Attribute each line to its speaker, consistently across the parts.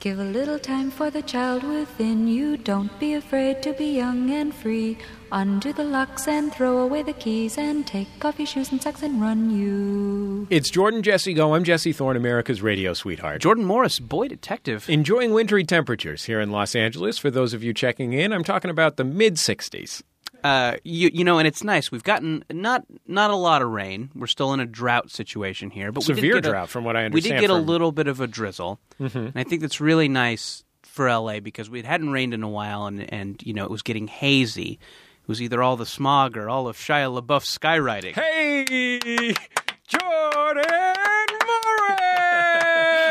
Speaker 1: Give a little time for the child within you. Don't be afraid to be young and free. Undo the locks and throw away the keys and take off your shoes and socks and run you.
Speaker 2: It's Jordan Jesse Go. I'm Jesse Thorne, America's radio sweetheart.
Speaker 3: Jordan Morris, boy detective.
Speaker 2: Enjoying wintry temperatures here in Los Angeles. For those of you checking in, I'm talking about the mid 60s.
Speaker 3: Uh, you you know, and it's nice. We've gotten not not a lot of rain. We're still in a drought situation here, but we
Speaker 2: Severe
Speaker 3: did get a-
Speaker 2: drought, from what I
Speaker 3: We did
Speaker 2: understand
Speaker 3: get a
Speaker 2: from- Mm-hmm.
Speaker 3: little bit of a drizzle, and I think that's really nice for LA because we it hadn't rained in a while, and and you know it was getting hazy. It was either all the smog or all of Shia LaBeouf skywriting.
Speaker 2: Hey, Jordan Morris!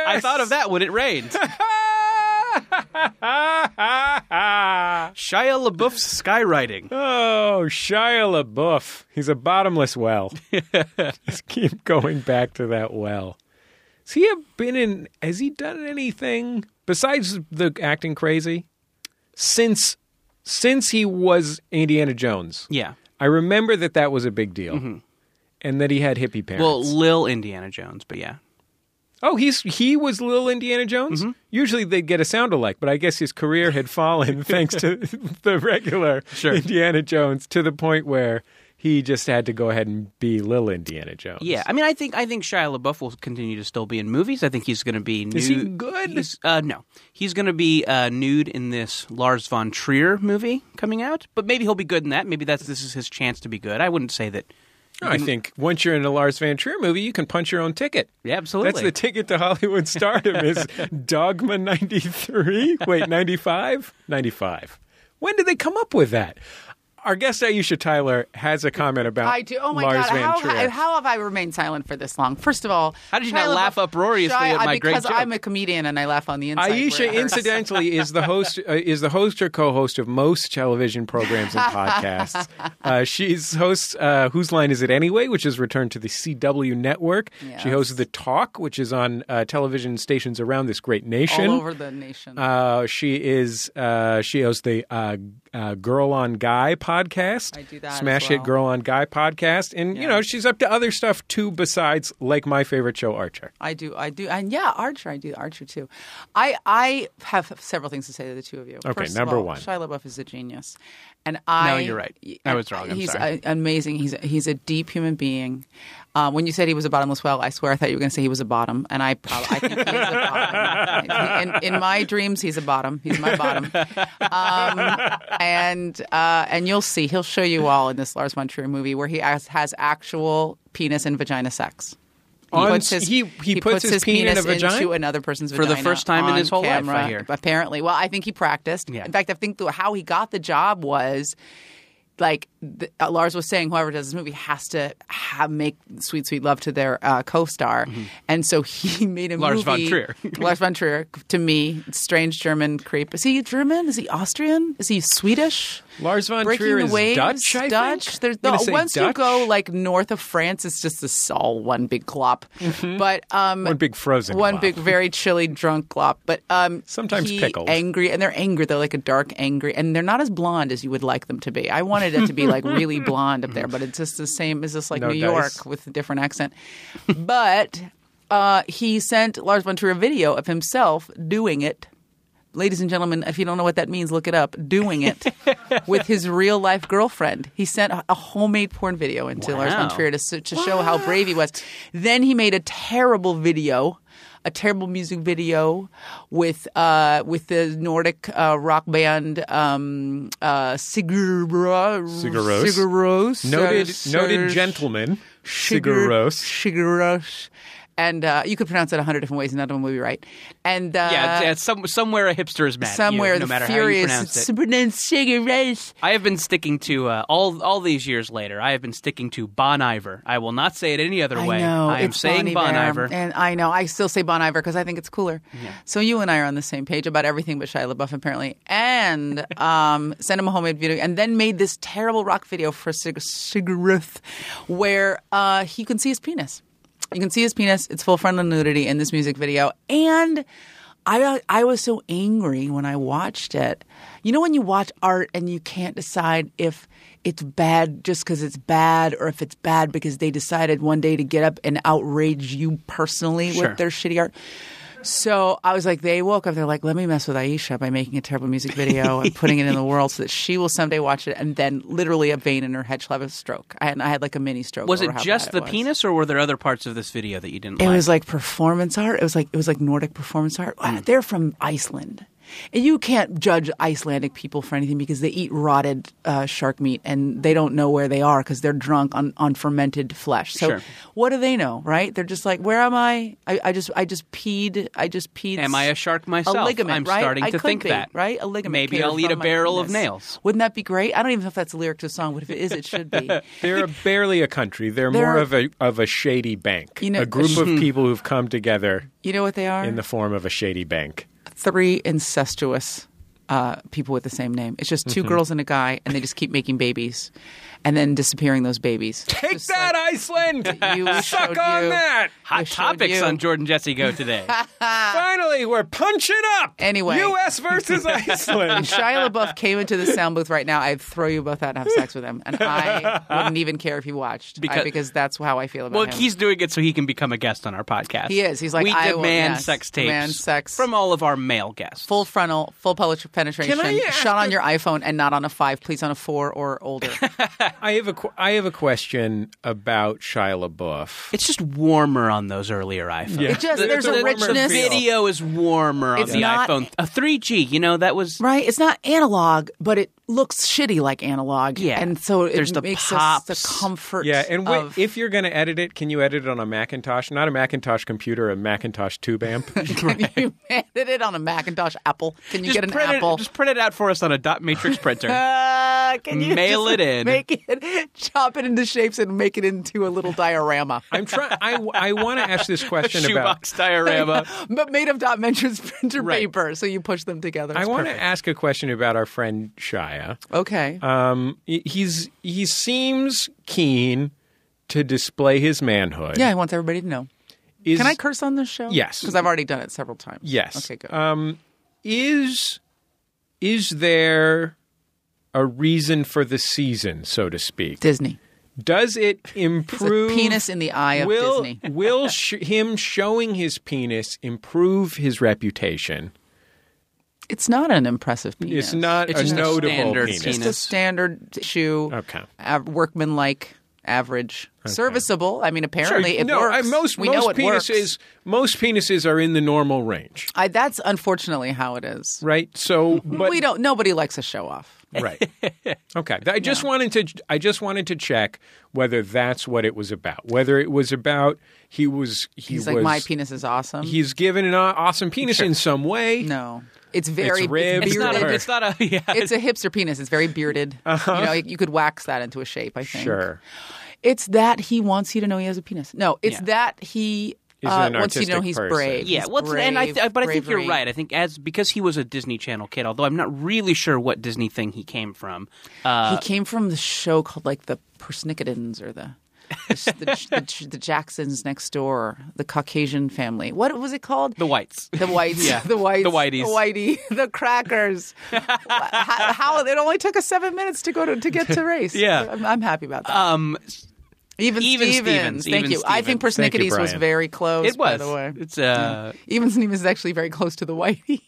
Speaker 3: I thought of that when it rained. Shia LaBeouf's skywriting.
Speaker 2: Oh, Shia LaBeouf. He's a bottomless well. Just keep going back to that well. Has he have been in, has he done anything besides the acting crazy? Since, since he was Indiana Jones.
Speaker 3: Yeah. Mm-hmm.
Speaker 2: I remember that that was a big deal. And that he had hippie parents.
Speaker 3: Well, Lil Indiana Jones, but yeah.
Speaker 2: oh, he's he was little Indiana Jones. Usually they'd get a sound alike, but I guess his career had fallen thanks to the regular
Speaker 3: Sure.
Speaker 2: Indiana Jones to the point where he just had to go ahead and be little Indiana Jones.
Speaker 3: Yeah, I mean, I think I think Shia LaBeouf will continue to still be in movies. I think he's going to be nude.
Speaker 2: Is he good?
Speaker 3: He's, uh, no, he's going to be uh, nude in this Lars von Trier movie coming out. But maybe he'll be good in that. Maybe that's this is his chance to be good. I wouldn't say that.
Speaker 2: I think once you're in a Lars Van Trier movie, you can punch your own ticket.
Speaker 3: Yeah, absolutely.
Speaker 2: That's the ticket to Hollywood stardom is Dogma 93. Wait, 95? 95. When did they come up with that? Our guest Aisha Tyler has a comment about
Speaker 4: I do. Oh my
Speaker 2: Lars
Speaker 4: god!
Speaker 2: Van
Speaker 4: How,
Speaker 2: Trier.
Speaker 4: how have I remained silent for this long? First of all,
Speaker 3: How did you not laugh uproariously
Speaker 4: Shia-
Speaker 3: at
Speaker 4: I-
Speaker 3: my great
Speaker 4: Because I'm
Speaker 3: joke?
Speaker 4: a comedian and I laugh on the inside. where
Speaker 2: Aisha,
Speaker 4: it hurts.
Speaker 2: incidentally, is the host uh, is the host or co-host of most television programs and podcasts. Uh, she's hosts uh, whose line is it anyway, which is returned to the CW network. She
Speaker 4: Yes.
Speaker 2: hosts the Talk, which is on uh, television stations around this great nation.
Speaker 4: all over the nation.
Speaker 2: Uh, she is uh, she hosts the uh, uh, Girl on Guy podcast.
Speaker 4: I do that as
Speaker 2: Smash Hit
Speaker 4: well.
Speaker 2: Girl on Guy podcast, and you
Speaker 4: Yeah.
Speaker 2: know she's up to other stuff too besides like my favorite show Archer.
Speaker 4: I do, I do, and yeah, Archer, I do Archer too. I I have several things to say to the two of you.
Speaker 2: Okay,
Speaker 4: First of
Speaker 2: number
Speaker 4: all,
Speaker 2: one.
Speaker 4: Shia LaBeouf is a genius, and I.
Speaker 3: you're right. I was wrong. I'm
Speaker 4: he's
Speaker 3: sorry.
Speaker 4: a- amazing. He's he's a deep human being. Uh, when you said he was a bottomless well, I swear I thought you were going to say he was a bottom, and I probably I think he's a bottom. in, in my dreams, he's a bottom. He's my bottom. Um, and uh, and you'll see, he'll show you all in this Lars von Trier movie where he has, has actual penis and vagina sex. He
Speaker 2: On-
Speaker 4: puts his,
Speaker 2: he- he puts his peen in a vagina?
Speaker 4: into another person's
Speaker 3: For the
Speaker 4: vagina
Speaker 3: first time in
Speaker 4: on
Speaker 3: his whole life, I
Speaker 4: camera,
Speaker 3: hear.
Speaker 4: Apparently, well, I think he practiced.
Speaker 3: Yeah.
Speaker 4: In fact, I think the, how he got the job was like the, uh, Lars was saying, whoever does this movie has to have, make sweet, sweet love to their uh, co-star, and so he made a
Speaker 3: Mm-hmm. Lars von
Speaker 4: movie-
Speaker 3: Trier.
Speaker 4: Lars von Trier, to me, strange German creep. Is he German? Is he Austrian? Is he Swedish?
Speaker 2: Lars von
Speaker 4: Breaking
Speaker 2: Trier
Speaker 4: the
Speaker 2: is
Speaker 4: waves,
Speaker 2: Dutch, I think?
Speaker 4: Dutch. There's
Speaker 2: I'm
Speaker 4: the,
Speaker 2: gonna say
Speaker 4: once
Speaker 2: Dutch.
Speaker 4: you go like north of France, it's just this all one big glop. But um,
Speaker 2: Mm-hmm. One big frozen
Speaker 4: one
Speaker 2: glop.
Speaker 4: big, very chilly drunk glop. But um,
Speaker 2: Sometimes
Speaker 4: he
Speaker 2: pickled.
Speaker 4: angry, and they're angry. They're like a dark angry, and they're not as blonde as you would like them to be. I wanted it to be like really blonde up there, but it's just the same as this like
Speaker 2: No
Speaker 4: New
Speaker 2: dice.
Speaker 4: York with a different accent. but uh, he sent Lars von Trier a video of himself doing it. Ladies and gentlemen, if you don't know what that means, look it up. Doing it with his real life girlfriend. He sent a homemade porn video into Lars von
Speaker 3: Wow.
Speaker 4: Trier to, s- to show how brave he was. Then he made a terrible video, a terrible music video with uh, with the Nordic uh, rock band um, uh, Sigur
Speaker 2: Sigur Rós.
Speaker 4: Sigur Rós.
Speaker 2: Noted,
Speaker 4: Uh,
Speaker 2: noted
Speaker 4: Sigur-
Speaker 2: gentleman, Sigur
Speaker 4: Sigur
Speaker 2: Rós.
Speaker 4: Sigur Rós. And uh, you could pronounce it a hundred different ways, and none of them would be right. And uh,
Speaker 3: yeah, yeah, some, somewhere a hipster is mad. at you,
Speaker 4: somewhere
Speaker 3: no
Speaker 4: the
Speaker 3: matter how you
Speaker 4: furious
Speaker 3: pronounce it.
Speaker 4: it's pronounced Sigur Rós.
Speaker 3: I have been sticking to uh, all all these years later. I have been sticking to Bon Iver. I will not say it any other way.
Speaker 4: I know.
Speaker 3: I am
Speaker 4: it's
Speaker 3: saying
Speaker 4: Bon Iver,
Speaker 3: Iver.
Speaker 4: And I know. I still say Bon Iver because I think it's cooler. So you and I are on the same page about everything but Shia LaBeouf, apparently. And um, sent him a homemade video and then made this terrible rock video for Sig- Sigurth where uh, he can see his penis. You can see his penis. It's full frontal nudity in this music video. And. I, I was so angry when I watched it. You know, when you watch art and you can't decide if it's bad just because it's bad or if it's bad because they decided one day to get up and outrage you personally
Speaker 3: Sure.
Speaker 4: with their shitty art. So I was like, they woke up. They're like, let me mess with Aisha by making a terrible music video and putting it in the world so that she will someday watch it. And then literally a vein in her head, she'll have a stroke. And I had like a mini stroke.
Speaker 3: Was
Speaker 4: over
Speaker 3: it
Speaker 4: how
Speaker 3: just
Speaker 4: bad
Speaker 3: the
Speaker 4: was.
Speaker 3: penis, or were there other parts of this video that you didn't
Speaker 4: It
Speaker 3: like?
Speaker 4: was like performance art. It was like it was like Nordic performance art.
Speaker 3: Mm.
Speaker 4: Ah, They're from Iceland. And you can't judge Icelandic people for anything because they eat rotted uh, shark meat and they don't know where they are because they're drunk on, on fermented flesh. So
Speaker 3: Sure.
Speaker 4: what do they know, right? They're just like, where am I? I? I just I just peed. I just peed.
Speaker 3: Am I a shark myself?
Speaker 4: A ligament,
Speaker 3: I'm
Speaker 4: right?
Speaker 3: starting
Speaker 4: I
Speaker 3: to
Speaker 4: could
Speaker 3: think
Speaker 4: be,
Speaker 3: that.
Speaker 4: right? A ligament.
Speaker 3: Maybe
Speaker 4: came
Speaker 3: I'll eat
Speaker 4: from
Speaker 3: a
Speaker 4: my
Speaker 3: barrel of
Speaker 4: penis.
Speaker 3: nails.
Speaker 4: Wouldn't that be great? I don't even know if that's a lyric to a song, but if it is, it should be.
Speaker 2: They're barely a country. They're,
Speaker 4: They're-
Speaker 2: more of a of a shady bank.
Speaker 4: You know,
Speaker 2: a group of people who've come together
Speaker 4: You know what they are?
Speaker 2: in the form of a shady bank.
Speaker 4: three incestuous uh, people with the same name. It's just 2 girls and a guy, and they just keep making babies and then disappearing those babies.
Speaker 2: Take
Speaker 4: Just
Speaker 2: that,
Speaker 4: like-
Speaker 2: Iceland!
Speaker 4: You- we
Speaker 2: Suck
Speaker 4: showed
Speaker 2: on
Speaker 4: you.
Speaker 2: that!
Speaker 3: Hot
Speaker 4: showed
Speaker 3: topics
Speaker 4: you.
Speaker 3: on Jordan Jesse Go today.
Speaker 2: Finally, we're punching up.
Speaker 4: Anyway.
Speaker 2: U.S. versus Iceland.
Speaker 4: Shia LaBeouf came into the sound booth right now. I'd throw you both out and have sex with him, and I wouldn't even care if you watched I-
Speaker 3: Because-
Speaker 4: because, that's how I feel about
Speaker 3: well,
Speaker 4: him.
Speaker 3: he's doing it so he can become a guest on our podcast.
Speaker 4: He is. He's like,
Speaker 3: we
Speaker 4: I will-
Speaker 3: demand
Speaker 4: yes,
Speaker 3: sex tapes,
Speaker 4: demand sex.
Speaker 3: from all of our male guests.
Speaker 4: full frontal, full pelvic penetration,
Speaker 2: Can I ask
Speaker 4: shot on
Speaker 2: a-
Speaker 4: your iPhone and not on a five, please on a four or older.
Speaker 2: I have a qu- I have a question about Shia LaBeouf.
Speaker 3: It's just warmer on those earlier iPhones.
Speaker 2: Yeah. It
Speaker 4: just-
Speaker 3: The-
Speaker 4: there's a
Speaker 3: the-
Speaker 4: richness.
Speaker 3: The video is warmer on
Speaker 4: It's
Speaker 3: the
Speaker 4: not-
Speaker 3: iPhone. A 3G, you know, that was
Speaker 4: Right? It's not analog, but it looks shitty like analog.
Speaker 3: Yeah.
Speaker 4: And so it
Speaker 3: There's the
Speaker 4: makes us
Speaker 3: pops.
Speaker 4: the comfort
Speaker 2: Yeah, and wait,
Speaker 4: of
Speaker 2: if you're going to edit it, can you edit it on a Macintosh? Not a Macintosh computer, a Macintosh tube amp.
Speaker 4: Can you edit it on a Macintosh Apple? Can you
Speaker 3: just
Speaker 4: get an
Speaker 3: print
Speaker 4: Apple?
Speaker 3: It, just print it out for us on a dot matrix printer.
Speaker 4: uh, can you
Speaker 3: mail it
Speaker 4: just
Speaker 3: in.
Speaker 4: Make it, chop it into shapes, and make it into a little diorama,
Speaker 2: I'm trying. I, I want to ask this question about.
Speaker 3: Shoebox diorama.
Speaker 4: but made of dot matrix printer
Speaker 3: Right.
Speaker 4: paper. So you push them together.
Speaker 2: I
Speaker 4: It's
Speaker 2: want to ask a question about our friend Shia.
Speaker 4: perfect. Okay.
Speaker 2: Um, he- he's he seems keen to display his manhood.
Speaker 4: yeah, I want everybody to know.
Speaker 2: Is-
Speaker 4: Can I curse on this show?
Speaker 2: Yes.
Speaker 4: because I've already done it several times.
Speaker 2: Yes.
Speaker 4: Okay. Good.
Speaker 2: Um, is is there a reason for the season, so to speak?
Speaker 4: Disney.
Speaker 2: Does it
Speaker 4: It's a
Speaker 2: improve
Speaker 4: penis in the eye of
Speaker 2: will
Speaker 4: Disney.
Speaker 2: will sh- him showing his penis improve his reputation?
Speaker 4: It's not an impressive penis.
Speaker 2: It's not
Speaker 3: It's
Speaker 2: a
Speaker 3: just a
Speaker 2: notable
Speaker 3: standard
Speaker 2: penis.
Speaker 3: penis.
Speaker 4: It's a standard shoe.
Speaker 2: Okay.
Speaker 4: Av- workmanlike, average, serviceable. I mean,
Speaker 2: Sure,
Speaker 4: apparently it
Speaker 2: no,
Speaker 4: works.
Speaker 2: I- most
Speaker 4: we
Speaker 2: most
Speaker 4: know it works.
Speaker 2: penises most penises are in the normal range,
Speaker 4: I, that's unfortunately how it is.
Speaker 2: right? So, but
Speaker 4: we don't. Nobody likes a show off.
Speaker 2: right. Okay, I just wanted to I just wanted to check whether that's what it was about. Whether it was about he was he
Speaker 4: He's
Speaker 2: was
Speaker 4: like, my penis is awesome.
Speaker 2: He's given an aw- awesome penis in some way.
Speaker 4: no, it's very
Speaker 2: ribbed.
Speaker 3: it's, not a,
Speaker 2: Bearded.
Speaker 4: bearded.
Speaker 3: it's not a. Yeah.
Speaker 4: It's a hipster penis. It's very bearded. You know, you could wax that into a shape. I think.
Speaker 2: Uh-huh. Sure.
Speaker 4: It's that he wants you to know he has a penis. No, it's
Speaker 3: Yeah.
Speaker 4: that he
Speaker 2: He's
Speaker 4: uh,
Speaker 2: an
Speaker 4: wants you to know
Speaker 2: artistic
Speaker 4: he's
Speaker 2: person.
Speaker 4: brave.
Speaker 3: yeah,
Speaker 4: He's
Speaker 3: well, it's- and I,
Speaker 4: brave,
Speaker 3: th- but I think you're
Speaker 4: bravery.
Speaker 3: right. I think as because he was a Disney Channel kid, although I'm not really sure what Disney thing he came from. Uh,
Speaker 4: he came from the show called like the Persnicketons or the the, the, the Jacksons next door, the Caucasian family. What was it called?
Speaker 3: the Whites.
Speaker 4: The whites,
Speaker 3: Yeah.
Speaker 4: the whites,
Speaker 3: The Whiteys.
Speaker 4: the whitey, the crackers. how, how- it only took us seven minutes to go to, to get to race.
Speaker 3: Yeah.
Speaker 4: I'm, I'm happy about that.
Speaker 3: Um,
Speaker 4: even
Speaker 3: Even Stevens,
Speaker 4: thank
Speaker 3: Even
Speaker 4: you. I think
Speaker 3: Stevens.
Speaker 2: Thank you,
Speaker 4: Persnicketys was
Speaker 2: Brian.
Speaker 4: very close.
Speaker 3: it
Speaker 4: by
Speaker 3: was.
Speaker 4: the way.
Speaker 3: It's uh,
Speaker 4: Even Stevens is actually very close to the whitey.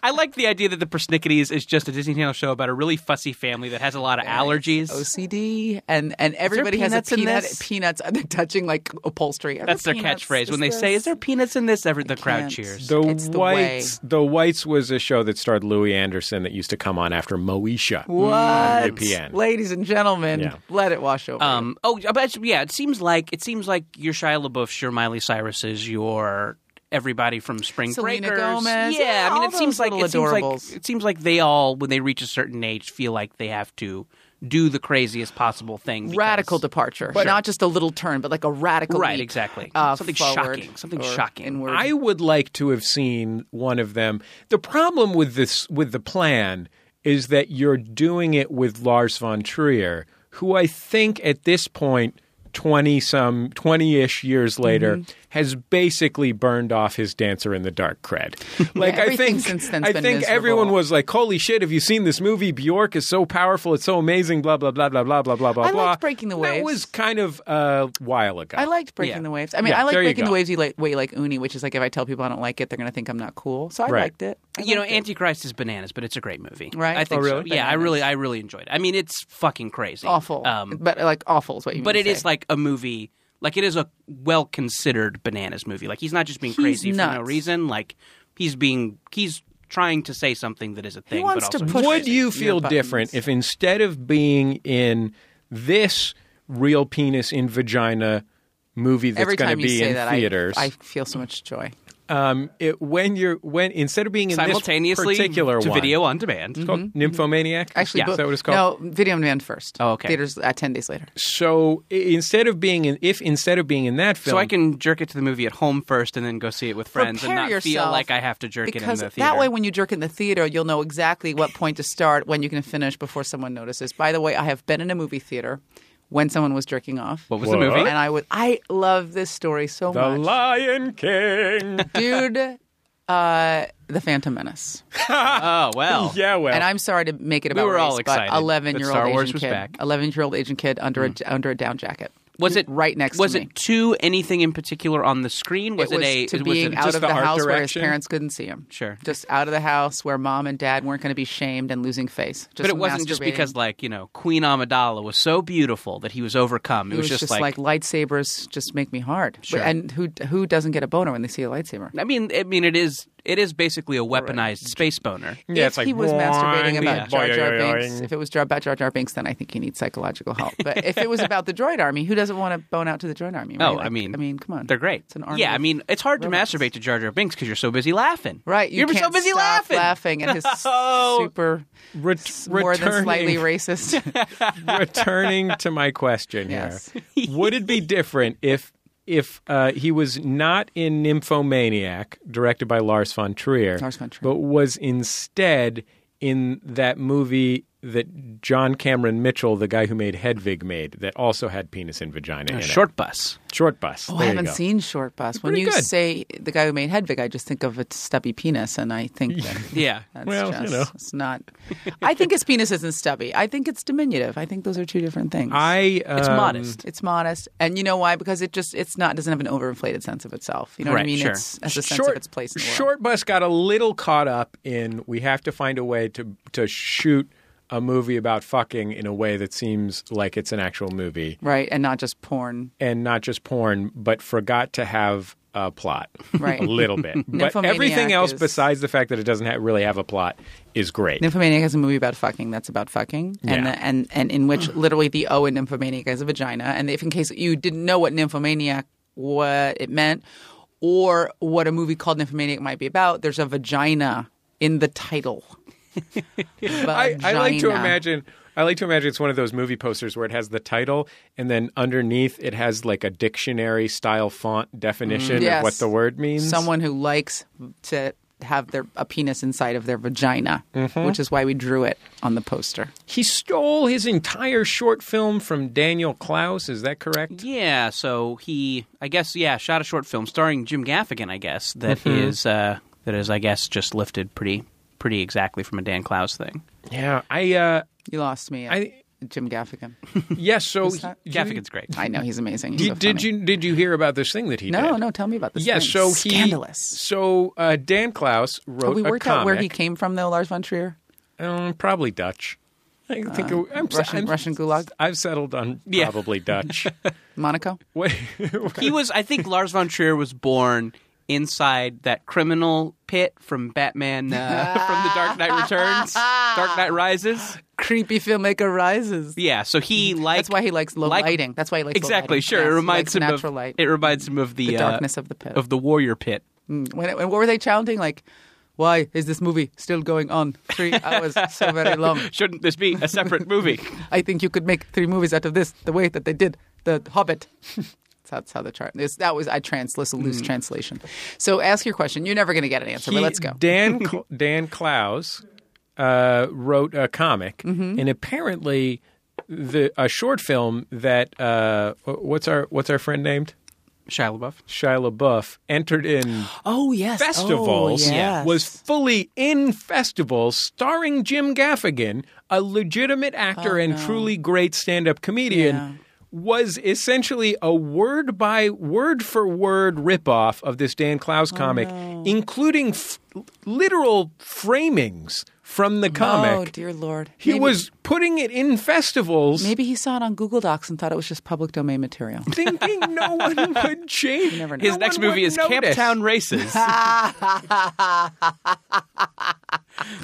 Speaker 3: I like the idea that the Persnicketies is just a Disney Channel show about a really fussy family that has a lot of allergies.
Speaker 4: Oh, OCD, and and everybody has a
Speaker 3: peanuts in
Speaker 4: peanut.
Speaker 3: this?
Speaker 4: Peanuts, and they're touching like upholstery. Are there
Speaker 3: That's their
Speaker 4: peanuts?
Speaker 3: catchphrase
Speaker 4: Is
Speaker 3: when they
Speaker 4: this-
Speaker 3: say, "Is there peanuts in this?" Every the crowd
Speaker 4: can't.
Speaker 3: cheers.
Speaker 2: The
Speaker 4: It's the way.
Speaker 2: Whites. The Whites was a show that starred Louis Anderson that used to come on after Moesha.
Speaker 4: What,
Speaker 2: UPN.
Speaker 4: ladies and gentlemen,
Speaker 2: Yeah.
Speaker 4: let it wash over.
Speaker 3: Um. Oh, but yeah, it seems like it seems like your Shia LaBeouf's, your Miley Cyrus's, your everybody from Spring
Speaker 4: Selena
Speaker 3: Breakers.
Speaker 4: Gomez.
Speaker 3: Yeah,
Speaker 4: Yeah,
Speaker 3: I mean,
Speaker 4: all
Speaker 3: it seems
Speaker 4: those
Speaker 3: like
Speaker 4: little
Speaker 3: it seems like
Speaker 4: adorables.
Speaker 3: it seems like they all, when they reach a certain age, feel like they have to do the craziest possible thing. because-
Speaker 4: radical departure, not just a little turn, but like a radical
Speaker 3: Right,
Speaker 4: leap,
Speaker 3: exactly.
Speaker 4: uh,
Speaker 3: Something
Speaker 4: forward
Speaker 3: shocking, something
Speaker 4: or
Speaker 3: shocking.
Speaker 4: Inward.
Speaker 2: I would like to have seen one of them. The problem with this with the plan is that you're doing it with Lars von Trier,
Speaker 4: Mm-hmm.
Speaker 2: who I think at this point 20 some 20ish years later has basically burned off his Dancer in the Dark cred. Like I
Speaker 4: everything
Speaker 2: think
Speaker 4: since then's
Speaker 2: I
Speaker 4: been
Speaker 2: think
Speaker 4: miserable.
Speaker 2: everyone was like, "Holy shit! Have you seen this movie? Bjork is so powerful. It's so amazing." Blah blah blah blah blah blah blah blah.
Speaker 4: I liked
Speaker 2: blah.
Speaker 4: Breaking the
Speaker 2: That
Speaker 4: Waves.
Speaker 2: was kind of a while ago.
Speaker 4: I liked breaking
Speaker 3: Yeah.
Speaker 4: the waves. I mean,
Speaker 2: Yeah,
Speaker 4: I like
Speaker 2: there you
Speaker 4: breaking the
Speaker 2: go.
Speaker 4: waves. You like way like uni, which is like if I tell people I don't like it, they're gonna think I'm not cool. So I
Speaker 2: Right.
Speaker 4: liked it. I
Speaker 3: you know,
Speaker 4: liked it.
Speaker 3: Antichrist is bananas, but it's a great movie.
Speaker 4: Right?
Speaker 3: I think
Speaker 4: Oh,
Speaker 2: really?
Speaker 3: so. Yeah, I really, I really enjoyed it. I mean, it's fucking crazy,
Speaker 4: awful,
Speaker 3: Um,
Speaker 4: but like awful is what you.
Speaker 3: but
Speaker 4: mean
Speaker 3: it
Speaker 4: to
Speaker 3: is
Speaker 4: say.
Speaker 3: like a movie. Like it is a well considered bananas movie. Like he's not just being
Speaker 4: He's
Speaker 3: crazy for no
Speaker 4: nuts.
Speaker 3: reason. Like he's being he's trying to say something that is a thing.
Speaker 4: wants
Speaker 3: but
Speaker 4: to
Speaker 3: also
Speaker 4: push
Speaker 2: Would
Speaker 4: it.
Speaker 2: you
Speaker 4: Your
Speaker 2: feel
Speaker 4: buttons.
Speaker 2: different if instead of being in this real penis in vagina movie that's
Speaker 4: every
Speaker 2: going to
Speaker 4: time you
Speaker 2: be
Speaker 4: say
Speaker 2: in
Speaker 4: that,
Speaker 2: theaters,
Speaker 4: I, I feel so much joy.
Speaker 2: um, it, when you're when instead of being in
Speaker 3: simultaneously
Speaker 2: this particular
Speaker 3: to
Speaker 2: one,
Speaker 3: video on demand?
Speaker 4: Mm-hmm.
Speaker 2: it's called Nymphomaniac.
Speaker 4: Actually,
Speaker 2: is
Speaker 4: bo-
Speaker 2: that what it's called?
Speaker 4: No, video on demand first.
Speaker 3: Oh, okay.
Speaker 4: Theaters uh, ten days later.
Speaker 2: So i- instead of being in, if instead of being in that film,
Speaker 3: So I can jerk it to the movie at home first, and then go see it with friends,
Speaker 4: Prepare
Speaker 3: and not
Speaker 4: yourself
Speaker 3: feel like I have to jerk it in the
Speaker 4: because
Speaker 3: theater.
Speaker 4: that way, when you jerk in the theater, you'll know exactly what point to start, when you can finish before someone notices. By the way, I have been in a movie theater when someone was jerking off,
Speaker 3: what was
Speaker 2: What?
Speaker 3: the movie?
Speaker 4: and I would. I love this story so
Speaker 2: The
Speaker 4: much.
Speaker 2: Lion King.
Speaker 4: dude uh the phantom menace
Speaker 3: Oh well,
Speaker 2: yeah, well,
Speaker 4: and i'm sorry to make it about
Speaker 3: were
Speaker 4: race,
Speaker 3: all excited
Speaker 4: but 11 year
Speaker 3: that Star
Speaker 4: old
Speaker 3: Wars
Speaker 4: asian
Speaker 3: was
Speaker 4: kid
Speaker 3: back. Hmm.
Speaker 4: 11 year old asian kid under a under a down jacket
Speaker 3: was it
Speaker 4: right next
Speaker 3: Was
Speaker 4: to me
Speaker 3: it to anything in particular on the screen? Was it, a
Speaker 4: to
Speaker 3: was
Speaker 4: being
Speaker 3: it
Speaker 4: out
Speaker 3: just
Speaker 4: of
Speaker 2: the
Speaker 4: the,
Speaker 2: art
Speaker 4: house where his
Speaker 2: direction?
Speaker 4: parents couldn't see him
Speaker 3: Sure.
Speaker 4: just out of the house where mom and dad weren't going to be shamed and losing face just
Speaker 3: But it wasn't just
Speaker 4: masturbating.
Speaker 3: because, like you know, Queen Amidala was so beautiful that he was overcome. It,
Speaker 4: it was just, like, lightsabers just make me hard But-
Speaker 3: Sure.
Speaker 4: and who who doesn't get a boner when they see a lightsaber
Speaker 3: I mean, I mean, it is it is basically a weaponized space boner.
Speaker 2: yeah,
Speaker 4: if
Speaker 2: it's like
Speaker 4: he was masturbating
Speaker 2: boing,
Speaker 4: about Jar
Speaker 2: boing,
Speaker 4: Jar
Speaker 2: boing,
Speaker 4: Binks,
Speaker 2: boing.
Speaker 4: if it was Jar- about Jar Jar Binks, then I think you need psychological help. But if it was about the droid army, who doesn't want to bone out to the droid army? Right?
Speaker 3: Oh, I
Speaker 4: Like,
Speaker 3: mean,
Speaker 4: I mean, come on,
Speaker 3: They're great.
Speaker 4: It's an army.
Speaker 3: yeah, I
Speaker 4: of-
Speaker 3: mean, it's hard
Speaker 4: robots.
Speaker 3: to masturbate to Jar Jar Binks because you're so busy laughing.
Speaker 4: right? You
Speaker 3: are so
Speaker 4: can't
Speaker 3: busy
Speaker 4: stop
Speaker 3: laughing. Oh.
Speaker 4: laughing at his super
Speaker 2: Ret-
Speaker 4: more than
Speaker 2: returning-
Speaker 4: slightly racist.
Speaker 2: returning to my question
Speaker 4: Yes.
Speaker 2: here, would it be different if if uh, he was not in *Nymphomaniac*, directed by Lars von Trier,
Speaker 4: Lars von Trier.
Speaker 2: but was instead in that movie that John Cameron Mitchell, the guy who made Hedwig, made that also had penis and vagina in
Speaker 3: Short bus.
Speaker 2: it? Short bus.
Speaker 4: oh,
Speaker 2: there
Speaker 4: I
Speaker 2: you
Speaker 4: haven't
Speaker 2: go.
Speaker 4: seen Short Bus. When
Speaker 2: pretty
Speaker 4: you
Speaker 2: good.
Speaker 4: say the guy who made Hedwig, I just think of a stubby penis, and I think that
Speaker 3: Yeah.
Speaker 4: that's
Speaker 2: Well, you
Speaker 4: just
Speaker 2: know.
Speaker 4: it's not. I think his penis isn't stubby. I think it's diminutive. I think those are two different things.
Speaker 2: I
Speaker 3: It's
Speaker 2: um,
Speaker 3: modest.
Speaker 4: It's modest, and you know why? Because it just it's not doesn't have an overinflated sense of itself. You know what
Speaker 3: Right,
Speaker 4: I mean?
Speaker 3: sure.
Speaker 4: It's as a sense
Speaker 2: short,
Speaker 4: of its place in the world.
Speaker 2: Short Bus got a little caught up in we have to find a way to to shoot a movie about fucking in a way that seems like it's an actual movie
Speaker 4: right? And not just porn.
Speaker 2: and not just porn, but forgot to have a plot
Speaker 4: Right.
Speaker 2: a little bit. but
Speaker 4: Nymphomaniac
Speaker 2: everything else
Speaker 4: is-
Speaker 2: besides the fact that it doesn't ha- really have a plot is great.
Speaker 4: Nymphomaniac is a movie about fucking. That's about fucking, and
Speaker 2: Yeah. Mm.
Speaker 4: the, and and in which literally the O in Nymphomaniac is a vagina. And if in case you didn't know what Nymphomaniac what it meant, or what a movie called Nymphomaniac might be about, there's a vagina in the title.
Speaker 2: I, I like to
Speaker 4: Vagina.
Speaker 2: imagine. I like to imagine it's one of those movie posters where it has the title and then underneath it has like a dictionary style font definition of
Speaker 4: Yes.
Speaker 2: what the word means.
Speaker 4: Someone who likes to have their a penis inside of their vagina,
Speaker 2: Mm-hmm.
Speaker 4: which is why we drew it on the poster.
Speaker 2: He stole his entire short film from Daniel Klaus. Is that correct?
Speaker 3: Yeah, so he, I guess, yeah, shot a short film starring Jim Gaffigan. I guess that is
Speaker 4: Mm-hmm.
Speaker 3: uh, that is, I guess, just lifted pretty pretty exactly from a Dan Klaus thing.
Speaker 2: Yeah, I. uh
Speaker 4: You lost me. At
Speaker 2: I-
Speaker 4: Jim Gaffigan.
Speaker 2: Yes, so
Speaker 4: that?
Speaker 2: you-
Speaker 3: Gaffigan's great.
Speaker 4: I know he's amazing. He's
Speaker 2: Did,
Speaker 4: so
Speaker 2: did
Speaker 4: funny.
Speaker 2: you did you hear about this thing that he
Speaker 4: No,
Speaker 2: did?
Speaker 4: no. Tell me about this.
Speaker 2: Yeah,
Speaker 4: thing.
Speaker 2: so he
Speaker 4: scandalous.
Speaker 2: So uh, Dan Klaus wrote
Speaker 4: Have we
Speaker 2: a
Speaker 4: worked out
Speaker 2: comic.
Speaker 4: where he came from, though, Lars von Trier?
Speaker 2: Um, probably Dutch. I think it- I'm,
Speaker 4: Uh, Russian-
Speaker 2: I'm-
Speaker 4: Russian gulag?
Speaker 2: I've settled on
Speaker 3: Yeah.
Speaker 2: probably Dutch.
Speaker 4: Monaco?
Speaker 2: What-
Speaker 3: He was, I think, Lars von Trier was born inside that criminal pit from Batman uh, from The Dark Knight Returns, Dark Knight Rises.
Speaker 4: Creepy filmmaker rises.
Speaker 3: Yeah, so he like
Speaker 4: That's why he likes low
Speaker 3: like-
Speaker 4: lighting. That's why he likes low
Speaker 3: exactly
Speaker 4: lighting.
Speaker 3: sure.
Speaker 4: Yes,
Speaker 3: it
Speaker 4: he
Speaker 3: reminds
Speaker 4: likes
Speaker 3: him
Speaker 4: natural
Speaker 3: of
Speaker 4: light.
Speaker 3: it reminds him of the,
Speaker 4: The
Speaker 3: uh,
Speaker 4: darkness of the pit.
Speaker 3: of the warrior pit.
Speaker 4: Mm, When, when, what were they chanting? Like, why is this movie still going on? Three hours, so very long.
Speaker 3: Shouldn't this be a separate movie?
Speaker 4: I think you could make three movies out of this, the way that they did The Hobbit. That's how the chart. This, that was I trans loose, loose translation. So ask your question. You're never going to get an answer,
Speaker 2: Hmm. He-
Speaker 4: but let's go.
Speaker 2: Dan Cl- Dan Klaus uh, wrote a comic,
Speaker 4: Mm-hmm.
Speaker 2: and apparently the a short film that uh, what's our what's our friend named
Speaker 3: Shia LaBeouf.
Speaker 2: Shia LaBeouf entered in
Speaker 4: Oh yes,
Speaker 2: festivals,
Speaker 4: Oh, yes.
Speaker 2: was fully in festivals, starring Jim Gaffigan, a legitimate actor and truly great stand up comedian,
Speaker 4: Oh, Yeah.
Speaker 2: was essentially a word by word for word ripoff of this Dan
Speaker 4: Oh,
Speaker 2: Klaus comic, including f- literal framings from the comic.
Speaker 4: Oh dear lord,
Speaker 2: He
Speaker 4: Maybe-
Speaker 2: was putting it in festivals,
Speaker 4: Maybe he saw it on Google Docs and thought it was just public domain material.
Speaker 2: thinking no one would change.
Speaker 4: never know.
Speaker 2: no
Speaker 3: His next
Speaker 2: one
Speaker 3: movie
Speaker 2: would
Speaker 3: is
Speaker 2: notice.
Speaker 3: Camp Town Races.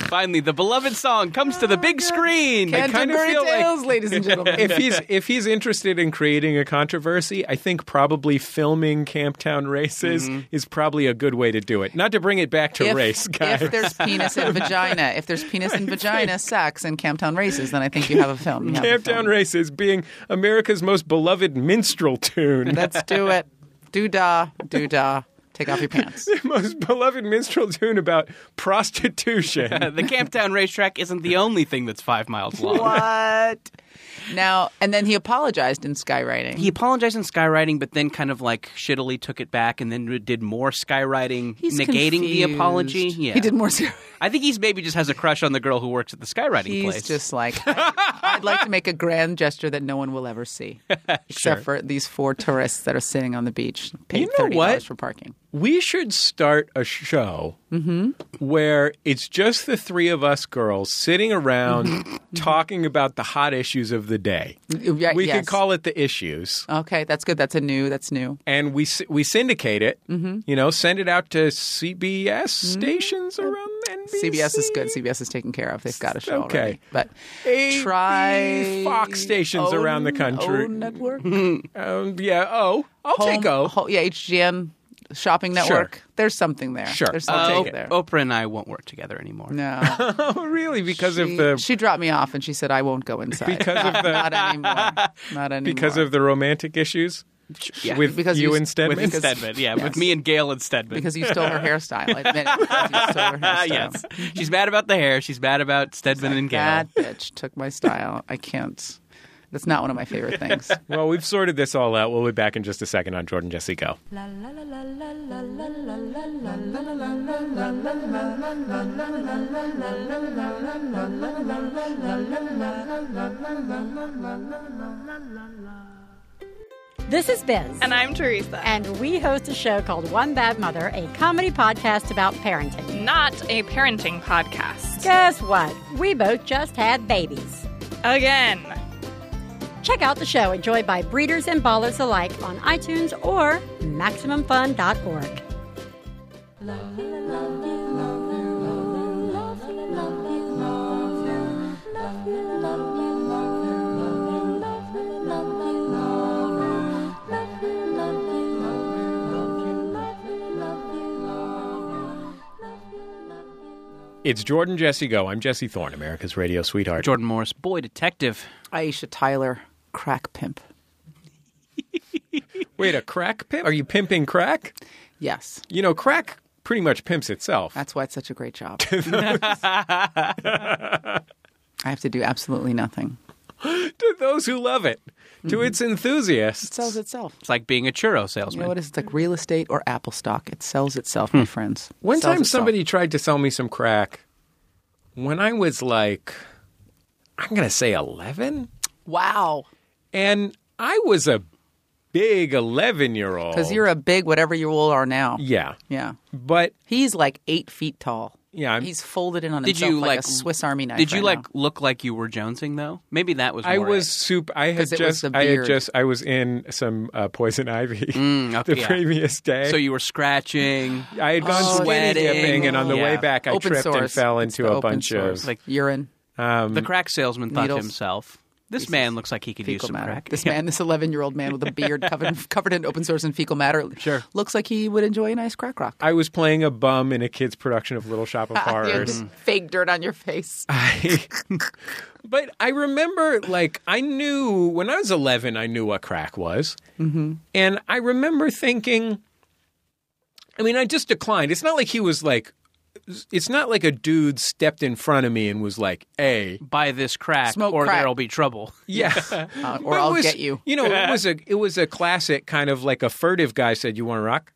Speaker 3: Finally, the beloved song comes to the
Speaker 4: Oh,
Speaker 3: big screen.
Speaker 2: I kinda
Speaker 4: Canterbury
Speaker 2: feel like-
Speaker 4: Tales, ladies and gentlemen.
Speaker 2: if he's if he's interested in creating a controversy, I think probably filming Camp Town races is probably a good way to do it. Not to bring it back to race, guys.
Speaker 4: if there's penis and vagina, if there's penis and vagina sex in Camptown races, then I think you have a film. You have a
Speaker 2: Camp
Speaker 4: film.
Speaker 2: Town races being America's most beloved minstrel tune.
Speaker 4: Let's do it. Do da, do da. Take off your pants.
Speaker 2: most beloved minstrel tune about prostitution.
Speaker 3: the Camp Town racetrack isn't the only thing that's five miles long.
Speaker 4: What? Now and then he apologized in skywriting.
Speaker 3: He apologized in skywriting, but then kind of like shittily took it back and then did more skywriting,
Speaker 4: He's
Speaker 3: negating the
Speaker 4: confused.
Speaker 3: apology. Yeah.
Speaker 4: He did more skywriting.
Speaker 3: I think he's maybe just has a crush on the girl who works at the skywriting
Speaker 4: He's
Speaker 3: place.
Speaker 4: just like I, I'd like to make a grand gesture that no one will ever see, except for these four tourists that are sitting on the beach, paid
Speaker 2: You know
Speaker 4: thirty dollars
Speaker 2: what?
Speaker 4: for parking.
Speaker 2: we should start a show
Speaker 4: Mm-hmm.
Speaker 2: where it's just the three of us girls sitting around talking about the hot issues of the day.
Speaker 4: Yeah,
Speaker 2: we
Speaker 4: yes.
Speaker 2: could call it the issues.
Speaker 4: Okay, that's good. That's a new. That's new.
Speaker 2: and we s- we syndicate it.
Speaker 4: Mm-hmm.
Speaker 2: You know, send it out to CBS stations around NBC.
Speaker 4: CBS is good. CBS is taken care of. They've got a show
Speaker 2: Okay.
Speaker 4: already. But
Speaker 2: AB
Speaker 4: try
Speaker 2: Fox stations
Speaker 4: own-
Speaker 2: around the country.
Speaker 4: own network.
Speaker 2: Um, yeah. Oh, I'll
Speaker 4: oh Home-
Speaker 2: take O.
Speaker 4: ho- yeah, HGN shopping network. There's something there.
Speaker 2: Sure.
Speaker 4: There's
Speaker 3: Uh,
Speaker 4: something
Speaker 3: Op-
Speaker 4: there.
Speaker 3: Oprah and I won't work together anymore.
Speaker 4: No,
Speaker 2: Oh, really? Because of
Speaker 4: She-
Speaker 2: the
Speaker 4: she dropped me off and she said I won't go inside.
Speaker 2: because of the
Speaker 4: not anymore. Not anymore.
Speaker 2: because of the romantic issues
Speaker 3: Yeah.
Speaker 2: with
Speaker 4: Because
Speaker 2: you
Speaker 4: you-
Speaker 2: and Stedman.
Speaker 3: with Stedman, yeah, with me and Gail and Stedman.
Speaker 4: because you stole her hairstyle. I admit it. Because you stole her hairstyle.
Speaker 3: Ah, yes, she's mad about the hair. She's mad about Stedman and Gail.
Speaker 4: That bitch took my style. I can't. That's not one of my favorite things.
Speaker 2: well, we've sorted this all out. We'll be back in just a second on Jordan Jesse Go.
Speaker 5: This is Biz.
Speaker 6: And I'm Teresa.
Speaker 5: And we host a show called One Bad Mother, a comedy podcast about parenting.
Speaker 6: not a parenting podcast.
Speaker 5: Guess what? We both just had babies.
Speaker 6: Again.
Speaker 5: Check out the show enjoyed by breeders and ballers alike on iTunes or MaximumFun.org.
Speaker 2: It's Jordan Jesse Go. I'm Jesse Thorne, America's radio sweetheart.
Speaker 3: Jordan Morris, boy detective.
Speaker 4: Aisha Tyler, crack pimp.
Speaker 2: Wait, a crack pimp? Are you pimping crack?
Speaker 4: Yes,
Speaker 2: You know, crack pretty much pimps itself.
Speaker 4: that's why it's such a great job. I have to do absolutely nothing.
Speaker 2: to those who love it, to its
Speaker 4: Mm-hmm. It
Speaker 2: enthusiasts.
Speaker 4: sells itself.
Speaker 3: It's like being a churro
Speaker 4: You
Speaker 3: salesman.
Speaker 4: know what it is? It's like real estate or Apple stock. It sells itself, my friends. It
Speaker 2: One
Speaker 4: sells
Speaker 2: time
Speaker 4: itself.
Speaker 2: somebody tried to sell me some crack when I was like, I'm going to say 11.
Speaker 4: Wow.
Speaker 2: And I was a big 11 year old.
Speaker 4: Because you're a big whatever you all are now.
Speaker 2: Yeah.
Speaker 4: Yeah.
Speaker 2: But
Speaker 4: He's like eight feet tall.
Speaker 2: Yeah, I'm-
Speaker 4: he's folded in on
Speaker 3: did
Speaker 4: himself
Speaker 3: you
Speaker 4: like,
Speaker 3: like,
Speaker 4: a Swiss Army knife.
Speaker 3: Did you
Speaker 4: right
Speaker 3: like
Speaker 4: now.
Speaker 3: look like you were jonesing though? Maybe that was.
Speaker 2: I
Speaker 3: more
Speaker 2: was
Speaker 3: it.
Speaker 2: soup. I had
Speaker 4: 'Cause it was
Speaker 2: just,
Speaker 4: the
Speaker 2: I had
Speaker 4: beard. Mm,
Speaker 2: just, I was in some uh, poison ivy
Speaker 3: Mm, okay,
Speaker 2: the
Speaker 3: yeah.
Speaker 2: previous day.
Speaker 3: So you were scratching.
Speaker 2: I had gone
Speaker 4: Oh,
Speaker 2: skinny
Speaker 3: sweating.
Speaker 2: dipping, and on the way
Speaker 3: Yeah.
Speaker 2: back, I
Speaker 4: Open
Speaker 2: tripped and
Speaker 4: source.
Speaker 2: fell
Speaker 4: It's
Speaker 2: into
Speaker 4: the
Speaker 2: a
Speaker 4: open
Speaker 2: bunch
Speaker 4: source.
Speaker 2: of.
Speaker 3: Like-
Speaker 4: urine?
Speaker 3: the
Speaker 2: Um,
Speaker 3: crack salesman thought to
Speaker 4: needles,
Speaker 3: himself, "This man looks like he could use
Speaker 4: fecal
Speaker 3: some
Speaker 4: matter.
Speaker 3: crack."
Speaker 4: This
Speaker 3: Yeah.
Speaker 4: man, this 11 year old man with a beard covered, covered in open source and fecal matter,
Speaker 3: Sure.
Speaker 4: looks like he would enjoy a nice crack rock.
Speaker 2: I was playing a bum in a kid's production of Little Shop of
Speaker 4: You have
Speaker 2: Horrors.
Speaker 4: just fake dirt on your face.
Speaker 2: but I remember, like, I knew when I was 11, I knew what crack was.
Speaker 4: Mm-hmm.
Speaker 2: And I remember thinking, I mean, I just declined. It's not like he was like it's not like a dude stepped in front of me and was like, "Hey,
Speaker 3: Buy this crack,
Speaker 4: Smoke
Speaker 3: or
Speaker 4: crack.
Speaker 3: there'll be trouble.
Speaker 2: yeah,
Speaker 4: Uh,
Speaker 2: But
Speaker 4: or
Speaker 2: it
Speaker 4: I'll
Speaker 2: was-
Speaker 4: get you.
Speaker 2: You know, it was a it was a classic kind of like a furtive guy said, "You want to rock?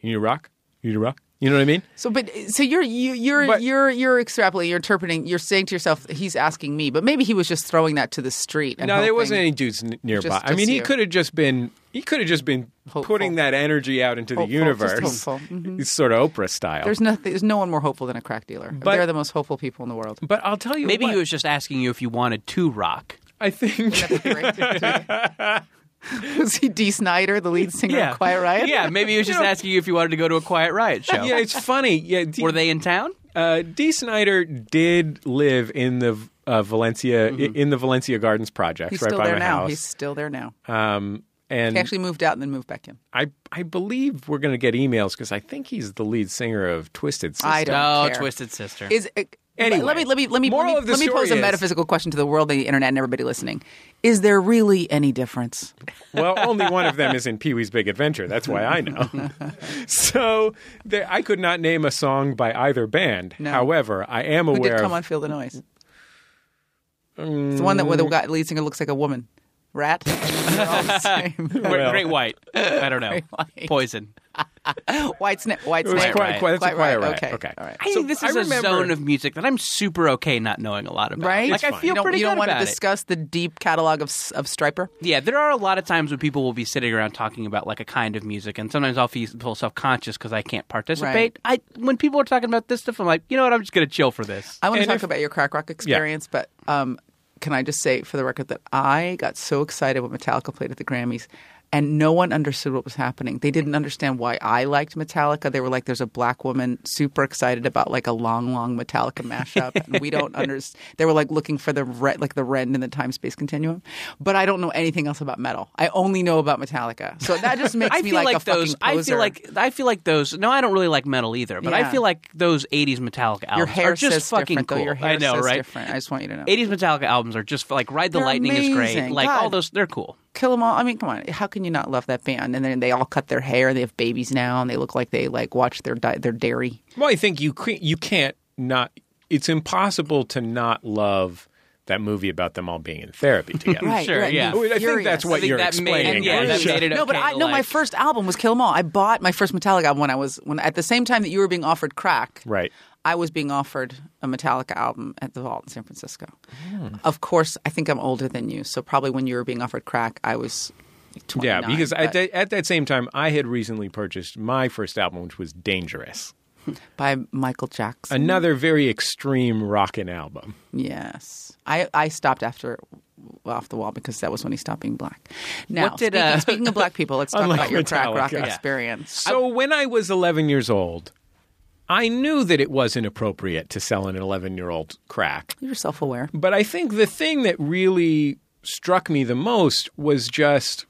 Speaker 2: You need to rock? You need to rock?" You know what I mean?
Speaker 4: So, but so you're you, you're
Speaker 2: But-
Speaker 4: you're you're extrapolating. You're interpreting. You're saying to yourself, "He's asking me," but maybe he was just throwing that to the street. And
Speaker 2: no, there
Speaker 4: hoping-
Speaker 2: wasn't any dudes n- nearby.
Speaker 4: Just-
Speaker 2: I mean,
Speaker 4: just
Speaker 2: he
Speaker 4: you.
Speaker 2: could have just been he could have just been
Speaker 4: Hopeful.
Speaker 2: putting that energy out into the
Speaker 4: Hopeful, just
Speaker 2: universe.
Speaker 4: hopeful. Mhm.
Speaker 2: It's sort of Oprah style.
Speaker 4: There's nothing. There's no one more hopeful than a crack dealer.
Speaker 2: But-
Speaker 4: They're the most hopeful people in the world.
Speaker 2: but I'll tell you,
Speaker 3: Maybe
Speaker 2: what,
Speaker 3: he was just asking you if you wanted to rock.
Speaker 2: I think
Speaker 4: was he D. Snyder, the lead singer of Quiet Riot?
Speaker 3: Yeah, maybe he was just asking you if you wanted to go to a Quiet Riot show.
Speaker 2: yeah, it's funny. Yeah, D,
Speaker 3: Were they in town?
Speaker 2: uh, D. Snyder did live in the uh, Valencia i- in the Valencia Gardens projects
Speaker 4: Mm-hmm. He's
Speaker 2: right
Speaker 4: still
Speaker 2: by
Speaker 4: there
Speaker 2: my
Speaker 4: now.
Speaker 2: house.
Speaker 4: He's still there now.
Speaker 2: um, and
Speaker 4: He actually moved out and then moved back in.
Speaker 2: I I believe we're going to get emails because I think he's the lead singer of Twisted Sister.
Speaker 4: I don't
Speaker 3: No,
Speaker 4: care.
Speaker 3: Oh, Twisted Sister.
Speaker 4: Is uh,
Speaker 2: Anyway,
Speaker 4: let me let me let me
Speaker 2: moral
Speaker 4: let me,
Speaker 2: of the
Speaker 4: let me
Speaker 2: story
Speaker 4: pose a
Speaker 2: is-
Speaker 4: metaphysical question to the world, the internet, and everybody listening: Is there really any difference?
Speaker 2: Well, only one of them is in Pee Wee's Big Adventure. That's why I know. so there, I could not name a song by either band.
Speaker 4: No.
Speaker 2: However, I am
Speaker 4: Who
Speaker 2: aware
Speaker 4: did
Speaker 2: of.
Speaker 4: come on Feel the Noise? It's the one that where
Speaker 2: Mm.
Speaker 4: the guy, lead singer looks like a woman. Rat. They're all the same.
Speaker 3: Great-
Speaker 2: well.
Speaker 3: Great White. I don't know.
Speaker 4: White.
Speaker 3: Poison.
Speaker 4: White snake. White
Speaker 2: it was
Speaker 4: snake.
Speaker 2: quite,
Speaker 3: Riot.
Speaker 2: quite, that's
Speaker 4: Quite
Speaker 2: a quiet
Speaker 4: Riot,
Speaker 2: riot.
Speaker 4: okay,
Speaker 2: Okay.
Speaker 4: all right.
Speaker 3: I think this
Speaker 2: I
Speaker 3: is a
Speaker 2: remember-
Speaker 3: zone of music that I'm super okay not knowing a lot about.
Speaker 4: Right?
Speaker 3: Like I
Speaker 2: fine.
Speaker 3: feel
Speaker 4: you don't,
Speaker 3: pretty
Speaker 4: you don't
Speaker 3: good
Speaker 4: want
Speaker 3: about
Speaker 4: to
Speaker 3: it.
Speaker 4: discuss the deep catalog of s- of Striper.
Speaker 3: Yeah, there are a lot of times when people will be sitting around talking about like a kind of music, and sometimes I'll feel self conscious because I can't participate. I when people are talking about this stuff, I'm like, you know what? I'm just gonna chill for this.
Speaker 4: I want to
Speaker 2: And
Speaker 4: talk
Speaker 2: if-
Speaker 4: about your crack rock experience, but um, can I just say for the record that I got so excited when Metallica played at the Grammys, and no one understood what was happening. They didn't understand why I liked Metallica. They were like, "There's a black woman super excited about like a long, long Metallica mashup," and we don't understand. They were like looking for the re- like the rend in the time space continuum. But I don't know anything else about metal. I only know about Metallica, so that just makes
Speaker 3: I
Speaker 4: me
Speaker 3: feel like,
Speaker 4: like, a
Speaker 3: those.
Speaker 4: fucking
Speaker 3: I
Speaker 4: poser.
Speaker 3: feel like I feel like those. No, I don't really like metal either, but I
Speaker 4: Yeah.
Speaker 3: feel like those '80s Metallica albums
Speaker 4: your hair
Speaker 3: are just
Speaker 4: says
Speaker 3: fucking
Speaker 4: different,
Speaker 3: cool.
Speaker 4: though. Your hair
Speaker 3: I know,
Speaker 4: says
Speaker 3: right?
Speaker 4: different. I just want you to know.
Speaker 3: '80s Metallica albums are just like "Ride the
Speaker 4: They're
Speaker 3: Lightning" is great.
Speaker 4: amazing.
Speaker 3: Like all
Speaker 4: God.
Speaker 3: those, they're cool.
Speaker 4: kill them all. I mean, come on, how can you not love that band? And then they all cut their hair. They have babies now, and they look like they like watch their di- their dairy.
Speaker 2: Well, I think you can, you can't not. It's impossible to not love that movie about them all being in therapy together.
Speaker 4: Right,
Speaker 3: Sure,
Speaker 4: right.
Speaker 3: yeah.
Speaker 2: I mean, I think
Speaker 4: Furious.
Speaker 2: that's what
Speaker 3: I think
Speaker 2: you're
Speaker 3: that made-
Speaker 2: explaining.
Speaker 3: yeah,
Speaker 2: right?
Speaker 3: that made it
Speaker 4: no, but
Speaker 3: okay
Speaker 4: I
Speaker 3: to
Speaker 4: no. My
Speaker 3: like-
Speaker 4: first album was Kill 'Em All. I bought my first Metallica album when I was when at the same time that you were being offered crack.
Speaker 2: Right.
Speaker 4: I was being offered a Metallica album at the Vault in San Francisco.
Speaker 2: Hmm.
Speaker 4: Of course, I think I'm older than you, so probably when you were being offered crack, I was. 29,
Speaker 2: Yeah, because
Speaker 4: but
Speaker 2: at, that, at that same time, I had recently purchased my first album, which was Dangerous,
Speaker 4: by Michael Jackson.
Speaker 2: another very extreme rockin' album.
Speaker 4: Yes, I, I stopped after off the wall because that was when he stopped being black. Now,
Speaker 3: What did,
Speaker 4: speaking,
Speaker 3: uh,
Speaker 4: speaking of black people, let's talk
Speaker 2: Unlike
Speaker 4: about your crack rock
Speaker 2: Metallica. Yeah.
Speaker 4: experience.
Speaker 2: So when I was 11 years old, I knew that it wasn't appropriate to sell an 11 year old crack.
Speaker 4: You're self aware.
Speaker 2: But I think the thing that really struck me the most was just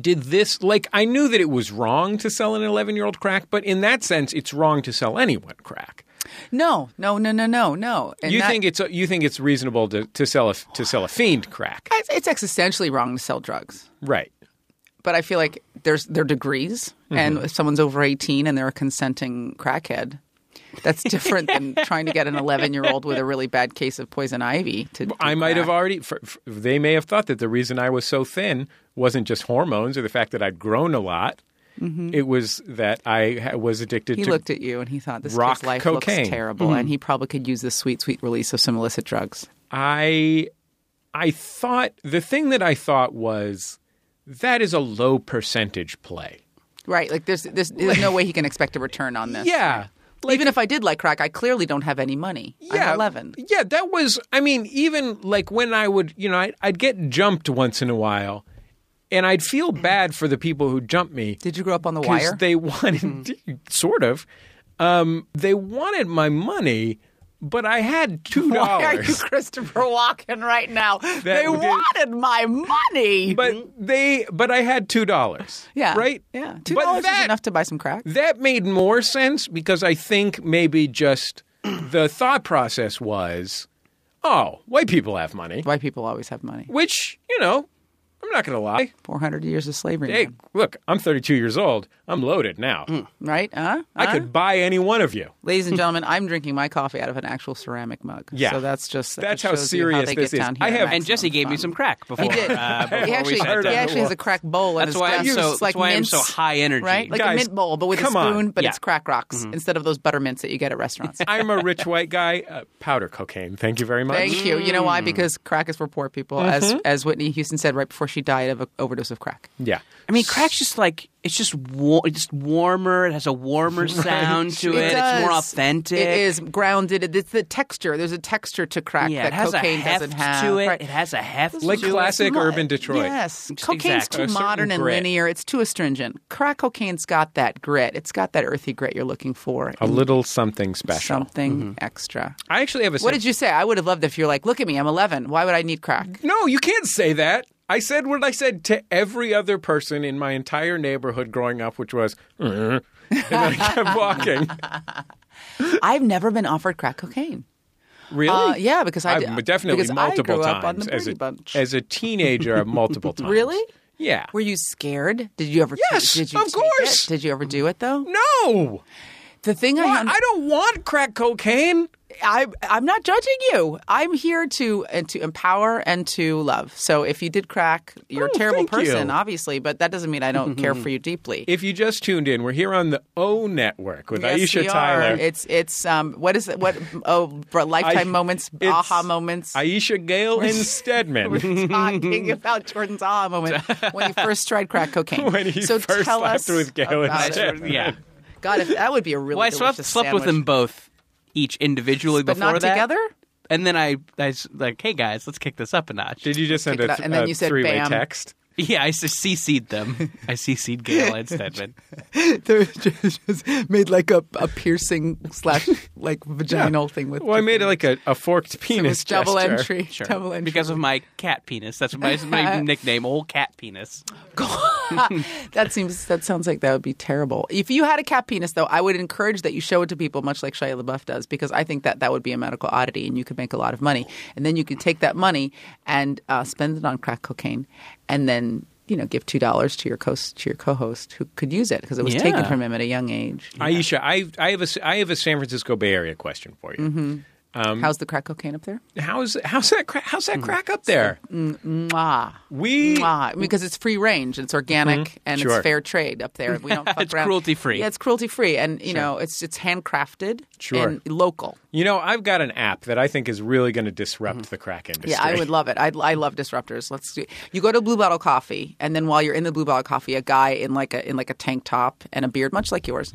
Speaker 2: did this like I knew that it was wrong to sell an 11 year old crack, but in that sense, it's wrong to sell anyone crack.
Speaker 4: No, no, no, no, no, no. And
Speaker 2: you
Speaker 4: that-
Speaker 2: think it's you think it's reasonable to, to sell a to sell a fiend crack,
Speaker 4: it's, it's existentially wrong to sell drugs,
Speaker 2: right?
Speaker 4: but I feel like there's there are degrees,
Speaker 2: Mm-hmm.
Speaker 4: and if someone's over 18 and they're a consenting crackhead. That's different than trying to get an 11 year old with a really bad case of poison ivy to. do
Speaker 2: I might have
Speaker 4: crack.
Speaker 2: already. For, for, they may have thought that the reason I was so thin wasn't just hormones or the fact that I'd grown a lot. It was that I ha- was addicted
Speaker 4: Mm-hmm. He
Speaker 2: to
Speaker 4: looked at you and he thought this
Speaker 2: rock
Speaker 4: kid's life
Speaker 2: cocaine.
Speaker 4: looks terrible, and he probably could use the sweet, sweet release of some illicit drugs.
Speaker 2: I I thought the thing that I thought was that is a low percentage play.
Speaker 4: Right, like there's there's, there's no way he can expect a return on this.
Speaker 2: Yeah. Like
Speaker 4: even if I did like crack, I clearly don't have any money.
Speaker 2: yeah,
Speaker 4: I'm 11.
Speaker 2: Yeah, that was I mean even like when I would, you know, I'd, I'd get jumped once in a while and I'd feel bad for the people who jumped me.
Speaker 4: Did you grow up on the
Speaker 2: because
Speaker 4: wire?
Speaker 2: They wanted,
Speaker 4: Mm-hmm.
Speaker 2: sort of, um, they wanted my money, but I had two
Speaker 4: Why are you
Speaker 2: dollars.
Speaker 4: Christopher Walken right now? they
Speaker 2: we did-
Speaker 4: wanted my money.
Speaker 2: But they, but I had two dollars.
Speaker 4: yeah,
Speaker 2: right.
Speaker 4: Yeah, two
Speaker 2: But
Speaker 4: dollars is
Speaker 2: that-
Speaker 4: enough to buy some crack.
Speaker 2: That made more sense because I think maybe just the thought process was, oh, white people have money,
Speaker 4: White people always have money.
Speaker 2: which you know, I'm not going to lie.
Speaker 4: 400 years of slavery.
Speaker 2: Hey,
Speaker 4: man.
Speaker 2: look, I'm 32 years old. I'm loaded now.
Speaker 4: Mm. Right? Uh? Huh?
Speaker 2: I
Speaker 4: Huh?
Speaker 2: could buy any one of you.
Speaker 4: Ladies and gentlemen, I'm drinking my coffee out of an actual ceramic mug.
Speaker 2: Yeah.
Speaker 4: So that's just that
Speaker 2: That's
Speaker 4: just
Speaker 2: how
Speaker 4: shows you how
Speaker 2: serious
Speaker 4: they
Speaker 2: this
Speaker 4: get
Speaker 2: is.
Speaker 4: down here
Speaker 2: I
Speaker 4: at
Speaker 2: have-
Speaker 3: And Jesse
Speaker 4: maximum
Speaker 3: gave me
Speaker 4: fun.
Speaker 3: some crack before.
Speaker 4: He did.
Speaker 3: Uh, before
Speaker 4: he
Speaker 3: we
Speaker 4: actually,
Speaker 3: sat
Speaker 2: heard
Speaker 4: he
Speaker 2: of
Speaker 3: down.
Speaker 4: actually
Speaker 2: it.
Speaker 4: has a crack bowl. And
Speaker 3: That's
Speaker 4: it's
Speaker 3: why
Speaker 4: got
Speaker 3: I'm
Speaker 4: just
Speaker 3: so.
Speaker 4: like
Speaker 3: that's why I'm
Speaker 4: mints,
Speaker 3: so high energy.
Speaker 4: Right? Like
Speaker 2: Guys,
Speaker 4: a mint bowl, but with a
Speaker 2: come on. Mm-hmm.
Speaker 4: spoon, but
Speaker 3: Yeah.
Speaker 4: it's crack rocks instead of those buttermints that you get at restaurants.
Speaker 2: I'm a rich white guy. Uh, powder cocaine. Thank you very much.
Speaker 4: Thank you. You know
Speaker 2: Mm.
Speaker 4: why? Because crack is for poor people,
Speaker 3: Mm-hmm.
Speaker 4: as as Whitney Houston said right before she died of an overdose of crack.
Speaker 2: Yeah.
Speaker 3: I mean, crack's just like it's just war- it's just warmer. It has a warmer sound to it.
Speaker 4: does.
Speaker 3: It's more authentic.
Speaker 4: It is grounded. It- It's the texture. There's a texture to crack
Speaker 3: Yeah,
Speaker 4: that
Speaker 3: it has
Speaker 4: cocaine
Speaker 3: a heft
Speaker 4: doesn't have.
Speaker 3: to it.
Speaker 4: Right.
Speaker 3: It has a heft.
Speaker 2: Like
Speaker 3: to
Speaker 2: classic
Speaker 3: it.
Speaker 2: urban Detroit.
Speaker 4: Yes,
Speaker 3: Ex-
Speaker 4: cocaine's
Speaker 3: exactly.
Speaker 2: A
Speaker 4: too
Speaker 2: certain
Speaker 4: modern and
Speaker 2: grit.
Speaker 4: linear. It's too astringent. Crack cocaine's got that grit. It's got that earthy grit you're looking for.
Speaker 2: A
Speaker 4: in
Speaker 2: little something special.
Speaker 4: something extra.
Speaker 2: I actually have a.
Speaker 4: What did you say? I would have loved if you're like, look at me, I'm 11. Why would I need crack?
Speaker 2: No, you can't say that. I said what I said to every other person in my entire neighborhood growing up, which was, "Uh," and I kept walking.
Speaker 4: I've never been offered crack cocaine.
Speaker 2: Really?
Speaker 4: Uh, yeah, because I
Speaker 2: I've
Speaker 4: did-
Speaker 2: definitely
Speaker 4: because I
Speaker 2: multiple
Speaker 4: grew
Speaker 2: times
Speaker 4: up on the
Speaker 2: as
Speaker 4: Brady
Speaker 2: a
Speaker 4: Bunch.
Speaker 2: as a teenager. multiple times.
Speaker 4: Really?
Speaker 2: Yeah.
Speaker 4: Were you scared? Did you ever?
Speaker 2: Yes,
Speaker 4: did you
Speaker 2: of
Speaker 4: take
Speaker 2: course.
Speaker 4: It? Did you ever do it though?
Speaker 2: no.
Speaker 4: The thing I,
Speaker 2: Why?
Speaker 4: un-
Speaker 2: I don't want crack cocaine.
Speaker 4: I I'm not judging you. I'm here to and to empower and to love. So if you did crack, you're
Speaker 2: Oh,
Speaker 4: a terrible
Speaker 2: thank you.
Speaker 4: person, obviously, but that doesn't mean I don't care for you deeply.
Speaker 2: If you just tuned in, we're here on the O Network with
Speaker 4: Yes,
Speaker 2: Aisha
Speaker 4: we are.
Speaker 2: Tyler.
Speaker 4: It's it's um what is it? What oh bro, lifetime
Speaker 2: I-
Speaker 4: moments,
Speaker 2: it's-
Speaker 4: aha moments.
Speaker 2: Aisha Gale and Stedman.
Speaker 4: We're talking about Jordan's aha moment when he first tried crack cocaine.
Speaker 2: When he
Speaker 4: so
Speaker 2: first
Speaker 4: tell
Speaker 2: slept
Speaker 4: us
Speaker 2: with Galen
Speaker 4: about it.
Speaker 2: Stedman.
Speaker 3: Yeah.
Speaker 4: God, if that would be a really
Speaker 3: Well, I
Speaker 4: delicious
Speaker 3: slept slept
Speaker 4: sandwich.
Speaker 3: with them both, each individually
Speaker 4: but
Speaker 3: before
Speaker 4: not
Speaker 3: that.
Speaker 4: together.
Speaker 3: And then I, I was like, hey guys, let's kick this up a notch.
Speaker 2: Did you just send
Speaker 4: Pick it
Speaker 2: a,
Speaker 4: up, and then
Speaker 2: a
Speaker 4: you said,
Speaker 2: three-way
Speaker 4: "Bam."
Speaker 2: text?
Speaker 3: yeah, I just CC'd them. I CC'd Gail and Stedman.
Speaker 4: They're just made like a, a piercing slash like vaginal thing with.
Speaker 2: Well, I made it like a, a forked
Speaker 4: it
Speaker 2: penis
Speaker 4: was double
Speaker 2: gesture.
Speaker 4: entry,
Speaker 3: Sure.
Speaker 4: double entry.
Speaker 3: Because of my cat penis. That's my, my nickname, old cat penis.
Speaker 4: that seems that sounds like that would be terrible. If you had a cat penis, though, I would encourage that you show it to people, much like Shia LaBeouf does, because I think that that would be a medical oddity, and you could make a lot of money, and then you could take that money and uh, spend it on crack cocaine, and then you know give two dollars to your co to your co-host who could use it because it was
Speaker 3: Yeah.
Speaker 4: taken from him at a young age.
Speaker 2: Aisha, I, I have a I have a San Francisco Bay Area question for you.
Speaker 4: Mm-hmm.
Speaker 2: Um,
Speaker 4: How's the crack cocaine up there?
Speaker 2: How's how's that cra- how's that crack up there?
Speaker 4: Mm. Mm-hmm. Mwah.
Speaker 2: We
Speaker 4: Ah, because it's free range, it's organic, and
Speaker 2: Sure.
Speaker 4: it's fair trade up there. We don't fuck
Speaker 3: It's
Speaker 4: around.
Speaker 3: cruelty-free.
Speaker 4: Yeah, it's cruelty free, and you know it's it's handcrafted
Speaker 2: Sure.
Speaker 4: and local.
Speaker 2: you know I've got an app that I think is really going to disrupt the crack industry.
Speaker 4: Mm-hmm. Yeah, I would love it. I, I love disruptors. Let's do. You go to Blue Bottle Coffee, and then while you're in the Blue Bottle Coffee, a guy in like a in like a tank top and a beard, much like yours,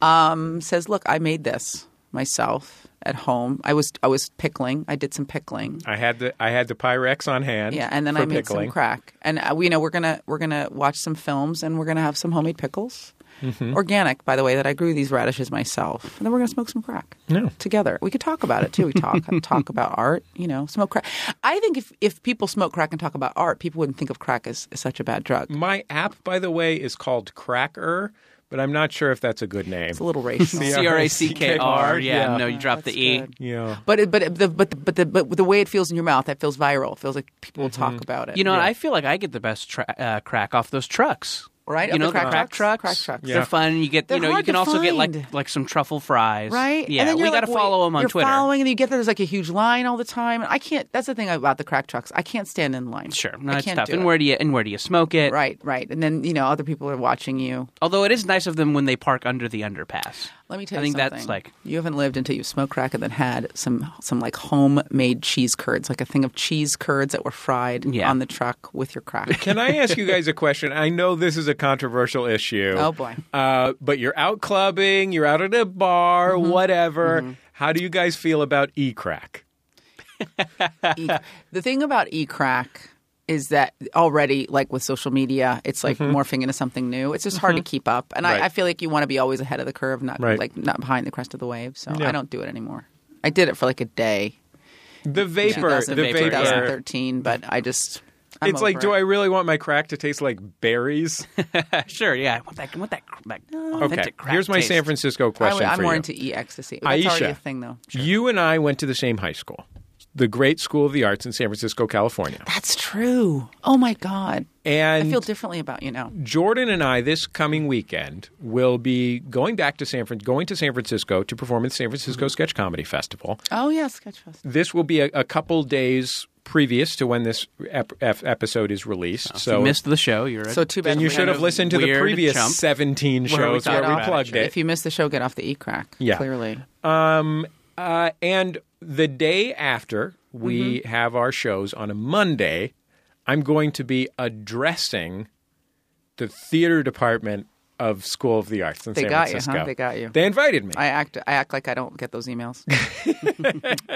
Speaker 4: um, says, "Look, I made this myself at home. I was I was pickling. I did some pickling.
Speaker 2: I had the I had the Pyrex on hand.
Speaker 4: Yeah, and then
Speaker 2: for
Speaker 4: I made
Speaker 2: pickling.
Speaker 4: some crack. And uh, we you know we're gonna we're gonna watch some films, and we're gonna have some homemade pickles,
Speaker 2: Mm-hmm.
Speaker 4: organic, by the way, that I grew these radishes myself. And then we're gonna smoke some crack together. We could talk about it too. We talk talk about art. You know, smoke crack. I think if if people smoke crack and talk about art, people wouldn't think of crack as, as such a bad drug.
Speaker 2: My app, by the way, is called Cracker, but I'm not sure if that's a good name.
Speaker 4: It's a little racial.
Speaker 2: Yeah.
Speaker 3: C R A C K R. Yeah, no, you drop the
Speaker 4: That's
Speaker 3: E.
Speaker 4: good.
Speaker 2: yeah.
Speaker 4: But it, but it, the, but the, but the but the way it feels in your mouth, that feels viral. It feels like people will
Speaker 2: Mm-hmm.
Speaker 4: talk about it.
Speaker 3: You know, I feel like I get the best tra- uh, crack off those trucks.
Speaker 4: Right?
Speaker 3: You
Speaker 4: Of the
Speaker 3: know,
Speaker 4: crack
Speaker 3: trucks.
Speaker 4: trucks? Crack trucks.
Speaker 2: Yeah.
Speaker 3: They're fun. You get,
Speaker 4: They're
Speaker 3: you know, you
Speaker 4: hard
Speaker 3: can
Speaker 4: to
Speaker 3: also get
Speaker 4: find.
Speaker 3: like like some truffle fries.
Speaker 4: right?
Speaker 3: Yeah,
Speaker 4: and then
Speaker 3: we
Speaker 4: you're
Speaker 3: got
Speaker 4: like,
Speaker 3: to follow
Speaker 4: wait,
Speaker 3: them on
Speaker 4: you're
Speaker 3: Twitter.
Speaker 4: Following, and you get there's like a huge line all the time. And I can't. That's the thing about the crack trucks. I can't stand in line.
Speaker 3: Sure, no,
Speaker 4: I
Speaker 3: it's
Speaker 4: can't
Speaker 3: tough.
Speaker 4: do
Speaker 3: and
Speaker 4: it.
Speaker 3: where do you and where do you smoke it?
Speaker 4: Right, right. And then you know other people are watching you.
Speaker 3: Although it is nice of them when they park under the underpass.
Speaker 4: Let me tell
Speaker 3: I
Speaker 4: you
Speaker 3: think
Speaker 4: something.
Speaker 3: that's like
Speaker 4: you haven't lived until you've smoked crack and then had some some like homemade cheese curds, like a thing of cheese curds that were fried
Speaker 3: Yeah.
Speaker 4: on the truck with your crack.
Speaker 2: Can I ask you guys a question? I know this is a controversial issue.
Speaker 4: Oh, boy.
Speaker 2: Uh, but you're out clubbing, you're out at a bar,
Speaker 4: Mm-hmm.
Speaker 2: whatever. How do you guys feel about e crack?
Speaker 4: E- the thing about e crack is that already like with social media it's like morphing into something new it's just hard to keep up and
Speaker 2: Mm-hmm. Right.
Speaker 4: I, I feel like you want to be always ahead of the curve not
Speaker 2: Right.
Speaker 4: like not behind the crest of the wave so
Speaker 2: Yeah.
Speaker 4: i don't do it anymore i did it for like a day
Speaker 2: The vapor, the
Speaker 4: 2000
Speaker 2: vapor.
Speaker 4: 2013 but i just I'm
Speaker 2: it's like,
Speaker 4: over
Speaker 2: do
Speaker 4: it.
Speaker 2: I really want my crack to taste like berries?
Speaker 3: sure, yeah. I want that? I want that? cr- that authentic
Speaker 2: Okay,
Speaker 3: crack
Speaker 2: here's my
Speaker 3: taste.
Speaker 2: San Francisco question
Speaker 4: I, am
Speaker 2: for
Speaker 4: more
Speaker 2: you.
Speaker 4: into e ecstasy that's
Speaker 2: Aisha.
Speaker 4: already a thing though
Speaker 2: You and I went to the same high school. the great School of the Arts in San Francisco, California.
Speaker 4: That's true. Oh my God.
Speaker 2: And
Speaker 4: I feel differently about you now.
Speaker 2: Jordan and I this coming weekend will be going back to San Fran- going to San Francisco to perform at the San
Speaker 4: Mm-hmm.
Speaker 2: Francisco Sketch Comedy Festival.
Speaker 4: Oh yeah, Sketchfest.
Speaker 2: This will be a, a couple days previous to when this ep- ep- episode is released.
Speaker 4: Oh,
Speaker 3: So,
Speaker 2: so
Speaker 3: missed the show. You're
Speaker 4: So too bad.
Speaker 2: and you
Speaker 4: we
Speaker 2: should have
Speaker 4: had
Speaker 2: listened to the
Speaker 3: weird
Speaker 2: previous
Speaker 3: chump.
Speaker 2: 17
Speaker 3: Where we
Speaker 2: shows
Speaker 4: to
Speaker 2: where
Speaker 4: get
Speaker 2: we,
Speaker 4: off.
Speaker 2: plugged it.
Speaker 4: If you missed the show, get off the e crack.
Speaker 2: Yeah.
Speaker 4: clearly.
Speaker 2: Uh, and the day after we
Speaker 4: Mm-hmm.
Speaker 2: have our shows on a Monday, I'm going to be addressing the theater department of School of the Arts in
Speaker 4: They
Speaker 2: San
Speaker 4: got you, huh?
Speaker 2: Francisco.
Speaker 4: They got you.
Speaker 2: They invited me.
Speaker 4: I act. I act like I don't get those emails.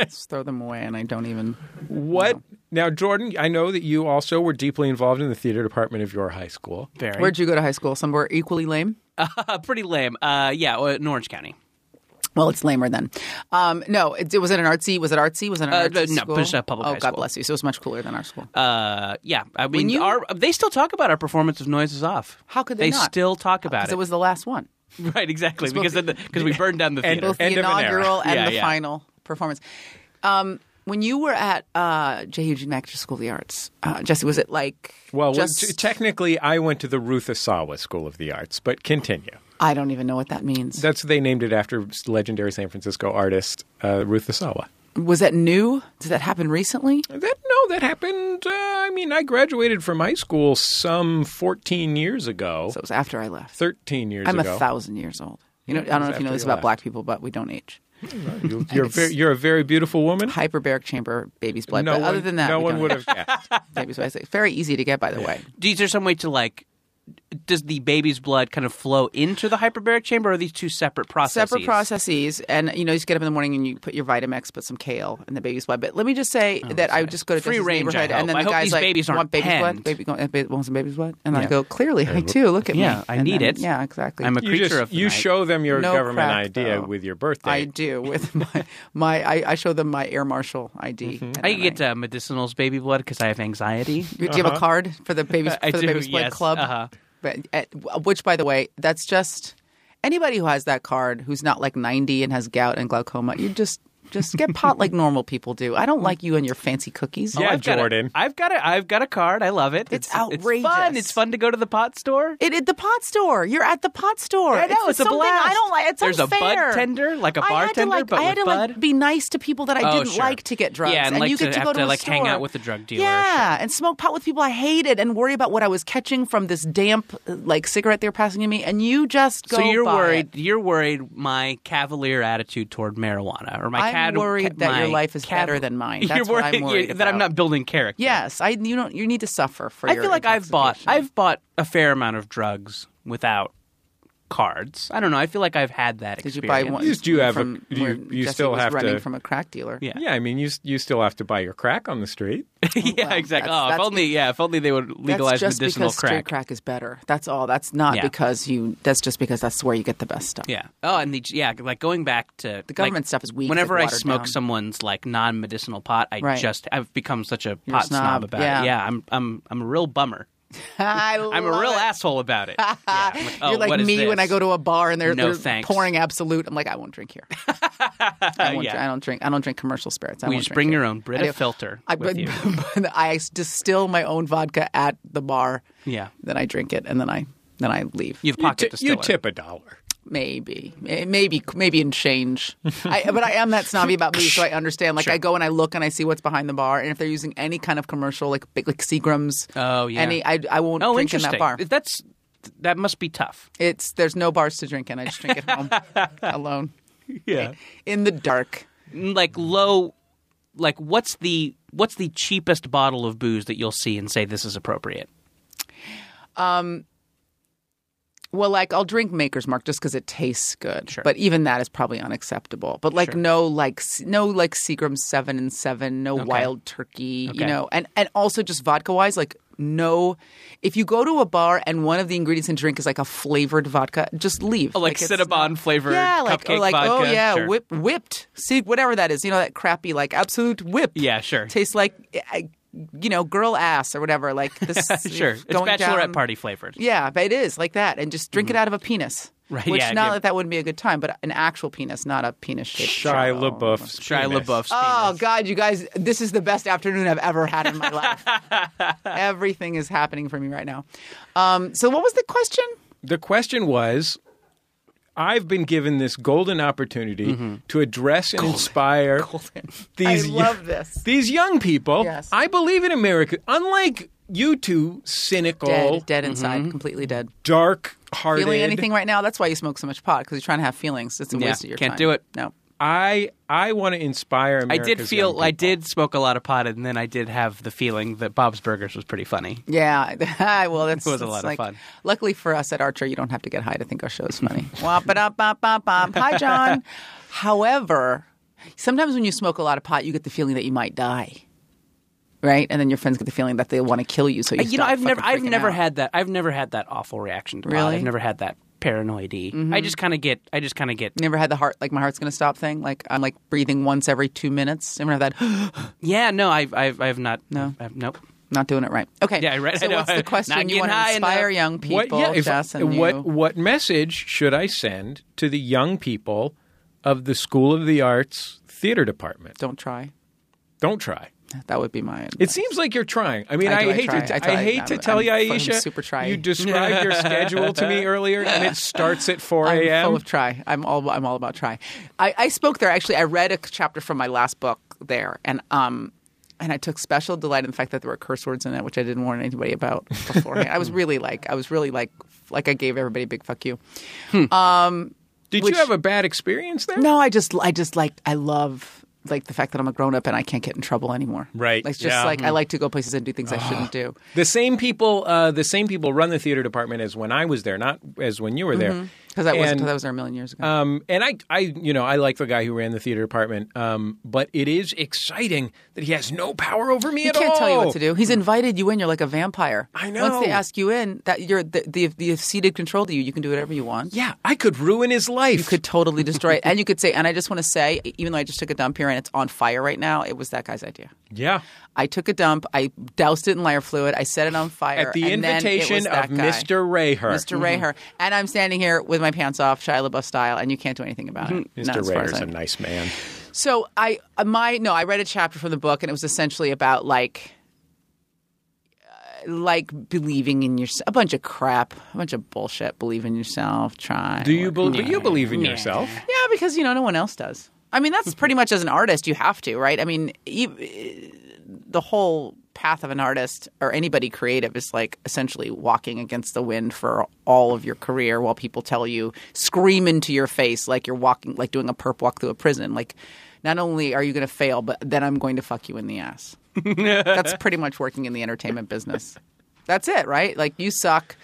Speaker 4: Just throw them away, and I don't even.
Speaker 2: what now, Jordan? I know that you also were deeply involved in the theater department of your high school.
Speaker 3: very
Speaker 4: Where'd you go to high school? Somewhere equally lame.
Speaker 3: uh, pretty lame. Uh, yeah, uh, in Orange County.
Speaker 4: Well, it's lamer then. Um, no, it, it- was it an artsy? Was it artsy? Was it an
Speaker 3: Uh,
Speaker 4: artsy
Speaker 3: no,
Speaker 4: school?
Speaker 3: it was a public
Speaker 4: oh,
Speaker 3: high
Speaker 4: God
Speaker 3: school.
Speaker 4: bless you. So it was much cooler than our school.
Speaker 3: Uh, yeah, I mean,
Speaker 4: you-
Speaker 3: our, they still talk about our performance of Noise is Off.
Speaker 4: How could they
Speaker 3: They
Speaker 4: not?
Speaker 3: still talk about
Speaker 4: 'Cause
Speaker 3: it.
Speaker 4: it was the last one,
Speaker 3: right, exactly, because of the- because we burned down the
Speaker 2: And-
Speaker 3: theater.
Speaker 4: both
Speaker 2: End
Speaker 4: the
Speaker 2: of an era.
Speaker 4: inaugural and
Speaker 3: Yeah,
Speaker 4: the
Speaker 3: yeah.
Speaker 4: final performance. Um, when you were at uh, J. Eugene Mackinder School of the Arts, uh, Jesse, was it like?
Speaker 2: Well,
Speaker 4: just,
Speaker 2: t- technically, I went to the Ruth Asawa School of the Arts, but continue.
Speaker 4: I don't even know what that means.
Speaker 2: That's they named it after legendary San Francisco artist uh, Ruth Asawa.
Speaker 4: was that new? Did that happen recently?
Speaker 2: That no, that happened. Uh, I mean, I graduated from high school some fourteen years ago,
Speaker 4: So it was after I left.
Speaker 2: thirteen years
Speaker 4: I'm
Speaker 2: ago.
Speaker 4: a thousand years old. You know, I don't know if you
Speaker 2: after
Speaker 4: know this
Speaker 2: you
Speaker 4: about
Speaker 2: left.
Speaker 4: black people, but we don't age.
Speaker 2: You- You're, very, you're a very beautiful woman.
Speaker 4: Hyperbaric chamber, baby's blood.
Speaker 2: no
Speaker 4: but
Speaker 2: one,
Speaker 4: other than that,
Speaker 2: no
Speaker 4: we
Speaker 2: one
Speaker 4: don't
Speaker 2: would
Speaker 4: age.
Speaker 2: have guessed.
Speaker 4: Baby's blood. It's very easy to get, by the way.
Speaker 3: Is there some way to like? Does the baby's blood kind of flow into the hyperbaric chamber, or are these two separate processes?
Speaker 4: Separate processes, and you know, you just get up in the morning and you put your Vitamix, put some kale, and the baby's blood. But let me just say that I would just go to
Speaker 3: Oh, Free
Speaker 4: Jesse's
Speaker 3: range, I
Speaker 4: neighborhood,
Speaker 3: hope.
Speaker 4: and then
Speaker 3: I
Speaker 4: the
Speaker 3: hope
Speaker 4: guy's
Speaker 3: these
Speaker 4: like,
Speaker 3: babies
Speaker 4: "You
Speaker 3: aren't
Speaker 4: want baby's blood?
Speaker 3: penned."
Speaker 4: Baby, go- uh, ba- want some baby's blood?" And I go, "Clearly, I do. Look at me.
Speaker 3: yeah, I
Speaker 4: And
Speaker 3: need
Speaker 4: then-
Speaker 3: it.
Speaker 4: Yeah, exactly.
Speaker 3: I'm a
Speaker 2: You
Speaker 3: creature
Speaker 2: just
Speaker 3: of the
Speaker 2: you
Speaker 3: night.
Speaker 2: show them your
Speaker 4: No
Speaker 2: government
Speaker 4: crack,
Speaker 2: idea
Speaker 4: though.
Speaker 2: with your birthday.
Speaker 4: I do with my my. I, I show them my air marshal ID. and
Speaker 3: I
Speaker 4: then
Speaker 3: can get uh, medicinals baby blood because I have anxiety.
Speaker 4: Do you have a card for the babies for
Speaker 3: Uh-huh. I
Speaker 4: the
Speaker 3: do,
Speaker 4: babies blood
Speaker 3: yes,
Speaker 4: club?
Speaker 3: uh-huh.
Speaker 4: But, uh, which, by the way, that's just anybody who has that card who's not like ninety and has gout and glaucoma. You just just get pot like normal people do. I don't like you and your fancy cookies.
Speaker 2: Yeah,
Speaker 3: I've got a-
Speaker 2: Jordan.
Speaker 3: I've got a I've got a card. I love it.
Speaker 4: It's
Speaker 3: It's fun.
Speaker 4: outrageous.
Speaker 3: It's fun to go to the pot store.
Speaker 4: It, it the pot store. You're at the pot store.
Speaker 3: I know, it's a
Speaker 4: something I
Speaker 3: blast.
Speaker 4: don't like. It's
Speaker 3: There's a bud
Speaker 4: unfair.
Speaker 3: tender, like a
Speaker 4: I had to,
Speaker 3: bartender,
Speaker 4: like,
Speaker 3: but
Speaker 4: I had
Speaker 3: with
Speaker 4: to like
Speaker 3: bud?
Speaker 4: be nice to people that I
Speaker 3: Oh,
Speaker 4: didn't
Speaker 3: sure.
Speaker 4: like to get drugs.
Speaker 3: Yeah, and like
Speaker 4: you
Speaker 3: to
Speaker 4: get to
Speaker 3: have
Speaker 4: go to,
Speaker 3: to,
Speaker 4: a
Speaker 3: like, hang
Speaker 4: store.
Speaker 3: out with the drug dealer,
Speaker 4: Yeah, and smoke pot with people I hated and worry about what I was catching from this damp uh, like cigarette they were passing to me. And you just go.
Speaker 3: so you're
Speaker 4: buy
Speaker 3: worried.
Speaker 4: it.
Speaker 3: You're worried. My cavalier attitude toward marijuana, or my
Speaker 4: I'm
Speaker 3: cad-
Speaker 4: worried
Speaker 3: ca-
Speaker 4: that your
Speaker 3: my
Speaker 4: life is better than mine. That's
Speaker 3: you're
Speaker 4: what
Speaker 3: worried,
Speaker 4: I'm worried
Speaker 3: that I'm
Speaker 4: about.
Speaker 3: not building character.
Speaker 4: Yes, I you don't you need to suffer for.
Speaker 3: I
Speaker 4: your
Speaker 3: feel like I've bought
Speaker 4: intoxication.
Speaker 3: I've bought a fair amount of drugs without cards. I don't know. I feel like I've had that.
Speaker 4: Did you buy
Speaker 3: experience.
Speaker 4: one?
Speaker 2: You do have a-
Speaker 4: from
Speaker 2: you-
Speaker 4: where
Speaker 2: you
Speaker 4: Jesse
Speaker 2: still
Speaker 4: was
Speaker 2: have to-
Speaker 4: running from a crack dealer.
Speaker 3: Yeah.
Speaker 2: Yeah, I mean, you s- you still have to buy your crack on the street.
Speaker 3: yeah, exactly.
Speaker 4: that's-
Speaker 3: oh, if
Speaker 4: that's-
Speaker 3: only yeah, if only they would legalize
Speaker 4: that's just
Speaker 3: medicinal
Speaker 4: because straight crack is better. That's all. That's not
Speaker 3: Yeah.
Speaker 4: because you. That's just because that's where you get the best stuff.
Speaker 3: Yeah. Oh, and the yeah, like going back to
Speaker 4: The government stuff is weak. It's,
Speaker 3: Whenever
Speaker 4: like,
Speaker 3: I
Speaker 4: watered
Speaker 3: smoke
Speaker 4: down.
Speaker 3: someone's like non-medicinal pot, I
Speaker 4: Right.
Speaker 3: just I've become such a
Speaker 4: You're a
Speaker 3: pot snob,
Speaker 4: snob,
Speaker 3: about
Speaker 4: yeah.
Speaker 3: it. Yeah, I'm I'm I'm a real bummer.
Speaker 4: I
Speaker 3: I'm a
Speaker 4: love
Speaker 3: real
Speaker 4: it.
Speaker 3: asshole about it. Yeah, I'm oh,
Speaker 4: You're like
Speaker 3: what is
Speaker 4: me when I
Speaker 3: this?
Speaker 4: go to a bar and they're,
Speaker 3: No,
Speaker 4: they're
Speaker 3: thanks.
Speaker 4: pouring absolute. I'm like, I won't drink here. I, won't,
Speaker 3: Yeah.
Speaker 4: dr- I don't drink. I don't drink commercial spirits. I
Speaker 3: We
Speaker 4: won't
Speaker 3: just
Speaker 4: drink
Speaker 3: bring
Speaker 4: here.
Speaker 3: your own Brita
Speaker 4: I do.
Speaker 3: filter
Speaker 4: I,
Speaker 3: with you.
Speaker 4: I distill my own vodka at the bar.
Speaker 3: Yeah.
Speaker 4: Then I drink it and then I then I leave.
Speaker 3: You've
Speaker 2: You,
Speaker 3: pocket
Speaker 2: ti-
Speaker 3: distiller.
Speaker 2: you tip a dollar.
Speaker 4: Maybe, May- maybe, maybe in change. I, but I am that snobby about me, so I understand. Like I go and I look and I see what's behind the bar, and if they're using any kind of commercial, like big, like Seagrams,
Speaker 3: Oh, yeah.
Speaker 4: any, I, I won't
Speaker 3: Oh,
Speaker 4: drink in
Speaker 3: interesting.
Speaker 4: that bar.
Speaker 3: That's that must be tough.
Speaker 4: It's there's no bars to drink in. I just drink at home alone. Yeah, in the dark.
Speaker 3: Like low like what's the what's the cheapest bottle of booze that you'll see and say this is appropriate?
Speaker 4: Well, like I'll drink Maker's Mark just because it tastes good. But even that is probably unacceptable. But like no like s- no like Seagram Seven and Seven, no Wild Turkey,
Speaker 3: Okay.
Speaker 4: you know, and and also just vodka wise, like no. If you go to a bar and one of the ingredients in drink is like a flavored vodka, just leave.
Speaker 3: Oh, like,
Speaker 4: it's
Speaker 3: Cinnabon flavored
Speaker 4: yeah, like or
Speaker 3: cupcake
Speaker 4: like
Speaker 3: vodka.
Speaker 4: oh yeah,
Speaker 3: Sure.
Speaker 4: whip, whipped, see whatever that is, you know that crappy like absolute whip.
Speaker 3: Yeah, sure.
Speaker 4: tastes like I- you know, girl ass or whatever. Like this,
Speaker 3: sure, it's
Speaker 4: going
Speaker 3: bachelorette
Speaker 4: down-
Speaker 3: party flavored.
Speaker 4: Yeah, but it is like that, and just drink it out of a penis.
Speaker 3: Mm-hmm. Right,
Speaker 4: Which
Speaker 3: yeah,
Speaker 4: not
Speaker 3: yeah.
Speaker 4: that that wouldn't be a good time, but an actual penis, not a penis shaped.
Speaker 2: Shia LaBeouf's
Speaker 3: Shia
Speaker 2: penis.
Speaker 3: LaBeouf's
Speaker 4: Oh
Speaker 3: penis.
Speaker 4: God, you guys, this is the best afternoon I've ever had in my life. Everything is happening for me right now. Um, so, what was the question?
Speaker 2: The question was I've been given this golden opportunity to address and inspire these
Speaker 4: I
Speaker 2: yo-
Speaker 4: love this.
Speaker 2: these young people.
Speaker 4: Yes.
Speaker 2: I believe in America. Unlike you two cynical,
Speaker 4: Dead, dead inside,
Speaker 3: mm-hmm.
Speaker 4: completely dead.
Speaker 2: dark hearted
Speaker 4: Feeling anything right now? That's why you smoke so much pot because you're trying to have feelings. It's a
Speaker 3: Yeah,
Speaker 4: waste of your
Speaker 3: can't
Speaker 4: time.
Speaker 3: do it.
Speaker 4: No.
Speaker 2: I I want to inspire
Speaker 3: I
Speaker 2: America's
Speaker 3: did
Speaker 2: young
Speaker 3: feel I
Speaker 2: people.
Speaker 3: did smoke a lot of pot, and then I did have the feeling that Bob's Burgers was pretty funny.
Speaker 4: Yeah, well, that's
Speaker 3: It was a
Speaker 4: that's
Speaker 3: lot of
Speaker 4: like-
Speaker 3: fun.
Speaker 4: Luckily for us at Archer, you don't have to get high to think our show is funny. Wop it up, bop, bop, bop. Hi, John. However, sometimes when you smoke a lot of pot, you get the feeling that you might die, right? And then your friends get the feeling that they want to kill you. So you,
Speaker 3: Uh, you know,
Speaker 4: stop
Speaker 3: I've never,
Speaker 4: fucking
Speaker 3: I've
Speaker 4: freaking
Speaker 3: never
Speaker 4: out.
Speaker 3: had that. I've never had that awful reaction to pot.
Speaker 4: Really? Mm-hmm.
Speaker 3: I've never had that paranoidy. I just kind of get. I just kind of get.
Speaker 4: never had the heart like my heart's gonna stop thing. Like I'm like breathing once every two minutes. Never had that.
Speaker 3: Yeah, no, I've, I've, I've not. No, I've, nope.
Speaker 4: Not doing it right. Okay.
Speaker 3: Yeah, right.
Speaker 4: So
Speaker 3: I know.
Speaker 4: what's the
Speaker 3: Not
Speaker 4: question? You
Speaker 3: getting
Speaker 4: want to
Speaker 3: high
Speaker 4: inspire
Speaker 3: enough.
Speaker 4: young people,
Speaker 2: What, yeah, if-
Speaker 4: Jess, and
Speaker 2: what
Speaker 4: you.
Speaker 2: what message should I send to the young people of the School of the Arts theater department?
Speaker 4: Don't try.
Speaker 2: Don't try.
Speaker 4: That would be mine.
Speaker 2: It seems like you're trying. I mean,
Speaker 4: I
Speaker 2: I,
Speaker 4: do, I
Speaker 2: hate
Speaker 4: try.
Speaker 2: to t-
Speaker 4: I try.
Speaker 2: hate to
Speaker 4: I'm-
Speaker 2: tell you,
Speaker 4: I'm fucking
Speaker 2: Aisha.
Speaker 4: super try.
Speaker 2: You described your schedule to me earlier, and it starts at 4
Speaker 4: I'm full
Speaker 2: a.m.
Speaker 4: of try. I'm all I'm all about try. I, I spoke there actually. I read a chapter from my last book there, and um, and I took special delight in the fact that there were curse words in it, which I didn't warn anybody about beforehand. I was really like, I was really like, like I gave everybody a big fuck you.
Speaker 2: Did you
Speaker 4: which-
Speaker 2: have a bad experience there?
Speaker 4: No, I just, I just like, I love like the fact that I'm a grown up and I can't get in trouble anymore.
Speaker 2: Right.
Speaker 4: Like, It's just
Speaker 2: Yeah. Mm-hmm.
Speaker 4: like I like to go places and do things I shouldn't do.
Speaker 2: The same people, uh, the same people run the theater department as when I was there, not as when you were there.
Speaker 4: Because that was
Speaker 2: And-
Speaker 4: because that was there a million years ago.
Speaker 2: Um, and I, I, you know, I like the guy who ran the theater department. Um, but it is exciting that he has no power over me
Speaker 4: He
Speaker 2: at
Speaker 4: can't
Speaker 2: all.
Speaker 4: tell you what to do. He's invited you in. You're like a vampire.
Speaker 2: I
Speaker 4: Once they
Speaker 2: know.
Speaker 4: ask you in, that you're the the, the ceded control to you. You can do whatever you want.
Speaker 2: Yeah, I could ruin his life.
Speaker 4: You could totally destroy it, and you could say. And I just want to say, even though I just took a dump here and it's on fire right now, it was that guy's idea.
Speaker 2: yeah,
Speaker 4: I took a dump. I doused it in lighter fluid. I set it on fire
Speaker 2: at the
Speaker 4: and then it was
Speaker 2: invitation
Speaker 4: that
Speaker 2: of Mm-hmm.
Speaker 4: guy.
Speaker 2: Mr. Raher.
Speaker 4: Mr. Raher, and I'm standing here with my pants off, Shia LaBeouf style, and you can't do anything about it. Not
Speaker 2: Mr.
Speaker 4: as far as
Speaker 2: Raher's
Speaker 4: I
Speaker 2: a nice man.
Speaker 4: so I uh, my no, I read a chapter from the book, and it was essentially about like uh, like believing in yourself a bunch of crap a bunch of bullshit believe in yourself try
Speaker 2: Do you believe? You believe in yourself?
Speaker 4: yeah because you know no one else does i mean that's pretty much as an artist you have to right i mean you, the whole path of an artist or anybody creative is like essentially walking against the wind for all of your career while people tell you scream into your face like you're walking like doing a perp walk through a prison like not only are you going to fail but then i'm going to fuck you in the ass that's pretty much working in the entertainment business that's it right like you suck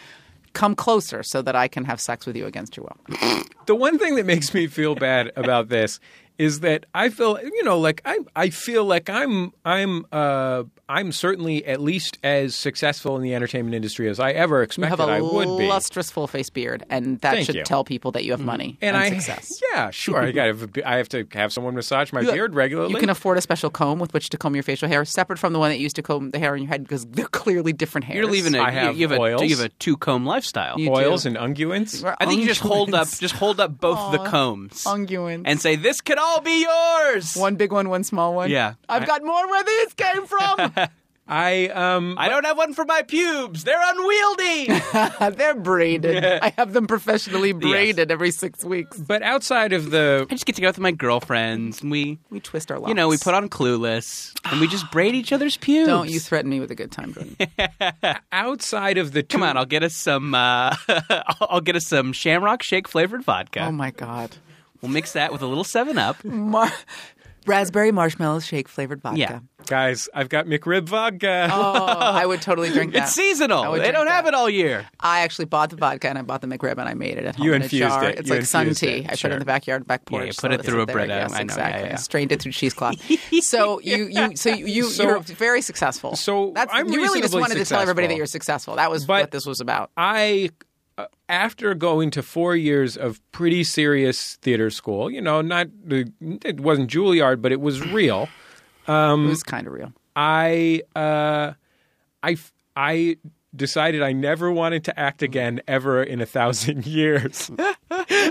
Speaker 4: come closer so that i can have sex with you against your will
Speaker 2: the one thing that makes me feel bad about this is that I feel you know like I I feel like I'm I'm uh I'm certainly at least as successful in the entertainment industry as I ever
Speaker 4: you
Speaker 2: expected
Speaker 4: have a
Speaker 2: I would be.
Speaker 4: lustrous full face beard and that
Speaker 2: Thank
Speaker 4: should
Speaker 2: you.
Speaker 4: tell people that you
Speaker 3: Mm-hmm.
Speaker 4: have money
Speaker 2: and
Speaker 4: and,
Speaker 2: I
Speaker 4: success
Speaker 2: yeah sure I got to I have to have someone massage my beard regularly.
Speaker 4: You can afford a special comb with which to comb your facial hair, separate from the one that you used to comb the hair on your head because they're clearly different hairs.
Speaker 3: You're leaving a,
Speaker 2: I
Speaker 3: you-
Speaker 2: have
Speaker 3: you, have
Speaker 2: oils.
Speaker 3: a you have a two comb lifestyle.
Speaker 4: You-
Speaker 2: oils and unguents.
Speaker 4: Right.
Speaker 3: I think you just hold up just hold up both the combs
Speaker 4: unguents.
Speaker 3: and say this could all be yours.
Speaker 4: one big one, one small one.
Speaker 3: Yeah.
Speaker 4: I've got more where these came from.
Speaker 2: I um
Speaker 3: I don't have one for my pubes. They're unwieldy.
Speaker 4: they're braided. I have them professionally braided every six weeks.
Speaker 2: but outside of the
Speaker 3: I just get together with my girlfriends and we,
Speaker 4: We twist our locks.
Speaker 3: you know, we put on Clueless and we just braid each other's pubes.
Speaker 4: Don't you threaten me with a good time, Gordon.
Speaker 2: outside of the two,
Speaker 3: Come on, I'll get us some. Uh, I'll I'll get us some Shamrock Shake flavored vodka.
Speaker 4: oh my God.
Speaker 3: We'll mix that with a little Seven Up.
Speaker 4: Mar- Raspberry marshmallow shake flavored vodka.
Speaker 3: Yeah.
Speaker 2: guys I've got uh, McRib vodka.
Speaker 4: Oh, I would totally drink that.
Speaker 3: It's
Speaker 4: I
Speaker 3: seasonal.
Speaker 4: would
Speaker 3: They
Speaker 4: drink
Speaker 3: don't have
Speaker 4: that.
Speaker 3: it all year.
Speaker 4: I actually bought the vodka and I bought the McRib and I made it at home
Speaker 2: You
Speaker 4: in a
Speaker 2: infused
Speaker 4: jar.
Speaker 2: it.
Speaker 4: It's
Speaker 2: You
Speaker 4: like sun
Speaker 2: infused
Speaker 4: tea.
Speaker 2: it.
Speaker 4: I put it
Speaker 2: Sure.
Speaker 4: in the backyard back porch.
Speaker 3: you
Speaker 4: so
Speaker 3: put it
Speaker 4: that's
Speaker 3: through a
Speaker 4: there.
Speaker 3: Brita.
Speaker 4: Yes,
Speaker 3: I know. Yeah,
Speaker 4: exactly.
Speaker 3: yeah, yeah.
Speaker 4: strained it through cheesecloth. so you, you, so you,
Speaker 2: So-
Speaker 4: you're very successful.
Speaker 2: so
Speaker 4: that's,
Speaker 2: I'm
Speaker 4: you really just
Speaker 2: reasonably
Speaker 4: wanted to tell everybody that
Speaker 2: successful.
Speaker 4: you're successful. That was
Speaker 2: But-
Speaker 4: what this was about.
Speaker 2: I, uh, after going to four years of pretty serious theater school, you know, not the- it wasn't Juilliard, but it was real.
Speaker 4: it was kind of real.
Speaker 2: I uh, I f- I decided I never wanted to act again ever in a thousand years,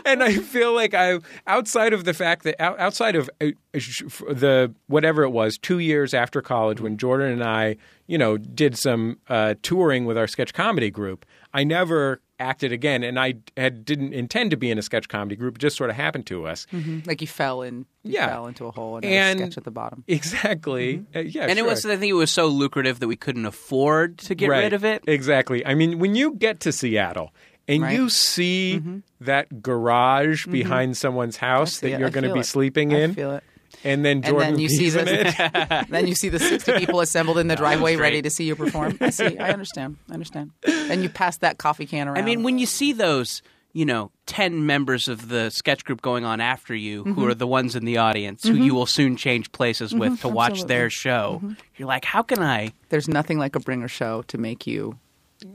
Speaker 2: and I feel like I outside of the fact that out- outside of uh, sh- the whatever it was two years after college when Jordan and I you know did some uh, touring with our sketch comedy group, I never acted again, and I had didn't intend to be in a sketch comedy group. It just sort of happened to us.
Speaker 4: Like you fell in, you
Speaker 2: Yeah.
Speaker 4: Mm-hmm. fell into a hole and,
Speaker 2: And-
Speaker 4: and sketch at the bottom. Mm-hmm.
Speaker 2: Exactly. Uh, yeah,
Speaker 3: and it
Speaker 2: sure.
Speaker 3: was I think it was so lucrative that we couldn't afford to get
Speaker 2: right.
Speaker 3: rid of it.
Speaker 2: Exactly. I mean, when you get to Seattle and
Speaker 4: Right.
Speaker 2: you see that garage behind someone's house
Speaker 4: See
Speaker 2: that
Speaker 4: it.
Speaker 2: you're
Speaker 4: I
Speaker 2: going to
Speaker 4: feel
Speaker 2: be
Speaker 4: it.
Speaker 2: sleeping
Speaker 4: I
Speaker 2: in,
Speaker 4: feel it.
Speaker 2: and then
Speaker 4: And
Speaker 2: Jordan
Speaker 4: then you see
Speaker 2: pees in it.
Speaker 4: the then you see the sixty people assembled in the driveway, ready to see you perform. I see. I understand. I understand. And you pass that coffee can around.
Speaker 3: I mean, when you see those, you know, 10 members of the sketch group going on after you
Speaker 4: Mm-hmm.
Speaker 3: who are the ones in the audience who you will soon change places with to
Speaker 4: Mm-hmm.
Speaker 3: watch their show, you're like, how can I?
Speaker 4: there's nothing like a bringer show to make you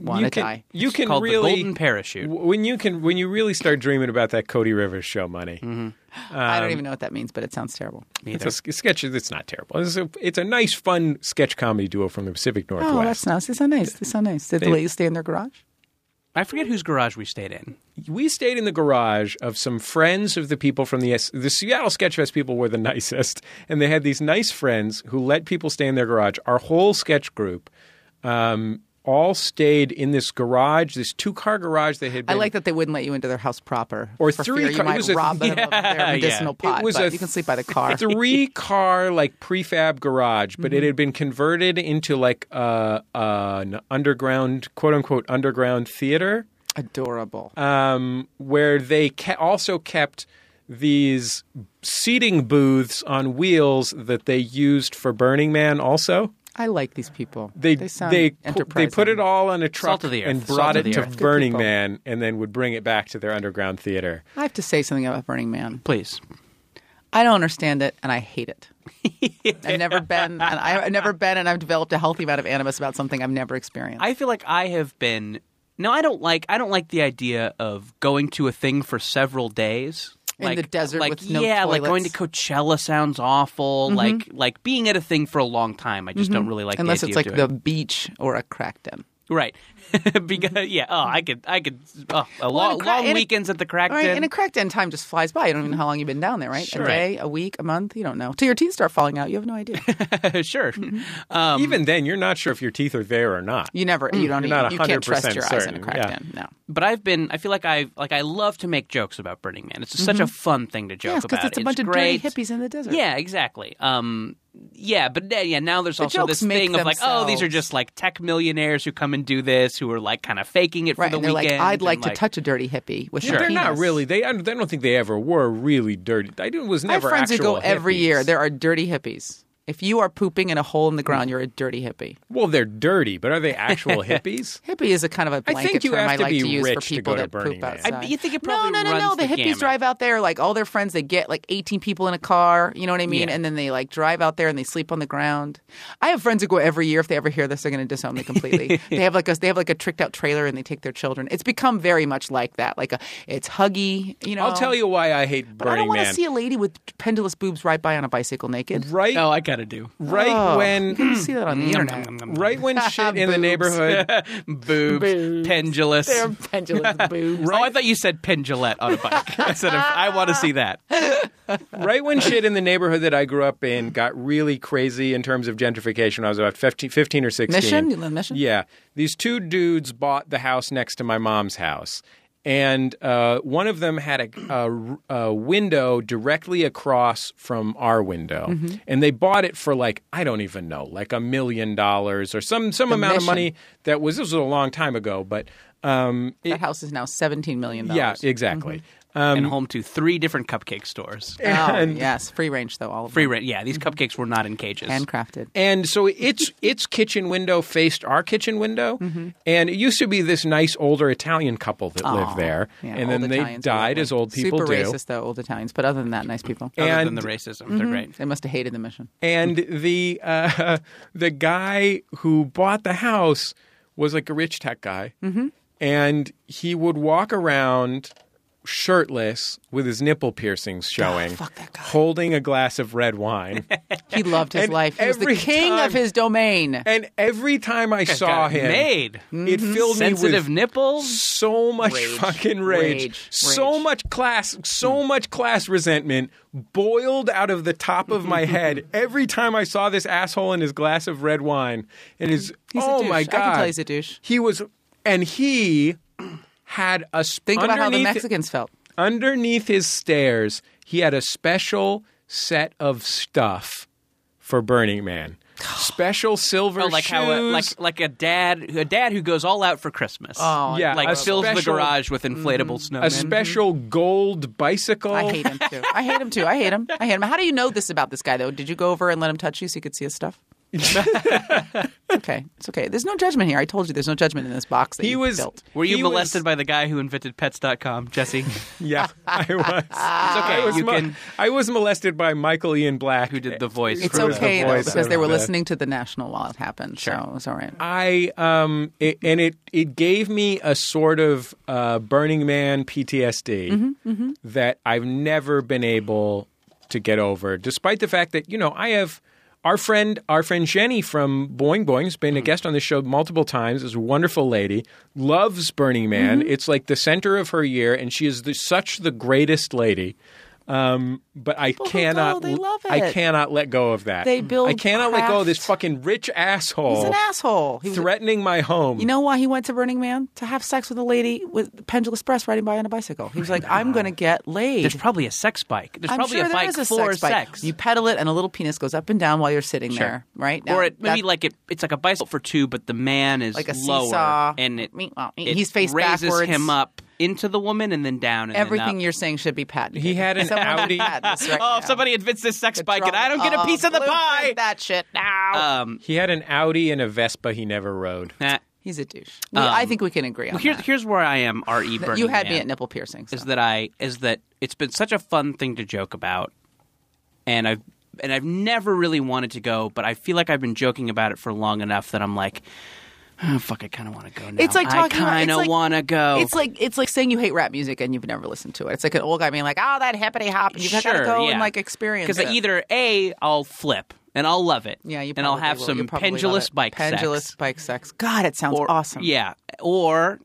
Speaker 4: want
Speaker 2: you
Speaker 4: to
Speaker 2: can,
Speaker 4: die.
Speaker 2: You
Speaker 3: It's
Speaker 2: can
Speaker 3: called the
Speaker 2: really
Speaker 3: golden parachute.
Speaker 2: w- when you can when you really start dreaming about that Cody Rivers show money.
Speaker 4: Mm-hmm. I don't even know what that means, but it sounds terrible.
Speaker 2: It's a sk- sketch that's not terrible. It's a, it's a nice, fun sketch comedy duo from the Pacific Northwest.
Speaker 4: Oh, that's nice. It's so nice. It's so nice. Did they let you stay in their garage?
Speaker 3: I forget whose garage we stayed in.
Speaker 2: we stayed in the garage of some friends of the people from the the Seattle Sketchfest people were the nicest, and they had these nice friends who let people stay in their garage. Our whole sketch group. Um, all stayed in this garage, this two-car garage they had.
Speaker 4: I
Speaker 2: Been,
Speaker 4: like that they wouldn't let you into their house proper.
Speaker 2: Or
Speaker 4: for
Speaker 2: three
Speaker 4: fear
Speaker 2: car-
Speaker 4: you
Speaker 2: it
Speaker 4: might
Speaker 2: was a-
Speaker 4: rob them of their
Speaker 3: yeah.
Speaker 4: medicinal pot.
Speaker 2: was
Speaker 4: but
Speaker 2: a
Speaker 4: you can sleep by the car. Mm-hmm.
Speaker 2: three car like prefab garage, but it had been converted into like uh, uh, an underground, quote unquote, underground theater.
Speaker 4: Adorable.
Speaker 2: um, where they ke- also kept these seating booths on wheels that they used for Burning Man. Also,
Speaker 4: I like these people.
Speaker 2: they
Speaker 4: sound
Speaker 2: they, pu- they
Speaker 4: enterprising.
Speaker 2: put it all on a truck
Speaker 3: Salt of the earth.
Speaker 2: and
Speaker 3: Salt
Speaker 2: brought
Speaker 3: of
Speaker 2: it
Speaker 3: the
Speaker 2: to
Speaker 3: earth.
Speaker 4: Good
Speaker 2: Burning
Speaker 4: people.
Speaker 2: Man, and then would bring it back to their underground theater.
Speaker 4: I have to say something about Burning Man.
Speaker 3: Please.
Speaker 4: I don't understand it, and I hate it. I've never been, and I, I've never been, and I've developed a healthy amount of animus about something I've never experienced.
Speaker 3: I feel like I have been. No, I don't like. I don't like the idea of going to a thing for several days
Speaker 4: In
Speaker 3: like,
Speaker 4: the desert
Speaker 3: Like
Speaker 4: with no
Speaker 3: yeah, like going to
Speaker 4: toilets. Mm-hmm.
Speaker 3: Coachella sounds awful. Like like being at a thing for a long time. I just don't really like. the
Speaker 4: unless
Speaker 3: idea
Speaker 4: it's
Speaker 3: of
Speaker 4: like
Speaker 3: doing
Speaker 4: the beach or a crack den.
Speaker 3: Right. because yeah, oh, I could I could oh, a long,
Speaker 4: and a cra-
Speaker 3: long
Speaker 4: and a-
Speaker 3: weekends at the crack
Speaker 4: All right, and
Speaker 3: den.
Speaker 4: a crack den time just flies by. You don't even know how long you've been down there, right?
Speaker 3: Sure.
Speaker 4: A day, a week, a month, you don't know. Till your teeth start falling out, you have no idea.
Speaker 3: sure.
Speaker 4: Mm-hmm.
Speaker 3: Um,
Speaker 2: Even then, you're not sure if your teeth are there or not.
Speaker 4: You never, you don't,
Speaker 2: You're not
Speaker 4: even, you
Speaker 2: 100%
Speaker 4: can't trust your eyes in a
Speaker 2: certain,
Speaker 4: crack
Speaker 2: yeah.
Speaker 4: den. No,
Speaker 3: But I've been I feel like I like I love to make jokes about Burning Man. It's just such a fun thing to joke
Speaker 4: yes,
Speaker 3: about.
Speaker 4: because Mm-hmm. it's a bunch of dirty
Speaker 3: great.
Speaker 4: hippies in the desert.
Speaker 3: Yeah, exactly. Um yeah, but then- yeah, now there's also
Speaker 4: jokes
Speaker 3: this
Speaker 4: make
Speaker 3: thing of like, oh, these are
Speaker 4: themselves.
Speaker 3: just like tech millionaires who come and do this, who are like kind of faking it
Speaker 4: right.
Speaker 3: for the
Speaker 4: And they're
Speaker 3: weekend.
Speaker 4: like, I'd
Speaker 3: and,
Speaker 4: like, to touch a dirty hippie with
Speaker 3: Sure.
Speaker 4: my
Speaker 2: They're not
Speaker 4: penis."
Speaker 2: really. They. I don't I don't think they ever were really dirty. I didn't. Was
Speaker 4: I have
Speaker 2: never.
Speaker 4: friends who go
Speaker 2: actual
Speaker 4: every
Speaker 2: hippies.
Speaker 4: year. There are dirty hippies. If you are pooping in a hole
Speaker 2: Mm.
Speaker 4: in the ground, you're a dirty hippie.
Speaker 2: well, they're dirty, but are they actual hippies?
Speaker 4: Hippie is a kind of a
Speaker 2: I
Speaker 4: blanket
Speaker 2: think you
Speaker 4: term
Speaker 2: have
Speaker 4: I
Speaker 2: to
Speaker 4: like
Speaker 2: be
Speaker 4: to use for
Speaker 2: rich to
Speaker 4: people
Speaker 2: go to
Speaker 4: that
Speaker 2: Burning
Speaker 4: poop
Speaker 2: Man.
Speaker 4: outside.
Speaker 3: I- you think it
Speaker 4: no,
Speaker 3: probably
Speaker 4: no, no,
Speaker 3: runs
Speaker 4: no.
Speaker 3: the
Speaker 4: The, hippies
Speaker 3: gamut.
Speaker 4: drive out there like all their friends. They get like 18 people in a car. You know what I mean?
Speaker 3: Yeah.
Speaker 4: And then they like drive out there and they sleep on the ground. I have friends who go every year. If they ever hear this, they're going to disown me completely. they have like a they have like a tricked out trailer and they take their children. It's become very much like that. Like a it's huggy. You know.
Speaker 2: I'll tell you why I hate
Speaker 4: But I don't
Speaker 2: Burning
Speaker 4: want
Speaker 2: Man.
Speaker 4: to see a lady with pendulous boobs right by on a bicycle naked.
Speaker 2: right,
Speaker 3: Oh, I gotta do.
Speaker 2: right
Speaker 4: Oh,
Speaker 2: when
Speaker 4: you see that on the
Speaker 3: Mm-hmm.
Speaker 4: internet.
Speaker 2: right when shit in the neighborhood
Speaker 3: Boobs, pendulous.
Speaker 4: They're pendulous boobs.
Speaker 3: Oh, I thought you said pendulette on a bike instead of I want to see that.
Speaker 2: right when shit in the neighborhood that i grew up in got really crazy in terms of gentrification when i was about 15, 15 or 16
Speaker 4: Mission? You live in Mission?
Speaker 2: yeah these two dudes bought the house next to my mom's house and uh, one of them had a, a, a window directly across from our window,
Speaker 4: Mm-hmm.
Speaker 2: and they bought it for like I don't even know, like a million dollars or some some amount of
Speaker 4: mission.
Speaker 2: money that was this was a long time ago, but um, it-
Speaker 4: That house is now seventeen million
Speaker 2: yeah,
Speaker 4: dollars. Mm-hmm.
Speaker 2: exactly.
Speaker 4: Um,
Speaker 3: and home to three different cupcake stores.
Speaker 4: oh, yes, free range though. All of
Speaker 3: Free
Speaker 4: them.
Speaker 3: rent. Yeah, these cupcakes were not in cages.
Speaker 4: handcrafted.
Speaker 2: And so its its kitchen window faced our kitchen window,
Speaker 4: Mm-hmm.
Speaker 2: and it used to be this nice older Italian couple that lived there,
Speaker 4: Yeah,
Speaker 2: and then
Speaker 4: old
Speaker 2: they
Speaker 4: Italians are
Speaker 2: died
Speaker 4: lovely.
Speaker 2: as old people
Speaker 4: Super
Speaker 2: do.
Speaker 4: racist though, old Italians. But other than that, nice people.
Speaker 3: other
Speaker 2: and
Speaker 3: than the racism, they're great.
Speaker 4: They must have hated the mission.
Speaker 2: and the uh, the guy who bought the
Speaker 4: Mm-hmm.
Speaker 2: house was like a rich tech guy, and he would walk around shirtless with his nipple piercings showing,
Speaker 4: fuck that guy.
Speaker 2: holding a glass of red wine.
Speaker 4: He loved his
Speaker 2: And
Speaker 4: life. He was the
Speaker 2: every
Speaker 4: king
Speaker 2: time-
Speaker 4: of his domain.
Speaker 2: and every time I saw
Speaker 3: Got
Speaker 2: him,
Speaker 3: made.
Speaker 2: it
Speaker 4: Mm-hmm.
Speaker 2: filled
Speaker 3: Sensitive
Speaker 2: me with
Speaker 3: nipples.
Speaker 2: so much
Speaker 4: Rage.
Speaker 2: fucking rage,
Speaker 4: Rage.
Speaker 2: so
Speaker 4: Rage. Hmm.
Speaker 2: much class, so much class resentment boiled out of the top of my head every time I saw this asshole in his glass of red wine. And his
Speaker 4: He's a
Speaker 2: oh
Speaker 4: douche.
Speaker 2: my
Speaker 4: I
Speaker 2: god,
Speaker 4: can tell he's a douche.
Speaker 2: He was, and he had a sp-
Speaker 4: Think about how the
Speaker 2: underneath-
Speaker 4: Mexicans felt.
Speaker 2: underneath his stairs, he had a special set of stuff for Burning Man. Special silver
Speaker 3: Oh, like
Speaker 2: shoes.
Speaker 4: uh,
Speaker 3: how a, like like a dad a dad who goes all out for Christmas.
Speaker 4: Oh,
Speaker 2: Yeah, a
Speaker 3: like fills the
Speaker 2: special- Mm-hmm.
Speaker 3: garage with inflatable snowmen.
Speaker 2: a special gold bicycle.
Speaker 4: I hate him too. I hate him too. I hate him. I hate him. How do you know this about this guy though? Did you go over and let him touch you so you could see his stuff? It's okay. It's okay. There's no judgment here. I told you there's no judgment in this box that
Speaker 2: He
Speaker 4: you
Speaker 2: was-
Speaker 4: built.
Speaker 3: Were you
Speaker 2: He was-
Speaker 3: molested by the guy who invented Pets.com, Jesse?
Speaker 2: Yeah, I was.
Speaker 3: It's
Speaker 2: I
Speaker 3: okay.
Speaker 2: was,
Speaker 3: you
Speaker 2: mo-
Speaker 3: can.
Speaker 2: I was molested by Michael Ian Black,
Speaker 3: Who did the voice
Speaker 4: It's
Speaker 3: for
Speaker 2: Who was the
Speaker 4: okay though
Speaker 2: voice
Speaker 4: because
Speaker 2: of
Speaker 4: they were
Speaker 2: the-
Speaker 4: listening to the national while it happened. So it's all right.
Speaker 2: I um it, and it it gave me a sort of uh, Burning Man PTSD
Speaker 4: Mm-hmm,
Speaker 2: that I've never been able to get over, despite the fact that you know I have our friend our friend Jenny from Boing Boing has
Speaker 4: Mm-hmm.
Speaker 2: been a guest on this show multiple times. is a wonderful lady, loves Burning Man.
Speaker 4: Mm-hmm.
Speaker 2: It's like the center of her year, and she is the, such the greatest lady. Um, but I
Speaker 4: who
Speaker 2: cannot,
Speaker 4: go, they love
Speaker 2: I
Speaker 4: it.
Speaker 2: cannot let go of that.
Speaker 4: They build
Speaker 2: I cannot let go of this
Speaker 4: craft.
Speaker 2: fucking rich
Speaker 3: Oh.
Speaker 2: asshole
Speaker 4: He's an asshole. He was a-
Speaker 2: threatening my home.
Speaker 4: You know why he went to Burning Man? To have sex with a lady with the Pendulous Breast riding by on a bicycle. He was like, I'm going to get laid.
Speaker 3: There's probably a sex bike. There's
Speaker 4: I'm
Speaker 3: probably
Speaker 4: sure
Speaker 3: a
Speaker 4: there
Speaker 3: bike
Speaker 4: is a
Speaker 3: for
Speaker 4: sex bike. You pedal it, and a little penis goes up and down while you're sitting there, right? Now,
Speaker 3: or it, maybe
Speaker 4: that-
Speaker 3: like it, it's like a bicycle for two, but the man is
Speaker 4: Like a
Speaker 3: lower
Speaker 4: seesaw.
Speaker 3: and it,
Speaker 4: Meep, meop.
Speaker 3: it
Speaker 4: He's face
Speaker 3: raises
Speaker 4: backwards.
Speaker 3: him up into the woman and then down. And then
Speaker 4: everything
Speaker 3: up.
Speaker 4: you're saying should be patented.
Speaker 2: He had an
Speaker 4: Someone should
Speaker 2: Audi-
Speaker 4: patent this right
Speaker 3: oh, if
Speaker 4: now.
Speaker 3: somebody invents this sex
Speaker 4: The
Speaker 3: bike and
Speaker 4: drum-
Speaker 3: I don't get a
Speaker 4: uh,
Speaker 3: piece of the pie.
Speaker 4: blueprint That shit now.
Speaker 3: Um,
Speaker 2: He had an Audi and a Vespa he never rode.
Speaker 3: nah.
Speaker 4: He's a douche. We- I think we can agree on
Speaker 3: Um, Well, here's
Speaker 4: that.
Speaker 3: here's where I am. Re Burning
Speaker 4: you had me
Speaker 3: Man.
Speaker 4: at nipple piercing. So.
Speaker 3: is that I is that it's been such a fun thing to joke about, and I've and I've never really wanted to go, but I feel like I've been joking about it for long enough that I'm like, oh, fuck, I kind of want to go now.
Speaker 4: It's like talking. about-
Speaker 3: I
Speaker 4: it's
Speaker 3: kind of
Speaker 4: like-
Speaker 3: want to go.
Speaker 4: It's like it's like saying you hate rap music and you've never listened to it. It's like an old guy being like, "Oh, that hippity hop," and you've got to
Speaker 3: Sure,
Speaker 4: go
Speaker 3: yeah.
Speaker 4: and like experience
Speaker 3: because
Speaker 4: it.
Speaker 3: either a I'll flip and I'll love it,
Speaker 4: yeah, you
Speaker 3: and I'll
Speaker 4: probably
Speaker 3: have
Speaker 4: will. You
Speaker 3: some
Speaker 4: probably love
Speaker 3: pendulous
Speaker 4: it.
Speaker 3: bike sex.
Speaker 4: pendulous bike sex. God, it sounds
Speaker 3: or,
Speaker 4: awesome.
Speaker 3: Yeah, or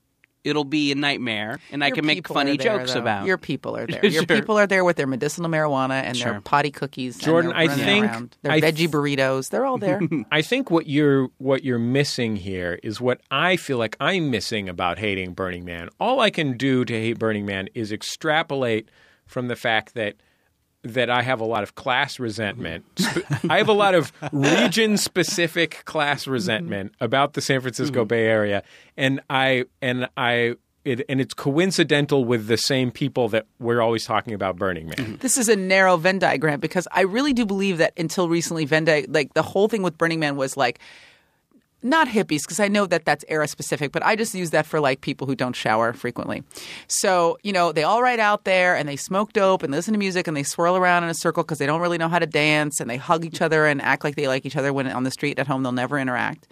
Speaker 3: it'll be a nightmare, and I
Speaker 4: Your
Speaker 3: can make
Speaker 4: people
Speaker 3: funny
Speaker 4: are there,
Speaker 3: jokes
Speaker 4: though.
Speaker 3: about.
Speaker 4: Your people are there. Your
Speaker 3: Sure.
Speaker 4: people are there with their medicinal marijuana and their
Speaker 3: Sure.
Speaker 4: potty cookies.
Speaker 2: Jordan,
Speaker 4: and
Speaker 2: I
Speaker 4: they're running
Speaker 2: think-
Speaker 4: around. their
Speaker 2: I th-
Speaker 4: veggie burritos. They're all there.
Speaker 2: I think what you're what you're missing here is what I feel like I'm missing about hating Burning Man. All I can do to hate Burning Man is extrapolate from the fact that that I have a lot of class resentment. Sp- I have a lot of region specific
Speaker 4: Mm-hmm.
Speaker 2: class resentment about the San Francisco Bay Area and I and I it, and it's coincidental with the same people that we're always talking about Burning Man.
Speaker 4: this is a narrow Venn diagram because I really do believe that until recently, Venn di- like the whole thing with Burning Man was like not hippies because I know that that's era specific, but I just use that for like people who don't shower frequently. So you know they all ride out there and they smoke dope and listen to music and they swirl around in a circle because they don't really know how to dance and they hug each other and act like they like each other when on the street at home they'll never interact.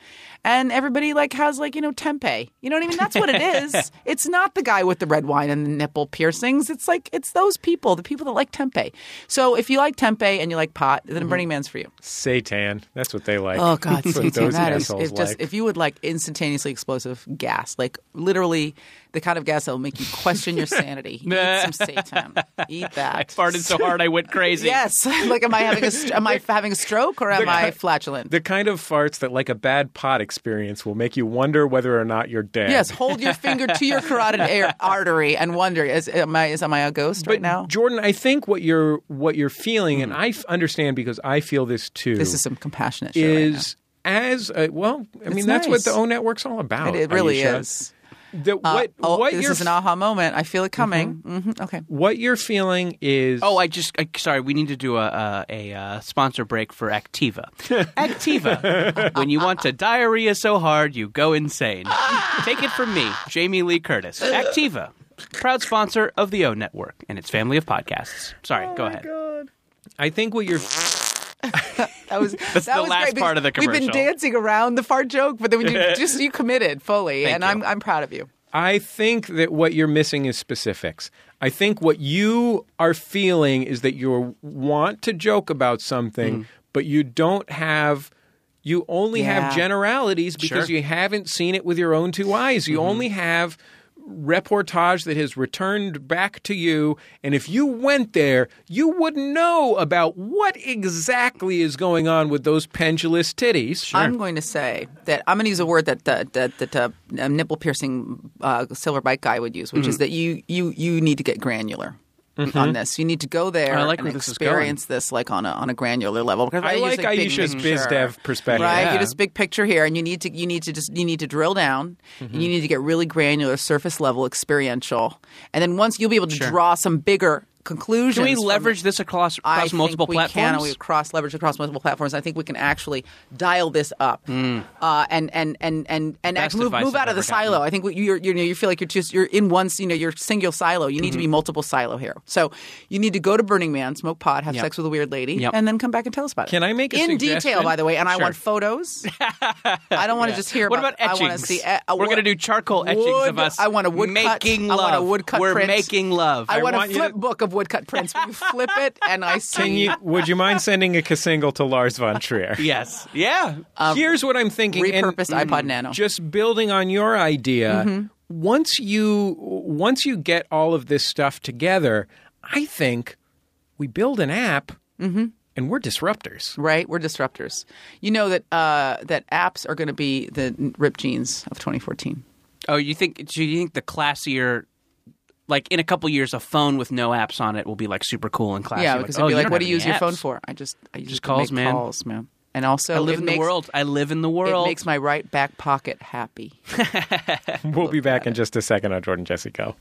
Speaker 4: And everybody like has like you know tempeh, you know what I mean? That's what it is. it's not the guy with the red wine and the nipple piercings. It's like it's those people, the people that like tempeh. So if you like tempeh and you like pot, then Burning Man's for you.
Speaker 2: Satan. That's what they like.
Speaker 4: Oh God,
Speaker 2: That's
Speaker 4: Satan,
Speaker 2: what those
Speaker 4: that is
Speaker 2: assholes
Speaker 4: it's just
Speaker 2: like.
Speaker 4: if you would like instantaneously explosive gas, like literally the kind of gas that will make you question your sanity. Eat some Satan. Eat
Speaker 3: I
Speaker 4: that.
Speaker 3: farted so hard I went crazy.
Speaker 4: Yes, like am I having a st- am I having a stroke or am I flatulent?
Speaker 2: the kind of farts that, like a bad pot experience, will make you wonder whether or not you're dead.
Speaker 4: yes, hold your finger to your carotid air artery and wonder is am I is am I a ghost
Speaker 2: But
Speaker 4: right now?
Speaker 2: Jordan, I think what you're what you're feeling, and I f- understand because I feel this too.
Speaker 4: Hmm. This is some compassionate shit right now.
Speaker 2: is as a, well. I mean,
Speaker 4: It's
Speaker 2: that's what
Speaker 4: nice.
Speaker 2: the O network's all about.
Speaker 4: It, it really
Speaker 2: Ayesha.
Speaker 4: is.
Speaker 2: The-
Speaker 4: Uh,
Speaker 2: what
Speaker 4: oh,
Speaker 2: what
Speaker 4: this
Speaker 2: you're Mm-hmm.
Speaker 4: is an aha moment. I feel it coming. Mhm, Okay.
Speaker 2: what you're feeling is
Speaker 3: Oh, I just I, sorry. We need to do a a, a uh, sponsor break for Activa. Activa. when you want to diarrhea so hard you go insane. Take it from me, Jamie Lee Curtis. Activa, proud sponsor of the O Network and its family of podcasts. Sorry, go ahead.
Speaker 2: I think what you're
Speaker 4: That was
Speaker 3: That's
Speaker 4: that
Speaker 3: the
Speaker 4: was
Speaker 3: last
Speaker 4: great because
Speaker 3: part of the
Speaker 4: We've been
Speaker 3: commercial.
Speaker 4: dancing around the fart joke, but then when you just you committed fully, and
Speaker 3: you.
Speaker 4: I'm I'm proud of you.
Speaker 2: I think that what you're missing is specifics. I think what you are feeling is that you want to joke about something, but you don't have. You only have
Speaker 4: Yeah.
Speaker 2: generalities because
Speaker 3: Sure.
Speaker 2: you haven't seen it with your own two eyes. You only have reportage that has returned back to you. And if you went there, you would know about what exactly is going on with those pendulous titties.
Speaker 4: I'm going to say that I'm going to use a word that that that, that uh, a nipple piercing uh, silver bike guy would use, which is
Speaker 3: Mm-hmm.
Speaker 4: that you you you need to get granular. On this, you need to go there
Speaker 3: I like
Speaker 4: and
Speaker 3: where this is going.
Speaker 4: experience this like on a on a granular level. Because
Speaker 2: I
Speaker 4: use,
Speaker 2: like
Speaker 4: big
Speaker 2: Aisha's
Speaker 4: picture,
Speaker 2: biz dev perspective.
Speaker 4: right?
Speaker 3: Yeah.
Speaker 4: You just big picture here, and you need to you need to just you need to drill down, and
Speaker 3: Mm-hmm.
Speaker 4: you need to get really granular, surface level, experiential, and then once you'll be able to draw some bigger conclusions.
Speaker 3: Can we
Speaker 4: from-
Speaker 3: leverage this across,
Speaker 4: I
Speaker 3: across
Speaker 4: think
Speaker 3: multiple
Speaker 4: we
Speaker 3: platforms?
Speaker 4: Can, and we cross leverage across multiple platforms. I think we can actually dial this up uh, and and and and and
Speaker 3: Hmm. Best
Speaker 4: act- move,
Speaker 3: advice
Speaker 4: move
Speaker 3: I've
Speaker 4: out of the
Speaker 3: ever gotten.
Speaker 4: silo. I think you you know you feel like you're just you're in one you know you're single silo. You need
Speaker 3: Mm-hmm.
Speaker 4: to be multiple silo here. So you need to go to Burning Man, smoke pot, have
Speaker 3: Yep.
Speaker 4: sex with a weird lady,
Speaker 3: Yep.
Speaker 4: and then come back and tell us about it.
Speaker 2: Can I make a
Speaker 4: in
Speaker 2: suggestion?
Speaker 4: detail by the way? And I
Speaker 2: Sure.
Speaker 4: want photos. I don't want to just hear.
Speaker 3: What
Speaker 4: about,
Speaker 3: about etchings?
Speaker 4: I want to see. uh,
Speaker 3: We're
Speaker 4: what-
Speaker 3: gonna do charcoal etchings of
Speaker 4: wood-
Speaker 3: us
Speaker 4: I want a woodcut.
Speaker 3: making
Speaker 4: I want a
Speaker 3: love.
Speaker 4: woodcut.
Speaker 3: We're
Speaker 4: print.
Speaker 3: making love.
Speaker 4: I
Speaker 3: I
Speaker 4: want a
Speaker 2: want you
Speaker 4: flip
Speaker 2: to-
Speaker 4: book of woodcut prints. Where you flip it, and I see.
Speaker 2: Can you, would you mind sending a single to Lars von Trier?
Speaker 3: yes. Yeah.
Speaker 2: Here's what I'm thinking. and mm,
Speaker 4: repurposed iPod Nano. Mm-hmm.
Speaker 2: Just building on your idea, once you once you get all of this stuff together, I think we build an app
Speaker 4: Mm-hmm.
Speaker 2: and we're disruptors.
Speaker 4: right? We're disruptors. You know that uh, that apps are going to be the n- ripped jeans of 2014.
Speaker 3: Oh, you think? Do you think the classier, like in a couple years, a phone with no apps on it will be like super cool and classy?
Speaker 4: yeah, because
Speaker 3: oh,
Speaker 4: it'd be like,
Speaker 3: don't
Speaker 4: what
Speaker 3: have
Speaker 4: do you use
Speaker 3: any
Speaker 4: your phone
Speaker 3: apps.
Speaker 4: for? I just I use
Speaker 3: Just
Speaker 4: it to
Speaker 3: calls,
Speaker 4: make
Speaker 3: man.
Speaker 4: calls, man. And also,
Speaker 3: I live
Speaker 4: it
Speaker 3: in
Speaker 4: makes-
Speaker 3: the world. I live in the world.
Speaker 4: It makes my right back pocket happy.
Speaker 2: We'll be back in just a second on Jordan Jesse Go.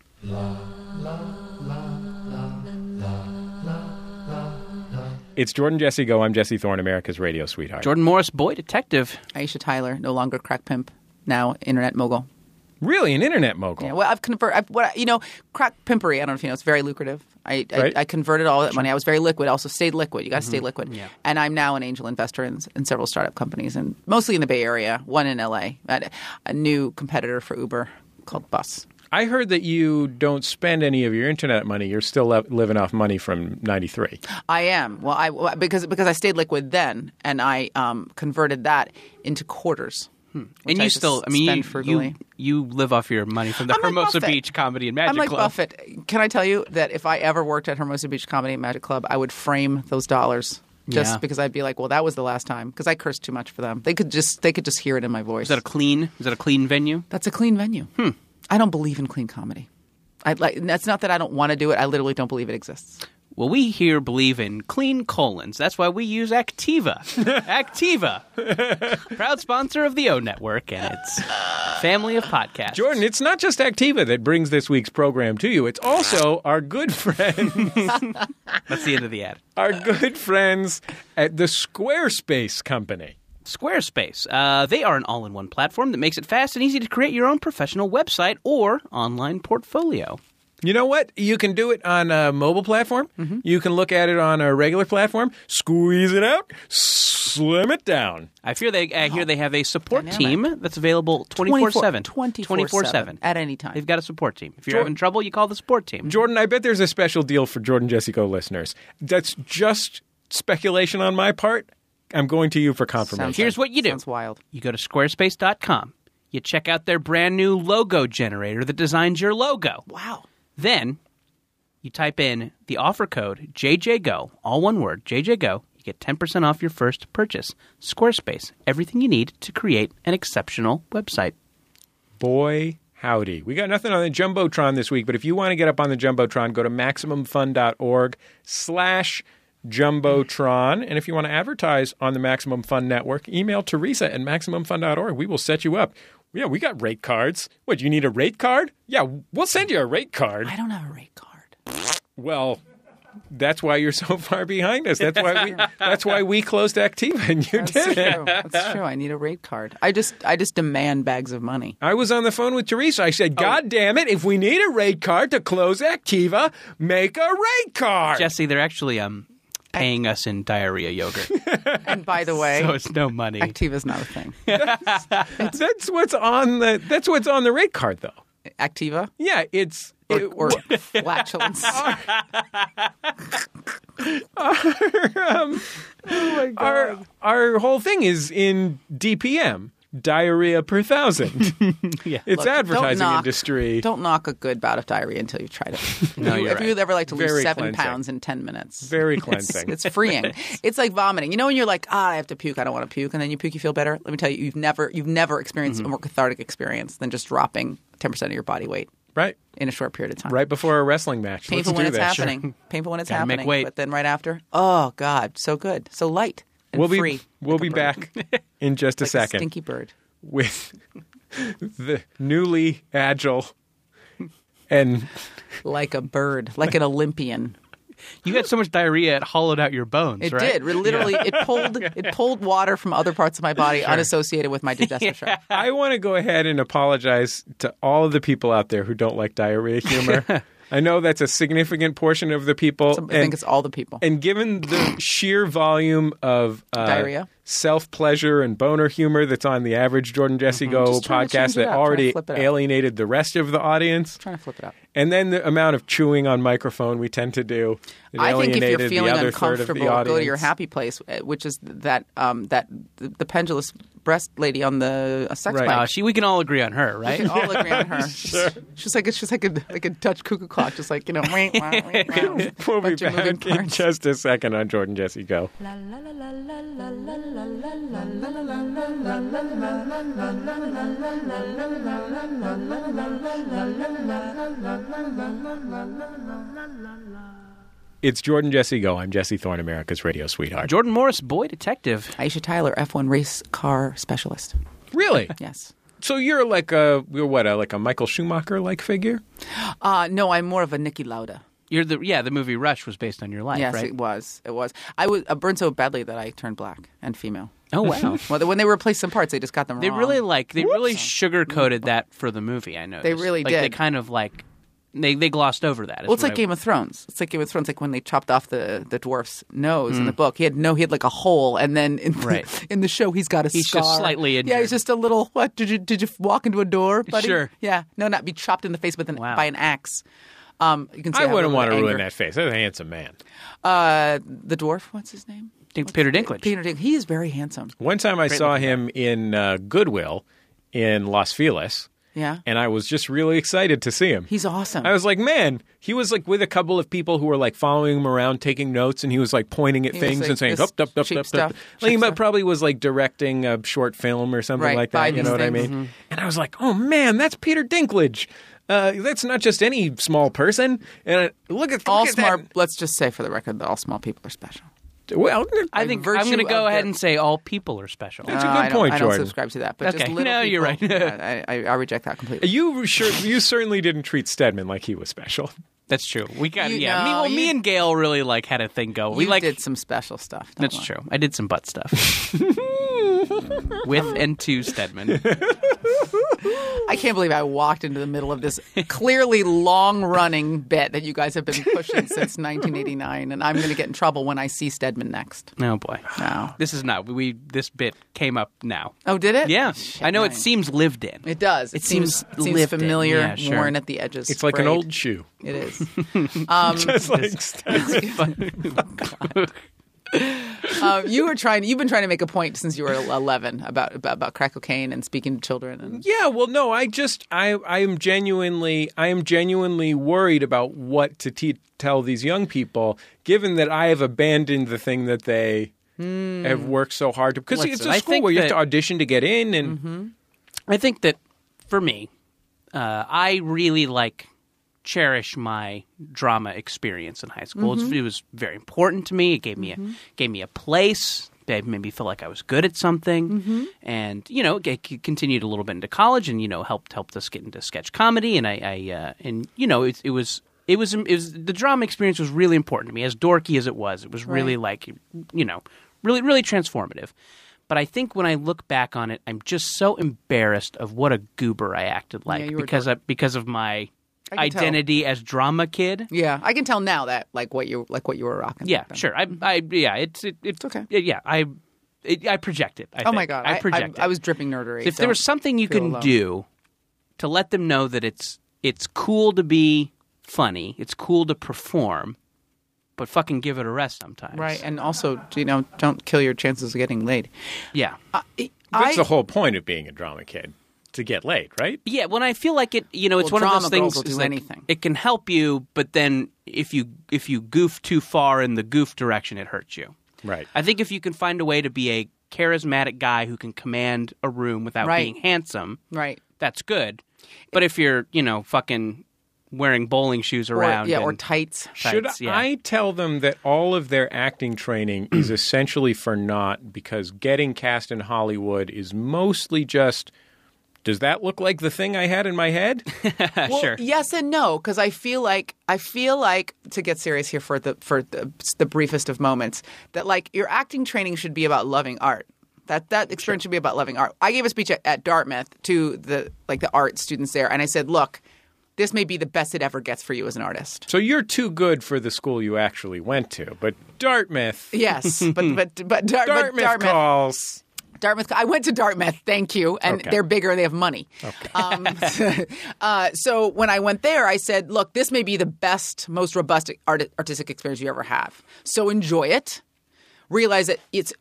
Speaker 2: It's Jordan Jesse Go. I'm Jesse Thorne, America's radio sweetheart.
Speaker 3: Jordan Morris, boy detective.
Speaker 4: Aisha Tyler, no longer crack pimp, now internet mogul.
Speaker 2: Really, an internet mogul.
Speaker 4: Yeah, well, I've converted. I've, what, I- you know, crack pimpery. I don't know if you know. It's very lucrative. I
Speaker 2: Right.
Speaker 4: I, I converted all that money. I was very liquid. Also stayed liquid. You got to
Speaker 3: Mm-hmm.
Speaker 4: stay liquid. And I'm now an angel investor in, in several startup companies, and mostly in the Bay Area. One in L.A. At a new competitor for Uber called Bus.
Speaker 2: I heard that you don't spend any of your internet money. You're still le- living off money from 93.
Speaker 4: I am. Well, I well, because because I stayed liquid then, and I um, converted that into quarters. which
Speaker 3: Hmm. and you
Speaker 4: I just
Speaker 3: still, I mean,
Speaker 4: spend
Speaker 3: you,
Speaker 4: frugally.
Speaker 3: you you live off your money from the
Speaker 4: I'm like
Speaker 3: Hermosa
Speaker 4: Buffett.
Speaker 3: Beach Comedy and Magic
Speaker 4: I'm like
Speaker 3: Club.
Speaker 4: Buffett. Can I tell you that if I ever worked at Hermosa Beach Comedy and Magic Club, I would frame those dollars just
Speaker 3: Yeah.
Speaker 4: because I'd be like, well, that was the last time because I cursed too much for them. They could just they could just hear it in my voice.
Speaker 3: Is that a clean? Is that a clean venue?
Speaker 4: that's a clean venue. Hmm. I don't believe in clean comedy. I like and that's not that I don't want to do it. I literally don't believe it exists.
Speaker 3: Well, we here believe in clean colons. That's why we use Activa. Activa, proud sponsor of the O Network and its family of podcasts.
Speaker 2: Jordan, it's not just Activa that brings this week's program to you. It's also our good friend,
Speaker 3: that's the end of the ad.
Speaker 2: our good friends at the Squarespace company.
Speaker 3: Squarespace. Uh, they are an all in one platform that makes it fast and easy to create your own professional website or online portfolio.
Speaker 2: You know what? You can do it on a mobile platform. You can look at it on a regular platform, squeeze it out, slim it down.
Speaker 3: I fear they. I hear they have a support
Speaker 4: Dynamic.
Speaker 3: team that's available 24/7.
Speaker 4: 24/7, at any time.
Speaker 3: They've got a support team. If you're
Speaker 2: Jordan-
Speaker 3: having trouble, you call the support team.
Speaker 2: Jordan, I bet there's a special deal for Jordan Jessico listeners. That's just speculation on my part. I'm going to you for confirmation.
Speaker 4: Sounds
Speaker 3: Here's what you do.
Speaker 4: Sounds wild.
Speaker 3: You go to squarespace.com. You check out their brand new logo generator that designs your logo.
Speaker 4: Wow.
Speaker 3: Then you type in the offer code JJGO, all one word, JJGO. You get 10% off your first purchase. Squarespace, everything you need to create an exceptional website.
Speaker 2: Boy, howdy. We got nothing on the Jumbotron this week, but if you want to get up on the Jumbotron, go to MaximumFun.org slash Jumbotron. And if you want to advertise on the Maximum Fun Network, email Teresa at MaximumFun.org. We will set you up. Yeah, we got rate cards. What, you need a rate card? Yeah, we'll send you a rate card.
Speaker 4: I don't have a rate card.
Speaker 2: Well, that's why you're so far behind us. That's why we, that's why we closed Activa and you
Speaker 4: That's
Speaker 2: did it.
Speaker 4: true. That's true. I need a rate card. I just I just demand bags of money.
Speaker 2: I was on the phone with Teresa. I said,
Speaker 4: Oh.
Speaker 2: God damn it, if we need a rate card to close Activa, make a rate card.
Speaker 3: Jesse, they're actually um, paying us in diarrhea yogurt,
Speaker 4: And by the way,
Speaker 3: so it's no money.
Speaker 4: Activa's not a thing.
Speaker 2: that's what's on the that's what's on the rate card though.
Speaker 4: Activa
Speaker 2: Yeah, it's
Speaker 4: or,
Speaker 2: it-
Speaker 4: or flatulence.
Speaker 2: our our whole thing is in DPM, diarrhea per thousand. yeah, it's
Speaker 4: Look,
Speaker 2: advertising
Speaker 4: don't knock,
Speaker 2: industry.
Speaker 4: Don't knock a good bout of diarrhea until you've tried it.
Speaker 3: No,
Speaker 4: You-
Speaker 3: you're
Speaker 4: if
Speaker 3: right.
Speaker 4: you'd ever like to lose
Speaker 2: Very
Speaker 4: seven
Speaker 2: cleansing.
Speaker 4: pounds in ten minutes,
Speaker 2: Very cleansing.
Speaker 4: It's freeing. it's like vomiting. You know when you're like, ah, I have to puke. I don't want to puke, and then you puke, you feel better. Let me tell you, you've never you've never experienced
Speaker 2: Mm-hmm.
Speaker 4: a more cathartic experience than just dropping ten percent of your body weight
Speaker 2: right,
Speaker 4: in a short period of time.
Speaker 2: right before a wrestling match.
Speaker 4: Painful
Speaker 2: Let's
Speaker 4: when
Speaker 2: do
Speaker 4: it's
Speaker 2: that.
Speaker 4: happening. Painful when it's
Speaker 3: Gotta make
Speaker 4: happening.
Speaker 3: weight.
Speaker 4: But then right after, oh god, so good, so light and
Speaker 2: We'll
Speaker 4: free.
Speaker 2: be we'll be back in just a
Speaker 4: Like
Speaker 2: second
Speaker 4: A stinky bird.
Speaker 2: with the newly agile and
Speaker 4: Like a bird. Like an Olympian.
Speaker 3: You got so much diarrhea it hollowed out your bones.
Speaker 4: It
Speaker 3: right?
Speaker 4: did. It Literally, it pulled it pulled water from other parts of my body unassociated with my digestive tract.
Speaker 2: I want to go ahead and apologize to all of the people out there who don't like diarrhea humor. I know that's a significant portion of the people.
Speaker 4: I
Speaker 2: and-
Speaker 4: think it's all the people.
Speaker 2: and given the sheer volume of uh,
Speaker 4: Diarrhea.
Speaker 2: self pleasure, and boner humor that's on the average Jordan Jesse Go
Speaker 4: Mm-hmm. Just trying to change
Speaker 2: podcast
Speaker 4: it
Speaker 2: that
Speaker 4: up, trying to
Speaker 2: already
Speaker 4: flip it up.
Speaker 2: alienated the rest of the audience,
Speaker 4: trying to flip it up.
Speaker 2: and then the amount of chewing on microphone we tend to do, it
Speaker 4: I think if you're
Speaker 2: alienated
Speaker 4: feeling
Speaker 2: the other third of
Speaker 4: uncomfortable,
Speaker 2: the audience.
Speaker 4: go to your happy place, uh, which is that um, that the, the pendulous breast lady on the uh, sex
Speaker 2: Right. Oh,
Speaker 4: bike.
Speaker 3: Uh, she, we can all agree on her,
Speaker 4: I
Speaker 3: right?
Speaker 4: can all agree on her. She's like it's just like a like a Dutch cuckoo clock, just like you know. wah, wah, wah, wah.
Speaker 2: We'll be
Speaker 4: Bunch of moving
Speaker 2: back in
Speaker 4: parts.
Speaker 2: just a second on Jordan Jesse Go. It's Jordan Jesse Go. I'm Jesse Thorne, America's radio sweetheart.
Speaker 3: Jordan Morris, boy detective.
Speaker 4: Aisha Tyler, F1 race car specialist.
Speaker 2: Really?
Speaker 4: Yes.
Speaker 2: So you're like a you're what a, like a Michael Schumacher like figure?
Speaker 4: Uh, no, I'm more of a Nikki Lauda.
Speaker 3: You're the yeah. The movie Rush was based on your life,
Speaker 4: Yes,
Speaker 3: right?
Speaker 4: it was. It was. I was I burned so badly that I turned black and female.
Speaker 3: Oh wow.
Speaker 4: Well, when they replaced some parts, they just got them
Speaker 3: They
Speaker 4: wrong.
Speaker 3: really like they really sugarcoated that for the movie. I know
Speaker 4: really
Speaker 3: like, They
Speaker 4: did.
Speaker 3: kind of like they they glossed over that. is
Speaker 4: Well, it's
Speaker 3: what
Speaker 4: like
Speaker 3: I-
Speaker 4: Game of Thrones. It's like Game of Thrones. Like when they chopped off the, the dwarf's nose in the book, he had no, he had like a hole, and then in the,
Speaker 3: Mm. Right.
Speaker 4: in the show, he's got a
Speaker 3: He's
Speaker 4: scar.
Speaker 3: just slightly
Speaker 4: Yeah,
Speaker 3: injured.
Speaker 4: he's just a little. What did you did you walk into a door, buddy?
Speaker 3: Sure.
Speaker 4: Yeah, no, not be chopped in the face with an,
Speaker 3: Wow.
Speaker 4: by an axe. Um, you can. See
Speaker 2: I
Speaker 4: have a
Speaker 2: wouldn't
Speaker 4: little
Speaker 2: want to
Speaker 4: bit of
Speaker 2: ruin
Speaker 4: anger.
Speaker 2: that face. That's a handsome man.
Speaker 4: Uh, the dwarf. What's his name?
Speaker 3: Dink- Peter Dinklage.
Speaker 4: Peter Dinklage. He is very handsome.
Speaker 2: One time I saw him in uh, Goodwill in Los Feliz,
Speaker 4: Yeah,
Speaker 2: and I was just really excited to see him.
Speaker 4: he's awesome.
Speaker 2: I was like, man, he was like with a couple of people who were like following him around, taking notes, and he was like pointing at
Speaker 4: He was
Speaker 2: things
Speaker 4: like,
Speaker 2: and saying,
Speaker 4: this
Speaker 2: up, up, up,
Speaker 4: cheap
Speaker 2: up,
Speaker 4: stuff,
Speaker 2: up. Like he
Speaker 4: cheap
Speaker 2: might-
Speaker 4: stuff.
Speaker 2: probably was like directing a short film or something
Speaker 4: Right,
Speaker 2: like
Speaker 4: buy
Speaker 2: that. You
Speaker 4: these
Speaker 2: know what I mean?
Speaker 4: things. Mm-hmm.
Speaker 2: And I was like, oh man, that's Peter Dinklage. Uh, that's not just any small person. And I, look at
Speaker 4: all
Speaker 2: look at that-
Speaker 4: smart. Let's just say for the record that all small people are special.
Speaker 2: Well,
Speaker 3: I think
Speaker 4: virtue
Speaker 3: I'm going to go
Speaker 4: of
Speaker 3: ahead
Speaker 4: their-
Speaker 3: and say all people are special.
Speaker 2: That's a
Speaker 4: Uh,
Speaker 2: good
Speaker 4: I don't-
Speaker 2: point,
Speaker 4: I don't
Speaker 2: Jordan.
Speaker 4: subscribe to that. But just
Speaker 3: Okay.
Speaker 4: little
Speaker 3: No, you're
Speaker 4: people-
Speaker 3: right.
Speaker 4: Yeah, I, I, I reject that completely.
Speaker 2: you sure you certainly didn't treat Stedman like he was special.
Speaker 3: That's true. We got
Speaker 4: You-
Speaker 3: yeah. me,
Speaker 4: no,
Speaker 3: well, me
Speaker 4: you-
Speaker 3: and Gail really like had a thing go. We
Speaker 4: you
Speaker 3: like
Speaker 4: did some special stuff. don't
Speaker 3: that's
Speaker 4: lie.
Speaker 3: true. I did some butt stuff with and to Stedman.
Speaker 4: I can't believe I walked into the middle of this clearly long running bit that you guys have been pushing since 1989, and I'm going to get in trouble when I see Stedman next.
Speaker 3: Oh boy,
Speaker 4: No.
Speaker 3: this is not we. This bit came up now.
Speaker 4: Oh, did it?
Speaker 3: Yeah, I know it
Speaker 4: man.
Speaker 3: seems lived in.
Speaker 4: It does.
Speaker 3: It seems
Speaker 4: it seems
Speaker 3: lived in.
Speaker 4: familiar,
Speaker 3: Yeah, sure.
Speaker 4: worn at the edges.
Speaker 2: It's like an
Speaker 4: frayed.
Speaker 2: old shoe.
Speaker 4: It is.
Speaker 2: Just like Stedman.
Speaker 4: Uh, you were trying. You've been trying to make a point since you were 11 about about, about crack cocaine and speaking to children. And
Speaker 2: Yeah, well, no, I just I I am genuinely I am genuinely worried about what to te- tell these young people, given that I have abandoned the thing that they have worked so hard to. Because
Speaker 3: Listen,
Speaker 2: it's a
Speaker 3: Hmm. I
Speaker 2: school
Speaker 3: think
Speaker 2: where you have
Speaker 3: that- Mm-hmm.
Speaker 2: to audition to get in, and
Speaker 3: I think that for me, uh, I really like cherish my drama experience in high school. It's It was very important to me. It gave me a gave me a place. It made me feel like I was good at something, and you know, it c- continued a little bit into college, and you know, helped helped us get into sketch comedy, and I, I uh, and you know, it, it was. It was, it was the drama experience was really important to me. As dorky as it was, it was really like you know, really really transformative. But I think when I look back on it, I'm just so embarrassed of what a goober I acted like
Speaker 4: you were a
Speaker 3: because I, because of my
Speaker 4: I can tell.
Speaker 3: identity as drama kid.
Speaker 4: yeah, I can tell now that like what you like what you were rocking.
Speaker 3: Yeah,
Speaker 4: back then.
Speaker 3: sure. I, I, yeah, it's it, it's
Speaker 4: Mm-hmm. okay.
Speaker 3: Yeah, I, it, I project it. I
Speaker 4: Oh my
Speaker 3: think.
Speaker 4: god,
Speaker 3: I project.
Speaker 4: I, I was dripping nerdery.
Speaker 3: If there was
Speaker 4: Don't
Speaker 3: something you
Speaker 4: feel
Speaker 3: can
Speaker 4: alone.
Speaker 3: do to let them know that it's it's cool to be funny, it's cool to perform, but fucking give it a rest sometimes.
Speaker 4: Right, and also, you know, don't kill your chances of getting laid.
Speaker 3: Yeah.
Speaker 2: That's
Speaker 4: I-
Speaker 2: the whole point of being a drama kid to get laid, right?
Speaker 3: Yeah, when I feel like it, you know, it's
Speaker 4: Well,
Speaker 3: one of those
Speaker 4: drama girls
Speaker 3: things.
Speaker 4: will do
Speaker 3: it's like,
Speaker 4: anything.
Speaker 3: It can help you, but then if you if you goof too far in the goof direction, it hurts you.
Speaker 2: Right.
Speaker 3: I think if you can find a way to be a charismatic guy who can command a room without
Speaker 4: Right.
Speaker 3: being handsome,
Speaker 4: Right.
Speaker 3: that's good. But if you're, you know, fucking wearing bowling shoes
Speaker 4: Or,
Speaker 3: around,
Speaker 4: yeah,
Speaker 3: and-
Speaker 4: or tights.
Speaker 2: Should
Speaker 3: Thanks, yeah.
Speaker 2: I tell them that all of their acting training is essentially for naught because getting cast in Hollywood is mostly just does that look like the thing I had in my head?
Speaker 4: well,
Speaker 3: sure.
Speaker 4: Yes and no, because I feel like I feel like to get serious here for the for the, the briefest of moments that like your acting training should be about loving art. That that experience should be about loving art. I gave a speech at, at Dartmouth to the like the art students there, and I said, look. This may be the best it ever gets for you as an artist.
Speaker 2: so you're too good for the school you actually went to, but Dartmouth,
Speaker 4: Yes, but but but, Dar- but
Speaker 2: Dartmouth,
Speaker 4: Dartmouth
Speaker 2: calls.
Speaker 4: Dartmouth. I went to Dartmouth. Thank you. And
Speaker 2: Okay.
Speaker 4: they're bigger. and They have money. Um, uh, so when I went there, I said, "Look, this may be the best, most robust art- artistic experience you ever have. So enjoy it. Realize that it's."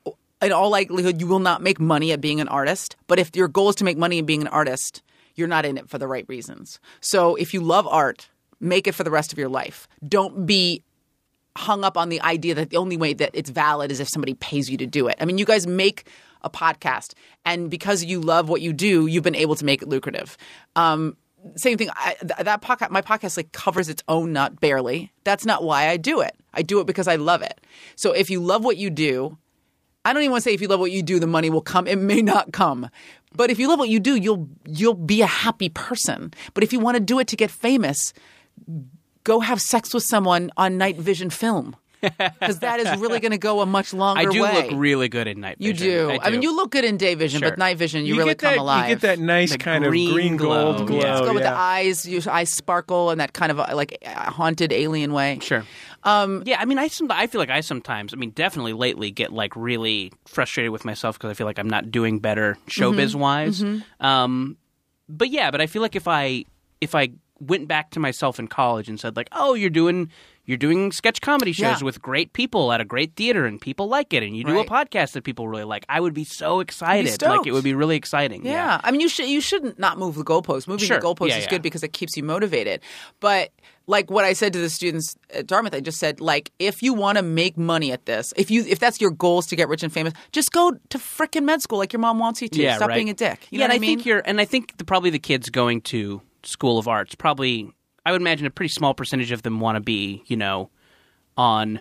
Speaker 4: In all likelihood, you will not make money at being an artist. But if your goal is to make money at being an artist, you're not in it for the right reasons. So if you love art, make it for the rest of your life. Don't be hung up on the idea that the only way that it's valid is if somebody pays you to do it. I mean, you guys make a podcast, and because you love what you do, you've been able to make it lucrative. Um, same thing. I, th- that podcast, my podcast, like covers its own nut barely. That's not why I do it. I do it because I love it. So if you love what you do, I don't even want to say if you love what you do, the money will come. It may not come, but if you love what you do, you'll you'll be a happy person. But if you want to do it to get famous, go have sex with someone on night vision film because that is really going to go a much longer
Speaker 3: I do
Speaker 4: way.
Speaker 3: look really good in night
Speaker 4: you
Speaker 3: vision.
Speaker 4: do.
Speaker 3: I
Speaker 4: I, mean, you look good in day vision,
Speaker 3: Sure.
Speaker 4: but night vision, you, really
Speaker 2: get
Speaker 4: come
Speaker 2: that,
Speaker 4: alive.
Speaker 2: You get that nice
Speaker 3: The
Speaker 2: kind
Speaker 3: green
Speaker 2: of green
Speaker 3: glow,
Speaker 2: gold glow.
Speaker 3: yeah.
Speaker 4: Let's go with
Speaker 2: yeah.
Speaker 4: the eyes. Your eyes sparkle and that kind of uh, like uh, haunted alien way.
Speaker 3: Sure.
Speaker 4: Um,
Speaker 3: yeah, I mean, I some, I feel like I sometimes, I mean, definitely lately get like really frustrated with myself because I feel like I'm not doing better showbiz wise.
Speaker 4: Mm-hmm.
Speaker 3: Um, but yeah, but I feel like if I if I went back to myself in college and said like, oh, you're doing you're doing sketch comedy shows
Speaker 4: Yeah.
Speaker 3: with great people at a great theater and people like it, and you do a
Speaker 4: Right.
Speaker 3: podcast that people really like, I would be so excited. like it
Speaker 4: stoked.
Speaker 3: would be really exciting.
Speaker 4: Yeah. I mean, you should you shouldn't not move the goalpost. Moving
Speaker 3: Sure.
Speaker 4: the goalpost
Speaker 3: Yeah,
Speaker 4: is
Speaker 3: yeah.
Speaker 4: good because it keeps you motivated. But like what I said to the students at Dartmouth, I just said like if you want to make money at this, if you if that's your goal is to get rich and famous, just go to frickin' med school like your mom wants you to. Stop
Speaker 3: right.
Speaker 4: being a dick. You
Speaker 3: yeah,
Speaker 4: know what
Speaker 3: and
Speaker 4: I mean?
Speaker 3: think you're, and I think the, probably the kids going to School of Arts probably, I would imagine a pretty small percentage of them want to be, you know, on.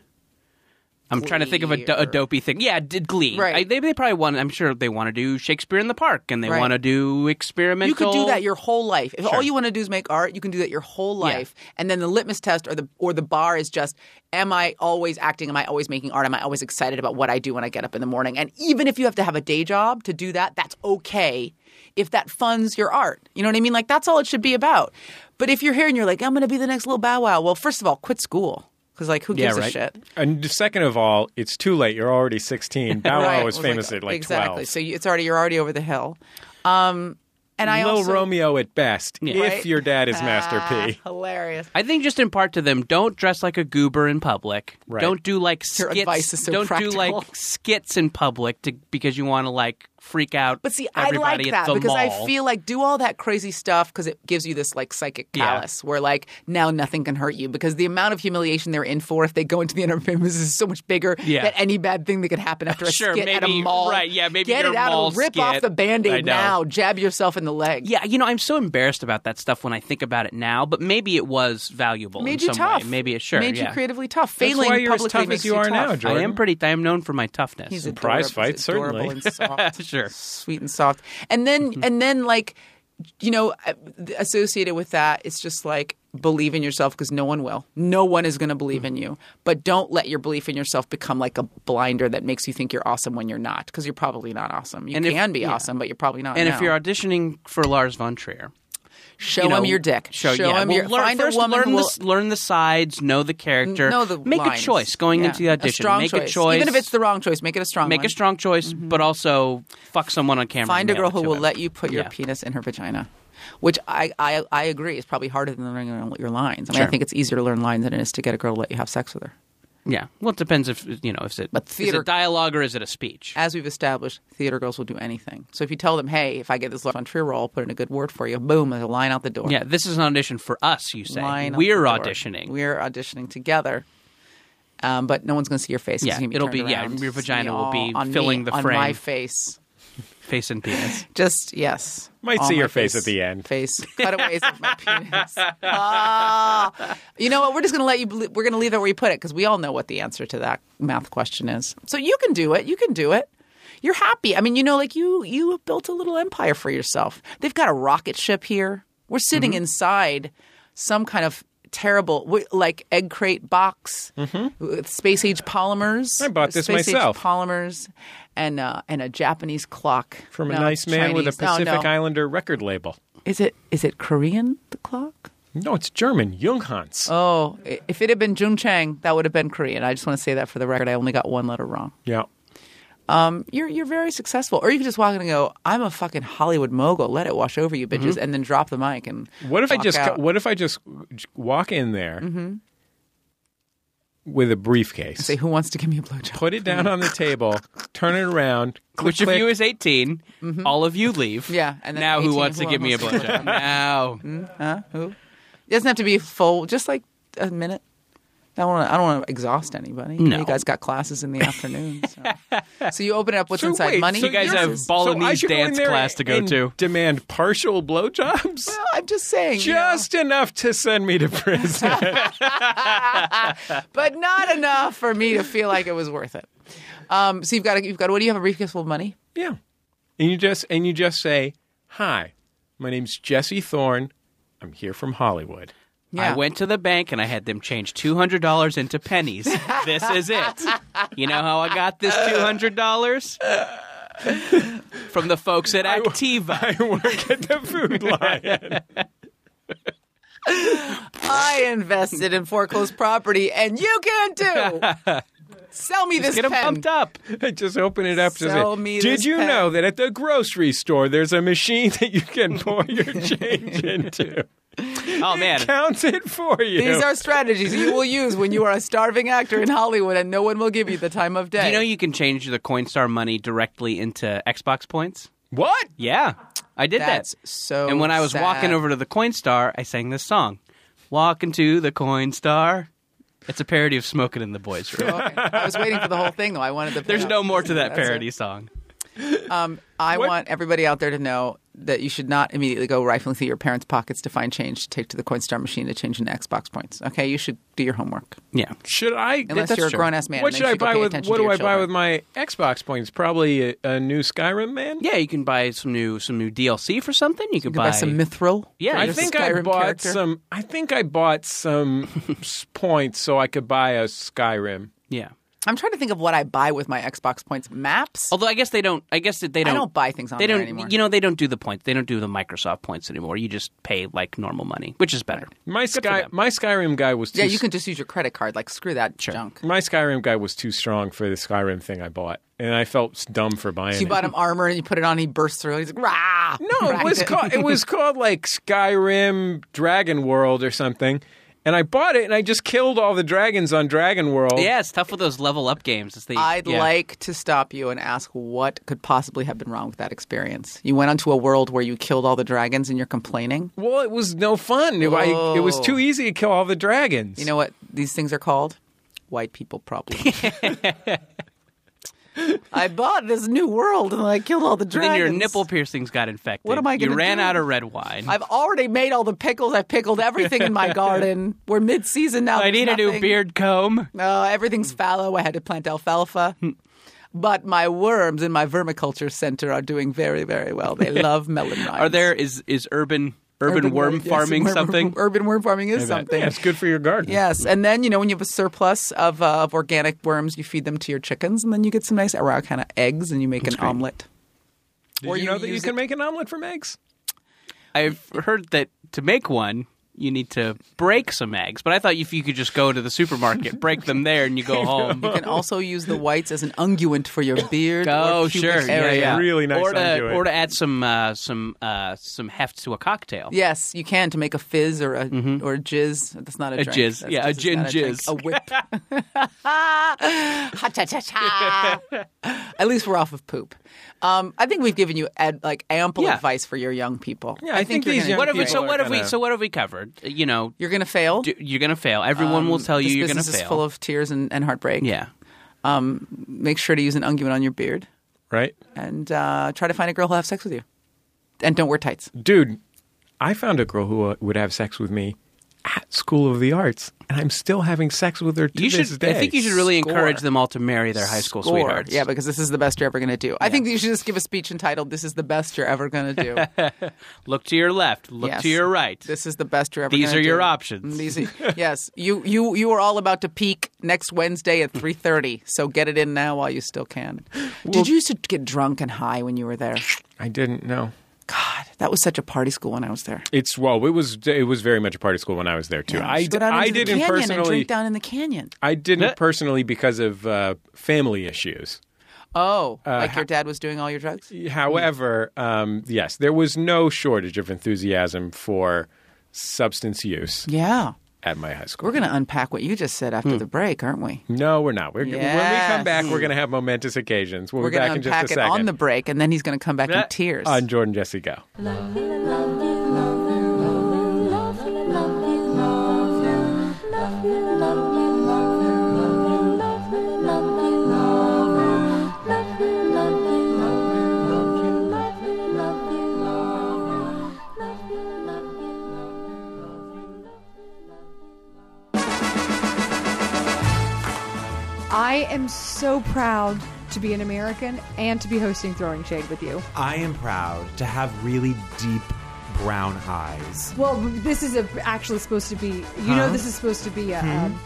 Speaker 3: I'm trying to think of a, do- a dopey thing. Yeah, did Glee.
Speaker 4: Right.
Speaker 3: I, they, they probably want. I'm sure they want to do Shakespeare in the Park, and they
Speaker 4: Right.
Speaker 3: want to do experimental.
Speaker 4: You could do that your whole life. If all you want to do is make art, you can do that your whole life. And then the litmus test or the or the bar is just am I always acting? Am I always making art? Am I always excited about what I do when I get up in the morning? And even if you have to have a day job to do that, that's okay if that funds your art. You know what I mean? Like that's all it should be about. But if you're here and you're like, I'm going to be the next little bow wow. Well, first of all, quit school because like who
Speaker 3: Yeah,
Speaker 4: gives
Speaker 3: right.
Speaker 4: a shit?
Speaker 2: And second of all, it's too late. You're already 16. Bow Wow
Speaker 4: Right.
Speaker 2: was
Speaker 4: It
Speaker 2: famous at like
Speaker 4: exactly.
Speaker 2: 12.
Speaker 4: So you, it's already you're already over the hill. Um, and I
Speaker 2: Little
Speaker 4: also Uh,
Speaker 2: Romeo at best, if
Speaker 4: Right?
Speaker 2: your dad is Master P.
Speaker 4: hilarious.
Speaker 3: I think just in part to them, don't dress like a goober in public.
Speaker 2: Right.
Speaker 3: Don't do like
Speaker 4: Your
Speaker 3: skits.
Speaker 4: advice is so
Speaker 3: don't do
Speaker 4: practical.
Speaker 3: like skits in public to, because you want to like freak out.
Speaker 4: But see, I
Speaker 3: everybody
Speaker 4: like
Speaker 3: at
Speaker 4: that
Speaker 3: the
Speaker 4: because I
Speaker 3: mall.
Speaker 4: feel like do all that crazy stuff because it gives you this like psychic
Speaker 3: Yeah.
Speaker 4: callus where like now nothing can hurt you because the amount of humiliation they're in for if they go into the entertainment is so much bigger
Speaker 3: Yeah.
Speaker 4: that any bad thing that could happen after a
Speaker 3: Sure,
Speaker 4: skit at a
Speaker 3: maybe-
Speaker 4: mall.
Speaker 3: right, yeah, maybe
Speaker 4: get
Speaker 3: your
Speaker 4: it out
Speaker 3: mall
Speaker 4: and rip
Speaker 3: skit.
Speaker 4: off the
Speaker 3: I
Speaker 4: band-aid
Speaker 3: know.
Speaker 4: now. Jab yourself in the leg.
Speaker 3: Yeah, you know, I'm so embarrassed about that stuff when I think about it now, but maybe it was valuable.
Speaker 4: made
Speaker 3: in some
Speaker 4: you tough.
Speaker 3: Way. Maybe it sure.
Speaker 4: made
Speaker 3: yeah.
Speaker 4: you creatively tough.
Speaker 2: That's
Speaker 4: Failing
Speaker 2: why you're as
Speaker 4: publicly
Speaker 2: tough
Speaker 4: makes
Speaker 2: as you are now,
Speaker 4: tough.
Speaker 2: Jordan.
Speaker 3: I am pretty. I am known for my toughness.
Speaker 4: He's
Speaker 2: In prize
Speaker 4: adorable. He's
Speaker 2: fights,
Speaker 4: adorable
Speaker 2: certainly.
Speaker 4: and soft.
Speaker 3: Sure. Mm-hmm.
Speaker 4: sweet and soft. And then and then like you know uh, associated with that it's just like believe in yourself because no one will. No one is going to believe
Speaker 3: Mm-hmm.
Speaker 4: in you. But don't let your belief in yourself become like a blinder that makes you think you're awesome when you're not because you're probably not awesome. You
Speaker 3: And if-
Speaker 4: can be
Speaker 3: yeah.
Speaker 4: awesome, but you're probably not.
Speaker 3: and
Speaker 4: now.
Speaker 3: if you're auditioning for Lars von Trier,
Speaker 4: show
Speaker 3: you know,
Speaker 4: him your dick.
Speaker 3: Show, yeah.
Speaker 4: him
Speaker 3: well,
Speaker 4: your
Speaker 3: learn,
Speaker 4: find
Speaker 3: first
Speaker 4: a woman
Speaker 3: learn
Speaker 4: who
Speaker 3: the
Speaker 4: will
Speaker 3: s- learn the sides, know the character,
Speaker 4: know the
Speaker 3: make
Speaker 4: lines.
Speaker 3: a choice going
Speaker 4: Yeah.
Speaker 3: into the audition.
Speaker 4: A strong
Speaker 3: make
Speaker 4: choice.
Speaker 3: a choice,
Speaker 4: even if it's the wrong choice. Make it a strong.
Speaker 3: make
Speaker 4: one. Mm-hmm.
Speaker 3: a strong choice, but also fuck someone on camera.
Speaker 4: Find a
Speaker 3: and mail
Speaker 4: girl
Speaker 3: it
Speaker 4: who
Speaker 3: to
Speaker 4: will
Speaker 3: them.
Speaker 4: let you put your
Speaker 3: Yeah.
Speaker 4: penis in her vagina. which I, I I agree is probably harder than learning your lines. I mean, I
Speaker 3: Sure.
Speaker 4: think it's easier to learn lines than it is to get a girl to let you have sex with her.
Speaker 3: Yeah. Well, it depends if you know if it
Speaker 4: But
Speaker 3: is
Speaker 4: theater-
Speaker 3: it dialogue or is it a speech.
Speaker 4: As we've established, theater girls will do anything. So if you tell them, hey, if I get this left on tree roll, I'll put in a good word for you. Boom, there's a line out the door.
Speaker 3: yeah, this is an audition for us. You say
Speaker 4: Line out
Speaker 3: we're
Speaker 4: the door.
Speaker 3: auditioning.
Speaker 4: We're auditioning together. Um, but no one's going to see your face. 'cause
Speaker 3: Yeah,
Speaker 4: it's gonna be
Speaker 3: it'll
Speaker 4: turned
Speaker 3: be- yeah,
Speaker 4: around.
Speaker 3: your
Speaker 4: It's
Speaker 3: vagina
Speaker 4: gonna
Speaker 3: will be
Speaker 4: all on me,
Speaker 3: filling the
Speaker 4: on my
Speaker 3: frame.
Speaker 4: face.
Speaker 3: Face and penis.
Speaker 4: Just yes.
Speaker 2: Might
Speaker 4: All
Speaker 2: see
Speaker 4: my
Speaker 2: your face at the end.
Speaker 4: Face cutaways of my penis. Ah. you know what? We're just gonna let you. bel- We're gonna leave it where you put it because we all know what the answer to that math question is. So you can do it. You can do it. You're happy. I mean, you know, like you you have built a little empire for yourself. They've got a rocket ship here. We're sitting
Speaker 2: Mm-hmm.
Speaker 4: inside some kind of terrible w- like egg crate box with space age polymers.
Speaker 2: Mm-hmm. I bought this
Speaker 4: space-age
Speaker 2: myself.
Speaker 4: polymers and uh, and a Japanese clock
Speaker 2: From a
Speaker 4: No,
Speaker 2: nice man with a
Speaker 4: Chinese. No,
Speaker 2: Pacific
Speaker 4: no.
Speaker 2: Islander record label.
Speaker 4: Is it is it Korean the clock?
Speaker 2: No, it's German. Junghans.
Speaker 4: Oh, i- if it had been Jung Chang, that would have been Korean. I just want to say that for the record. I only got one letter wrong.
Speaker 2: yeah.
Speaker 4: Um, You're you're very successful, or you can just walk in and go, "I'm a fucking Hollywood mogul. Let it wash over you, bitches," and then drop the mic and
Speaker 2: Mm-hmm. What if I
Speaker 4: walk
Speaker 2: just
Speaker 4: out. Mm-hmm.
Speaker 2: what if I just walk in there with a briefcase,
Speaker 4: say, "Who wants to give me a blowjob?"
Speaker 2: put it down on the table, turn it around, click,
Speaker 3: Which of you
Speaker 2: click.
Speaker 3: is 18? All of you leave.
Speaker 4: Yeah, and then
Speaker 3: now
Speaker 4: 18,
Speaker 3: who wants
Speaker 4: who
Speaker 3: to give me a
Speaker 4: wants to-
Speaker 3: blowjob? now.
Speaker 4: Huh? Who? It doesn't have to be full. Just like a minute. I don't want to. I don't want to exhaust anybody.
Speaker 3: No.
Speaker 4: You guys got classes in the afternoon, so, So you open it up. What's
Speaker 2: So
Speaker 4: inside?
Speaker 2: wait,
Speaker 4: Money.
Speaker 2: so
Speaker 3: You guys
Speaker 2: yours
Speaker 3: have
Speaker 2: is- so I
Speaker 3: Balinese
Speaker 2: should go in
Speaker 3: dance
Speaker 2: there
Speaker 3: class to go
Speaker 2: and
Speaker 3: to.
Speaker 2: Demand partial blowjobs,
Speaker 4: Well, I'm just saying. you know.
Speaker 2: just enough to send me to prison.
Speaker 4: but not enough for me to feel like it was worth it. Um, so you've got to, you've got to, what do you have a briefcase full of money?
Speaker 2: yeah, and you just and you just say, "Hi, my name's Jesse Thorne. I'm here from Hollywood."
Speaker 4: Yeah.
Speaker 3: I went to the bank and I had them change two hundred dollars into pennies. this is it. You know how I got this two hundred dollars from the folks at Activa.
Speaker 2: I work at the Food Lion.
Speaker 4: I invested in foreclosed property, and you can too. Sell me this
Speaker 3: Get them
Speaker 4: pen.
Speaker 3: pumped up.
Speaker 2: I just open it up. to
Speaker 4: Sell
Speaker 2: say,
Speaker 4: me
Speaker 2: Did
Speaker 4: this
Speaker 2: you
Speaker 4: pen."
Speaker 2: know that at the grocery store there's a machine that you can pour your change into?
Speaker 3: Oh man,
Speaker 2: It counts it for you.
Speaker 4: These are strategies you will use when you are a starving actor in Hollywood, and no one will give you the time of day.
Speaker 3: you know you can change the Coinstar money directly into Xbox points.
Speaker 2: what?
Speaker 3: Yeah, I did
Speaker 4: That's
Speaker 3: that.
Speaker 4: so.
Speaker 3: and when I was
Speaker 4: sad.
Speaker 3: walking over to the Coinstar, I sang this song, "Walking to the Coinstar." It's a parody of "Smoking in the Boys' Room."
Speaker 4: Okay. I was waiting for the whole thing, though. I wanted the.
Speaker 3: There's no more to that
Speaker 4: That's it.
Speaker 3: parody song.
Speaker 4: I
Speaker 2: What-
Speaker 4: want everybody out there to know that you should not immediately go rifling through your parents' pockets to find change to take to the Coinstar machine to change into Xbox points. Okay, you should do your homework.
Speaker 3: Yeah.
Speaker 2: Should I?
Speaker 4: Unless
Speaker 2: that's
Speaker 4: you're a
Speaker 2: true.
Speaker 4: grown-ass man,
Speaker 2: What
Speaker 4: then
Speaker 2: should
Speaker 4: you
Speaker 2: I
Speaker 4: should go
Speaker 2: buy
Speaker 4: pay
Speaker 2: with?
Speaker 4: attention
Speaker 2: What
Speaker 4: to
Speaker 2: do I
Speaker 4: your
Speaker 2: buy
Speaker 4: children.
Speaker 2: with my Xbox points? Probably a, a new Skyrim, man.
Speaker 3: Yeah, you can buy some new some new DLC for something. You can,
Speaker 4: You can buy some mithril.
Speaker 3: Yeah,
Speaker 4: for
Speaker 2: I
Speaker 4: your
Speaker 2: think I
Speaker 4: Skyrim
Speaker 2: bought
Speaker 4: character.
Speaker 2: some. I think I bought some s- points so I could buy a Skyrim.
Speaker 3: yeah.
Speaker 4: I'm trying to think of what I buy with my Xbox points. Maps.
Speaker 3: Although I guess they don't. I guess that they
Speaker 4: I
Speaker 3: don't.
Speaker 4: don't buy things on
Speaker 3: They
Speaker 4: there
Speaker 3: don't.
Speaker 4: anymore.
Speaker 3: You know, they don't do the points. They don't do the Microsoft points anymore. You just pay like normal money, which is better.
Speaker 2: My Sky, my Skyrim guy was too.
Speaker 4: yeah, you can just use your credit card. Like screw that junk.
Speaker 2: My Skyrim guy was too strong for the Skyrim thing I bought, and I felt dumb for buying
Speaker 4: So you
Speaker 2: it.
Speaker 4: bought him armor and you put it on. He bursts through. He's like, rah.
Speaker 2: No, it was called it was called like Skyrim Dragon World or something. And I bought it and I just killed all the dragons on Dragon World.
Speaker 3: Yeah, it's tough with those level up games. It's the,
Speaker 4: I'd
Speaker 3: yeah.
Speaker 4: like to stop you and ask what could possibly have been wrong with that experience. You went onto a world where you killed all the dragons and you're complaining.
Speaker 2: Well, it was no fun. It, I, it was
Speaker 4: Whoa.
Speaker 2: too easy to kill all the dragons.
Speaker 4: You know what these things are called? White people problems. I bought this new world and I killed all the
Speaker 3: And
Speaker 4: dragons.
Speaker 3: then your nipple piercings got infected.
Speaker 4: What am I
Speaker 3: You
Speaker 4: gonna
Speaker 3: ran
Speaker 4: do?
Speaker 3: out of red wine.
Speaker 4: I've already made all the pickles. I've pickled everything in my garden. We're mid-season now.
Speaker 3: I
Speaker 4: There's
Speaker 3: need a new
Speaker 4: nothing.
Speaker 3: beard comb.
Speaker 4: No, everything's fallow. I had to plant alfalfa. But my worms in my vermiculture center are doing very, very well. They love melon rind.
Speaker 3: Are there is is urban urban, worm
Speaker 4: yes,
Speaker 3: farming
Speaker 4: worm-
Speaker 3: something?
Speaker 4: Urban worm farming is
Speaker 2: That-
Speaker 4: something.
Speaker 2: Yeah, it's good for your garden.
Speaker 4: Yes, and then you know when you have a surplus of, uh, of organic worms, you feed them to your chickens, and then you get some nice around kind of eggs, and you make an omelet.
Speaker 2: Did
Speaker 4: Or
Speaker 2: you
Speaker 4: you
Speaker 2: know that you
Speaker 4: use
Speaker 2: can
Speaker 4: it-
Speaker 2: make an omelet from eggs?
Speaker 3: I've heard that to make one, you need to break some eggs. But I thought if you could just go to the supermarket, break them there, and you go home.
Speaker 4: You can also use the whites as an unguent for your beard.
Speaker 3: Oh,
Speaker 4: or pubic
Speaker 3: sure, yeah,
Speaker 4: area.
Speaker 3: yeah.
Speaker 2: Really nice
Speaker 3: Or to,
Speaker 2: unguent.
Speaker 3: or to add some uh, some uh, some heft to a cocktail.
Speaker 4: Yes, you can to make a fizz or a or a jizz. That's not a,
Speaker 3: Mm-hmm. A
Speaker 4: drink.
Speaker 3: jizz.
Speaker 4: That's
Speaker 3: Yeah, a
Speaker 4: jizz is
Speaker 3: gin
Speaker 4: not drink.
Speaker 3: jizz.
Speaker 4: A whip. ha cha cha cha. At least we're off of poop. Um, I think we've given you ad, like ample
Speaker 3: Yeah.
Speaker 4: advice for your young people.
Speaker 2: Yeah, I think
Speaker 4: you're
Speaker 2: these
Speaker 4: gonna,
Speaker 2: young
Speaker 3: What have we,
Speaker 2: people
Speaker 3: so
Speaker 2: are
Speaker 3: what have we
Speaker 2: gonna-
Speaker 3: so what have we covered? You know,
Speaker 4: you're gonna fail.
Speaker 3: d- you're gonna fail. Everyone will tell you
Speaker 4: this
Speaker 3: you're gonna
Speaker 4: business
Speaker 3: fail.
Speaker 4: is full of tears and, and heartbreak.
Speaker 3: yeah,
Speaker 4: Make sure to use an unguent on your beard
Speaker 2: right?
Speaker 4: and uh, try to find a girl who'll have sex with you. And don't wear tights.
Speaker 2: Dude, I found a girl who uh, would have sex with me at School of the Arts, and I'm still having sex with her to
Speaker 3: you
Speaker 2: this
Speaker 3: should.
Speaker 2: day.
Speaker 3: I think you should really
Speaker 4: Score.
Speaker 3: encourage them all to marry their high school
Speaker 4: Score.
Speaker 3: sweethearts.
Speaker 4: Yeah, because this is the best you're ever going to do. I think you should just give a speech entitled, This is the best you're ever going to do.
Speaker 3: look to your left. Look
Speaker 4: Yes.
Speaker 3: to your right.
Speaker 4: This is the best you're ever.
Speaker 3: These
Speaker 4: gonna
Speaker 3: are your
Speaker 4: do.
Speaker 3: options.
Speaker 4: These are- yes, you you you are all about to peak next Wednesday at three thirty. So get it in now while you still can. Did you used to get drunk and high when you were there?
Speaker 2: I didn't know.
Speaker 4: God, that was such a party school when I was there.
Speaker 2: It's well, it was it was very much a party school when I was there too. I,
Speaker 4: Just go down
Speaker 2: I
Speaker 4: into the
Speaker 2: didn't
Speaker 4: canyon and
Speaker 2: personally.
Speaker 4: drink down in the canyon.
Speaker 2: I
Speaker 3: Yeah.
Speaker 2: didn't personally because of uh, family issues.
Speaker 4: Oh,
Speaker 2: Uh,
Speaker 4: like your dad was doing all your drugs.
Speaker 2: However, um, yes, there was no shortage of enthusiasm for substance use
Speaker 4: Yeah,
Speaker 2: at my high school.
Speaker 4: we're going to unpack what you just said
Speaker 2: Hmm.
Speaker 4: after the break, aren't we?
Speaker 2: no, we're not. We're, When we come
Speaker 4: Yes.
Speaker 2: back, we're going to have momentous occasions. We'll
Speaker 4: We're
Speaker 2: be
Speaker 4: going
Speaker 2: back
Speaker 4: to
Speaker 2: in just a
Speaker 4: unpack it
Speaker 2: second.
Speaker 4: on the break, and then he's going to come back
Speaker 3: Yeah.
Speaker 4: in tears.
Speaker 2: on Jordan Jesse Go.
Speaker 7: I am so proud to be an American and to be hosting Throwing Shade with you.
Speaker 8: I am proud to have really deep brown eyes.
Speaker 7: Well, this is a, actually supposed to be, you know, this is supposed to be a, um,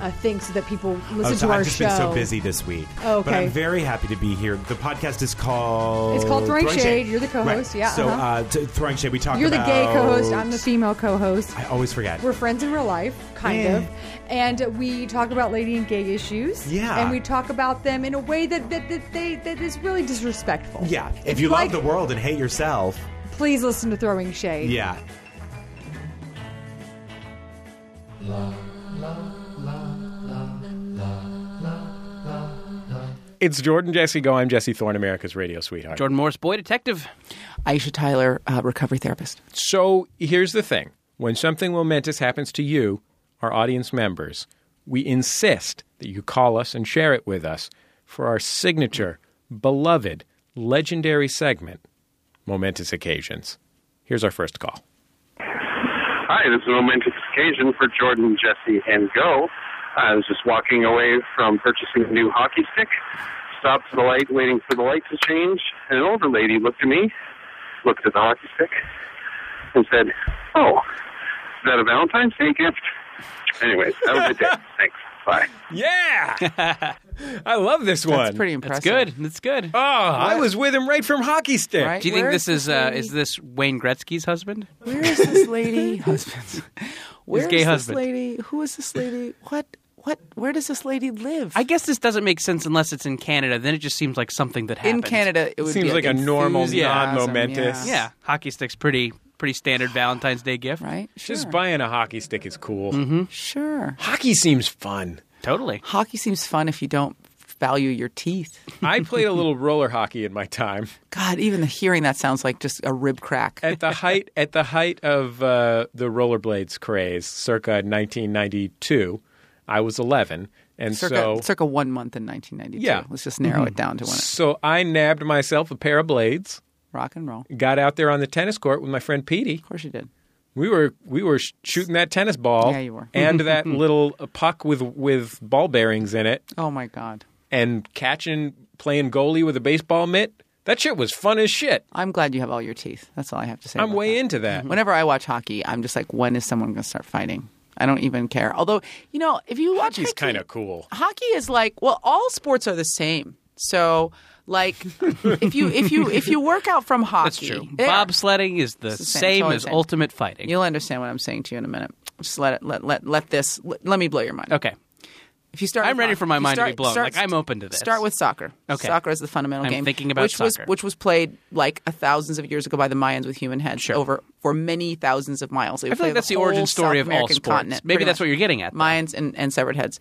Speaker 7: a, a thing so that people listen
Speaker 8: Hmm? oh, so
Speaker 7: to our
Speaker 8: I've just
Speaker 7: show.
Speaker 8: been so busy this week.
Speaker 7: Oh,
Speaker 8: But
Speaker 7: okay.
Speaker 8: I'm very happy to be here. The podcast is called.
Speaker 7: It's called Throwing Shade. You're the co-host.
Speaker 8: Right.
Speaker 7: Yeah,
Speaker 8: So,
Speaker 7: uh-huh.
Speaker 8: uh, t- Throwing Shade, we talk
Speaker 7: You're the
Speaker 8: about.
Speaker 7: gay co host, I'm the female co host.
Speaker 8: I always forget.
Speaker 7: We're friends in real life, kind of. And we talk about lady and gay issues.
Speaker 8: Yeah.
Speaker 7: And we talk about them in a way that, that, that, they, that is really disrespectful.
Speaker 8: yeah. If
Speaker 7: It's
Speaker 8: you
Speaker 7: like,
Speaker 8: love the world and hate yourself.
Speaker 7: please listen to Throwing Shade.
Speaker 8: Yeah.
Speaker 2: It's Jordan Jesse Go. I'm Jesse Thorne, America's radio sweetheart.
Speaker 3: Jordan Morris, boy detective.
Speaker 4: Aisha Tyler, uh, recovery therapist.
Speaker 2: So here's the thing when something momentous happens to you, our audience members, we insist that you call us and share it with us for our signature, beloved, legendary segment, Momentous Occasions. Here's our first call.
Speaker 9: Hi, this is a momentous occasion for Jordan, Jesse, and Go. I was just walking away from purchasing a new hockey stick, stopped at the light waiting for the light to change, and an older lady looked at me, looked at the hockey stick, and said, Oh, is that a Valentine's Day gift? Anyways, that was a day. Thanks. Bye.
Speaker 2: Yeah! I love this one.
Speaker 4: That's pretty impressive.
Speaker 3: That's good. That's good.
Speaker 2: Oh, I was with him right from hockey stick.
Speaker 4: Right?
Speaker 3: Do you think
Speaker 4: Where
Speaker 3: this
Speaker 4: is
Speaker 3: is uh, is this Wayne Gretzky's husband?
Speaker 4: Where is this lady? Husbands. Where's
Speaker 3: gay
Speaker 4: this
Speaker 3: husband.
Speaker 4: lady? Who is this lady? What? What? Where does this lady live?
Speaker 3: I guess this doesn't make sense unless it's in Canada. Then it just seems like something that
Speaker 4: in
Speaker 3: happens
Speaker 4: Canada, it would
Speaker 2: Seems
Speaker 4: be
Speaker 2: like a normal,
Speaker 4: enthusiasm,
Speaker 2: non-momentous-
Speaker 4: Yeah.
Speaker 3: Yeah, hockey sticks pretty pretty standard Valentine's Day gift.
Speaker 4: Right. Sure. Mm-hmm.
Speaker 2: Just buying a hockey stick is cool.
Speaker 4: sure.
Speaker 2: Hockey seems fun.
Speaker 3: Totally.
Speaker 4: Hockey seems fun if you don't value your teeth.
Speaker 2: I played a little roller hockey in my time.
Speaker 4: God, even the hearing that sounds like just a rib crack.
Speaker 2: at the height at the height of uh, the rollerblades craze, circa 1992, I was 11, and
Speaker 4: circa,
Speaker 2: so
Speaker 4: circa one month in 1992.
Speaker 2: Yeah.
Speaker 4: Let's just narrow
Speaker 3: Mm-hmm.
Speaker 4: it down to one.
Speaker 2: so I nabbed myself a pair of blades,
Speaker 4: Rock and roll. Of
Speaker 2: got out there on the tennis court with my friend Petey.
Speaker 4: course you did.
Speaker 2: We were we were sh- shooting that tennis ball,
Speaker 4: Yeah, you were.
Speaker 2: and that little puck with with ball bearings in it,
Speaker 4: Oh my God.
Speaker 2: and catching playing goalie with a baseball mitt. That shit was fun as shit.
Speaker 4: I'm glad you have all your teeth. That's all I have to say.
Speaker 2: I'm
Speaker 4: about
Speaker 2: way
Speaker 4: that.
Speaker 2: into that.
Speaker 4: Mm-hmm. Whenever I watch hockey, I'm just like, when is someone going to start fighting? I don't even care. Although, you know, if you watch
Speaker 2: Hockey's
Speaker 4: hockey-
Speaker 2: kind of cool.
Speaker 4: Hockey is like, well, all sports are the same. So Like if you if you if you work out from hockey,
Speaker 3: That's true.
Speaker 4: there,
Speaker 3: Bobsledding is the,
Speaker 4: the same.
Speaker 3: same,
Speaker 4: Totally
Speaker 3: as
Speaker 4: same.
Speaker 3: ultimate fighting.
Speaker 4: you'll understand what I'm saying to you in a minute. Just let it let let let this let, let me blow your mind.
Speaker 3: okay.
Speaker 4: If you start,
Speaker 3: I'm
Speaker 4: with
Speaker 3: ready
Speaker 4: hockey-
Speaker 3: for my
Speaker 4: if you
Speaker 3: mind to
Speaker 4: start-
Speaker 3: be blown.
Speaker 4: start-
Speaker 3: Like, I'm open to this.
Speaker 4: Start with soccer.
Speaker 3: Okay.
Speaker 4: soccer is the fundamental
Speaker 3: I'm
Speaker 4: game.
Speaker 3: thinking about
Speaker 4: which
Speaker 3: soccer.
Speaker 4: was which was played like a thousands of years ago by the Mayans with human heads over for many thousands of miles. They
Speaker 3: I
Speaker 4: would
Speaker 3: feel
Speaker 4: play
Speaker 3: like that's the
Speaker 4: whole
Speaker 3: origin story
Speaker 4: South
Speaker 3: of all
Speaker 4: American
Speaker 3: sports.
Speaker 4: continent,
Speaker 3: Maybe
Speaker 4: pretty
Speaker 3: that's
Speaker 4: much.
Speaker 3: what you're getting at, though. Mm-hmm.
Speaker 4: Mayans and, and severed heads.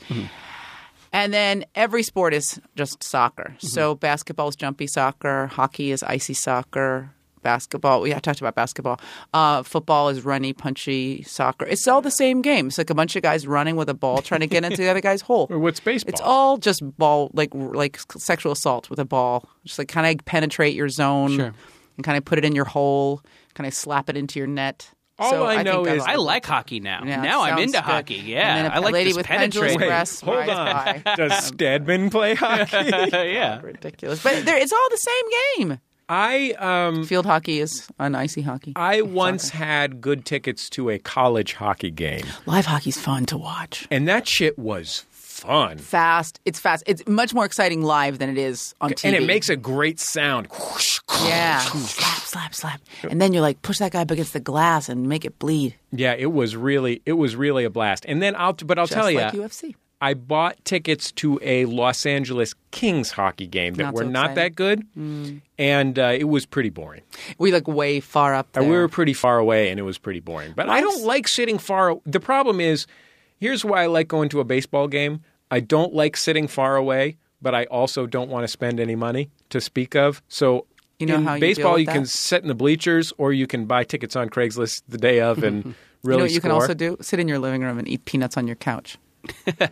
Speaker 4: And then every sport is just soccer.
Speaker 2: Mm-hmm.
Speaker 4: So basketball is jumpy soccer. Hockey is icy soccer. Basketball, we I talked about basketball. Uh, football is runny, punchy soccer. It's all the same game. It's like a bunch of guys running with a ball trying to get into the other guy's hole.
Speaker 2: What's baseball?
Speaker 4: It's all just ball, like like sexual assault with a ball. Just like kind of penetrate your zone and kind of put it in your hole, kind of slap it into your net.
Speaker 2: All
Speaker 4: so
Speaker 2: I
Speaker 4: think
Speaker 2: know
Speaker 4: that's
Speaker 2: is-
Speaker 4: all.
Speaker 3: I like hockey now.
Speaker 4: Yeah,
Speaker 3: now I'm
Speaker 4: sounds
Speaker 3: into
Speaker 4: good.
Speaker 3: hockey. Yeah,
Speaker 4: and then a
Speaker 3: I like
Speaker 4: lady
Speaker 3: this
Speaker 4: with pendulous
Speaker 3: penetrating.
Speaker 4: breasts.
Speaker 2: hold
Speaker 4: rides
Speaker 2: on.
Speaker 4: by.
Speaker 2: Does Stedman play hockey?
Speaker 3: yeah,
Speaker 4: Ridiculous, but there, it's all the same game.
Speaker 2: I um
Speaker 4: Field hockey is an icy hockey.
Speaker 2: I once had good tickets to a college hockey game,
Speaker 4: Live hockey's fun to watch.
Speaker 2: and that shit was fun.
Speaker 4: Fast, it's fast. It's much more exciting live than it is on TV.
Speaker 2: And it makes a great sound.
Speaker 4: yeah, slap, slap, slap, and then you're like push that guy up against the glass and make it bleed,
Speaker 2: Yeah, it was really it was really a blast. And then I'll but I'll
Speaker 4: just
Speaker 2: tell
Speaker 4: like
Speaker 2: you,
Speaker 4: UFC.
Speaker 2: I bought tickets to a Los Angeles Kings hockey game that
Speaker 4: Not
Speaker 2: were
Speaker 4: so
Speaker 2: not
Speaker 4: exciting. Mm.
Speaker 2: that good, and uh, it was pretty boring.
Speaker 4: We like way far up
Speaker 2: Uh,
Speaker 4: there.
Speaker 2: We were pretty far away, and it was pretty boring. But I don't like sitting far. The problem is, here's why I like going to a baseball game. I don't like sitting far away, but I also don't want to spend any money to speak of. So.
Speaker 4: You know
Speaker 2: in
Speaker 4: how you deal
Speaker 2: baseball,
Speaker 4: with
Speaker 2: you
Speaker 4: that?
Speaker 2: can sit in the bleachers, or you can buy tickets on Craigslist the day of and really
Speaker 4: you know what you can
Speaker 2: score.
Speaker 4: also do? Sit in your living room and eat peanuts on your couch.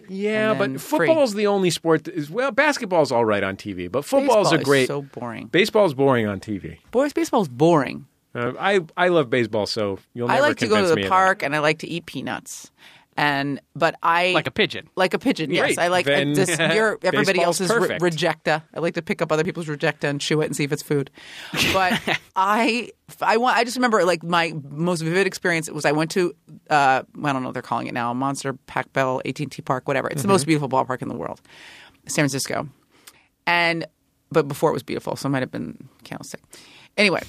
Speaker 2: Yeah,
Speaker 4: and then
Speaker 2: but
Speaker 4: free.
Speaker 2: football's the only sport that is well, basketball's all right on TV, but football's
Speaker 4: Baseball
Speaker 2: a
Speaker 4: is
Speaker 2: great
Speaker 4: so boring.
Speaker 2: Baseball's boring on TV.
Speaker 4: Boys, baseball's boring.
Speaker 2: Uh, I I love baseball, so you'll
Speaker 4: I
Speaker 2: never
Speaker 4: like to go
Speaker 2: convince
Speaker 4: to
Speaker 2: me
Speaker 4: the
Speaker 2: of
Speaker 4: park and I like to eat peanuts. And but I
Speaker 3: like a pigeon.
Speaker 4: like a pigeon. Yes,
Speaker 2: Great.
Speaker 4: I like I
Speaker 2: Then
Speaker 4: dis- your, everybody
Speaker 2: baseball's
Speaker 4: else's re-
Speaker 2: perfect.
Speaker 4: rejecta. I like to pick up other people's rejecta and chew it and see if it's food. But I, I want. I just remember like my most vivid experience was I went to uh, I don't know what they're calling it now Monster Pac Bell AT and T Park whatever. It's the
Speaker 2: Mm-hmm.
Speaker 4: most beautiful ballpark in the world, San Francisco, and but before it was beautiful, so it might have been candlestick. Anyway,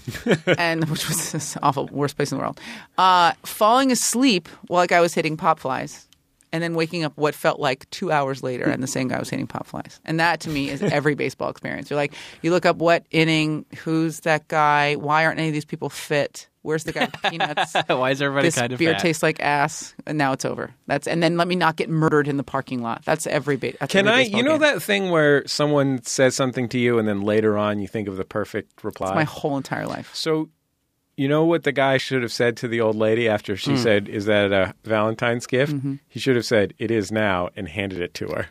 Speaker 4: and which was this awful worst place in the world. Uh, falling asleep while like I was hitting pop flies and then waking up what felt like two hours later and the same guy was hitting pop flies. And that to me is every baseball experience. You're like, you look up what inning, who's that guy, why aren't any of these people fit? Where's the guy with the peanuts?
Speaker 3: Why is everybody
Speaker 4: this
Speaker 3: kind of
Speaker 4: beer
Speaker 3: fat?
Speaker 4: tastes like ass, and now it's over. That's and then let me not get murdered in the parking lot. That's every bait.
Speaker 2: Can I? You know that thing where someone says something to you, and then later on you think of the perfect reply.
Speaker 4: my whole entire life.
Speaker 2: so, you know what the guy should have said to the old lady after she said, "Is that a Valentine's gift?" He should have said, "It is now," and handed it to her,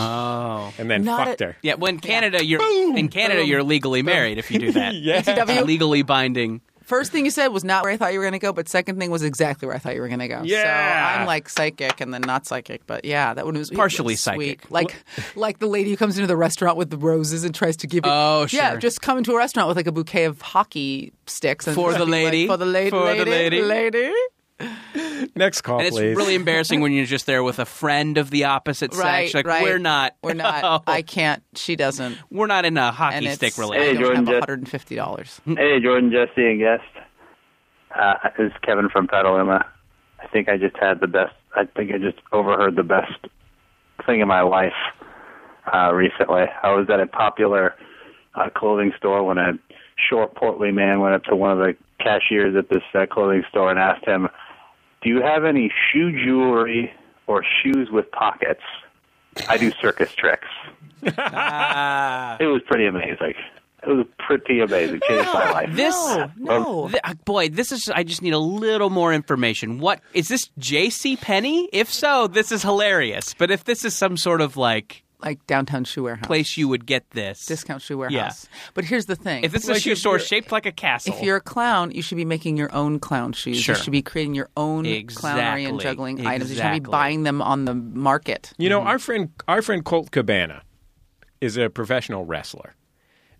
Speaker 3: Oh,
Speaker 2: and then
Speaker 4: Not
Speaker 2: fucked
Speaker 4: a-
Speaker 2: her.
Speaker 3: yeah. When Canada, you're in Canada, you're legally married if you do that.
Speaker 2: Yeah.
Speaker 3: It's legally binding.
Speaker 4: First thing you said was not where I thought you were going to go, but second thing was exactly where I thought you were going to go.
Speaker 2: Yeah.
Speaker 4: so I'm like psychic and then not psychic, but yeah, that one was
Speaker 3: Partially
Speaker 4: it was sweet.
Speaker 3: psychic.
Speaker 4: Like like the lady who comes into the restaurant with the roses and tries to give you.
Speaker 3: Oh,
Speaker 4: yeah,
Speaker 3: sure.
Speaker 4: just come into a restaurant with like a bouquet of hockey sticks and
Speaker 3: For
Speaker 4: just
Speaker 3: the
Speaker 4: be like,
Speaker 3: lady.
Speaker 4: for the lady,
Speaker 3: For the lady."
Speaker 4: lady, lady.
Speaker 2: Next call,
Speaker 3: And it's
Speaker 2: please.
Speaker 3: really embarrassing when you're just there with a friend of the opposite
Speaker 4: Right,
Speaker 3: sex. Like
Speaker 4: right.
Speaker 3: we're not,
Speaker 4: We're not. I can't. She doesn't.
Speaker 3: we're not in a hockey
Speaker 4: And
Speaker 3: stick
Speaker 4: it's,
Speaker 3: relationship.
Speaker 4: I
Speaker 9: Hey,
Speaker 4: don't have
Speaker 9: Jordan, just-
Speaker 4: $150.
Speaker 9: Hey, Jordan, Jesse, and guest. Uh, this is Kevin from Petaluma. I think I just had the best. I think I just overheard the best thing in my life uh, recently. I was at a popular uh, clothing store when a short, portly man went up to one of the cashiers at this uh, clothing store and asked him, "Do you have any shoe jewelry or shoes with pockets? I do circus tricks." it was pretty amazing. It was pretty amazing. Changed my life.
Speaker 3: This,
Speaker 4: No,
Speaker 3: Th- uh, boy, this is. I just need a little more information. What is this? J.C. Penny? If so, this is hilarious. But if this is some sort of like
Speaker 4: like downtown shoe warehouse,
Speaker 3: place you would get this
Speaker 4: discount shoe warehouse.
Speaker 3: Yeah.
Speaker 4: But here's the thing:
Speaker 3: if this is a shoe store shaped like a castle,
Speaker 4: If you're a clown, you should be making your own clown shoes.
Speaker 3: Sure.
Speaker 4: You should be creating your own clownery and
Speaker 3: Exactly.
Speaker 4: juggling items. You should
Speaker 3: Exactly.
Speaker 4: be buying them on the market.
Speaker 2: You know, our friend our friend Colt Cabana is a professional wrestler.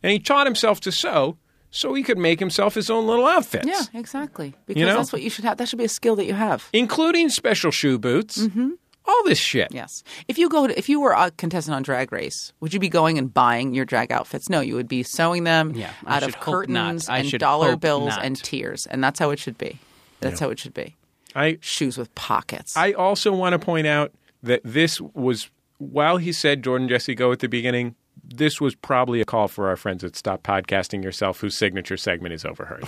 Speaker 2: And he taught himself to sew so he could make himself his own little outfits.
Speaker 4: Yeah, exactly. Because
Speaker 2: know?
Speaker 4: that's what you should have. That should be a skill that you have.
Speaker 2: Including special shoe boots. All this shit.
Speaker 4: Yes. If you go to, if you were a contestant on Drag Race, would you be going and buying your drag outfits? No, you would be sewing them
Speaker 3: Yeah, I
Speaker 4: out
Speaker 3: should
Speaker 4: of
Speaker 3: hope
Speaker 4: curtains
Speaker 3: not. I
Speaker 4: and
Speaker 3: should
Speaker 4: dollar
Speaker 3: hope
Speaker 4: bills
Speaker 3: not.
Speaker 4: and tears, and that's how it should be. That's how it should be.
Speaker 2: I
Speaker 4: Shoes with pockets.
Speaker 2: I also want to point out that this was while he said Jordan Jesse Go at the beginning, this was probably a call for our friends at Stop Podcasting Yourself, whose signature segment is overheard.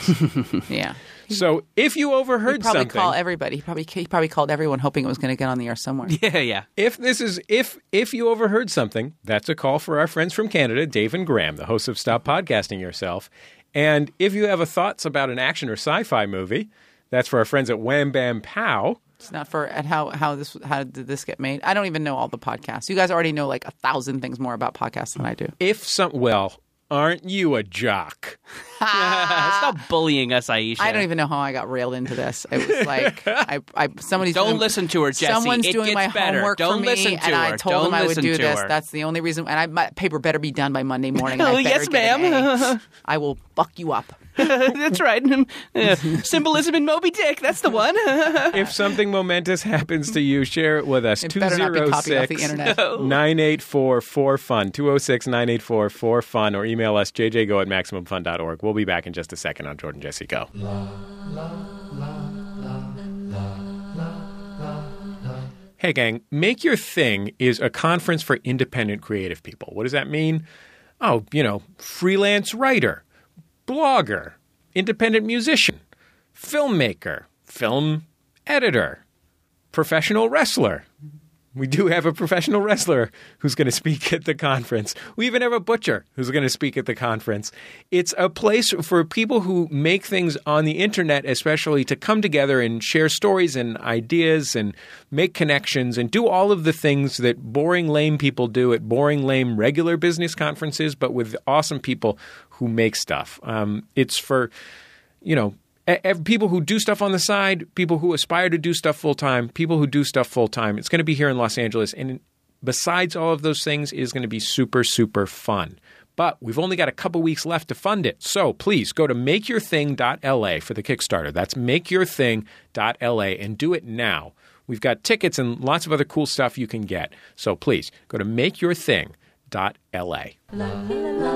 Speaker 4: yeah.
Speaker 2: so if you
Speaker 4: He
Speaker 2: overheard
Speaker 4: probably
Speaker 2: something,
Speaker 4: call everybody. He probably he probably called everyone, hoping it was going to get on the air somewhere.
Speaker 3: Yeah, yeah.
Speaker 2: if this is if if you overheard something, that's a call for our friends from Canada, Dave and Graham, the hosts of Stop Podcasting Yourself. And if you have a thoughts about an action or sci-fi movie, that's for our friends at Wham Bam Pow.
Speaker 4: It's not for at how how this how did this get made? I don't even know all the podcasts. You guys already know like a thousand things more about podcasts than I do.
Speaker 2: If some well, aren't you a jock?
Speaker 3: Stop bullying us, Aisha.
Speaker 4: Ah. I don't even know how I got railed into this. It was like I, I somebody's
Speaker 3: Don't
Speaker 4: doing-
Speaker 3: listen to her, Jesse.
Speaker 4: Someone's
Speaker 3: It
Speaker 4: doing
Speaker 3: gets
Speaker 4: my
Speaker 3: better.
Speaker 4: homework
Speaker 3: Don't
Speaker 4: for me,
Speaker 3: listen to
Speaker 4: and I
Speaker 3: her.
Speaker 4: told
Speaker 3: Don't
Speaker 4: them I would
Speaker 3: listen
Speaker 4: do
Speaker 3: to
Speaker 4: this.
Speaker 3: her.
Speaker 4: That's the only reason. And I, my paper better be done by Monday morning. and I
Speaker 3: Oh,
Speaker 4: better
Speaker 3: yes,
Speaker 4: get an
Speaker 3: ma'am.
Speaker 4: A. I will fuck you up.
Speaker 3: That's right. Yeah. Symbolism in Moby Dick. That's the one.
Speaker 2: if something momentous happens to you, share it with us.
Speaker 4: It better not be copied off the
Speaker 2: 206
Speaker 4: internet.
Speaker 2: 984 4FUN. 206 984 4FUN. Or email us jjgo at MaximumFun.org. We'll be back in just a second on Jordan Jesse Go. Hey, gang, Make Your Thing is a conference for independent creative people. What does that mean? Oh, you know, freelance writer, blogger, independent musician, filmmaker, film editor, professional wrestler. We do have a professional wrestler who's going to speak at the conference. We even have a butcher who's going to speak at the conference. It's a place for people who make things on the internet, especially to come together and share stories and ideas and make connections and do all of the things that boring, lame people do at boring, lame regular business conferences, but with awesome people who make stuff. Um, it's for you know, e- ev- people who do stuff on the side, people who aspire to do stuff full time, people who do stuff full time. It's going to be here in Los Angeles. And besides all of those things, it is going to be super, super fun. But we've only got a couple weeks left to fund it. So please go to makeyourthing.la for the Kickstarter. That's makeyourthing.la and do it now. We've got tickets and lots of other cool stuff you can get. So please go to makeyourthing.la.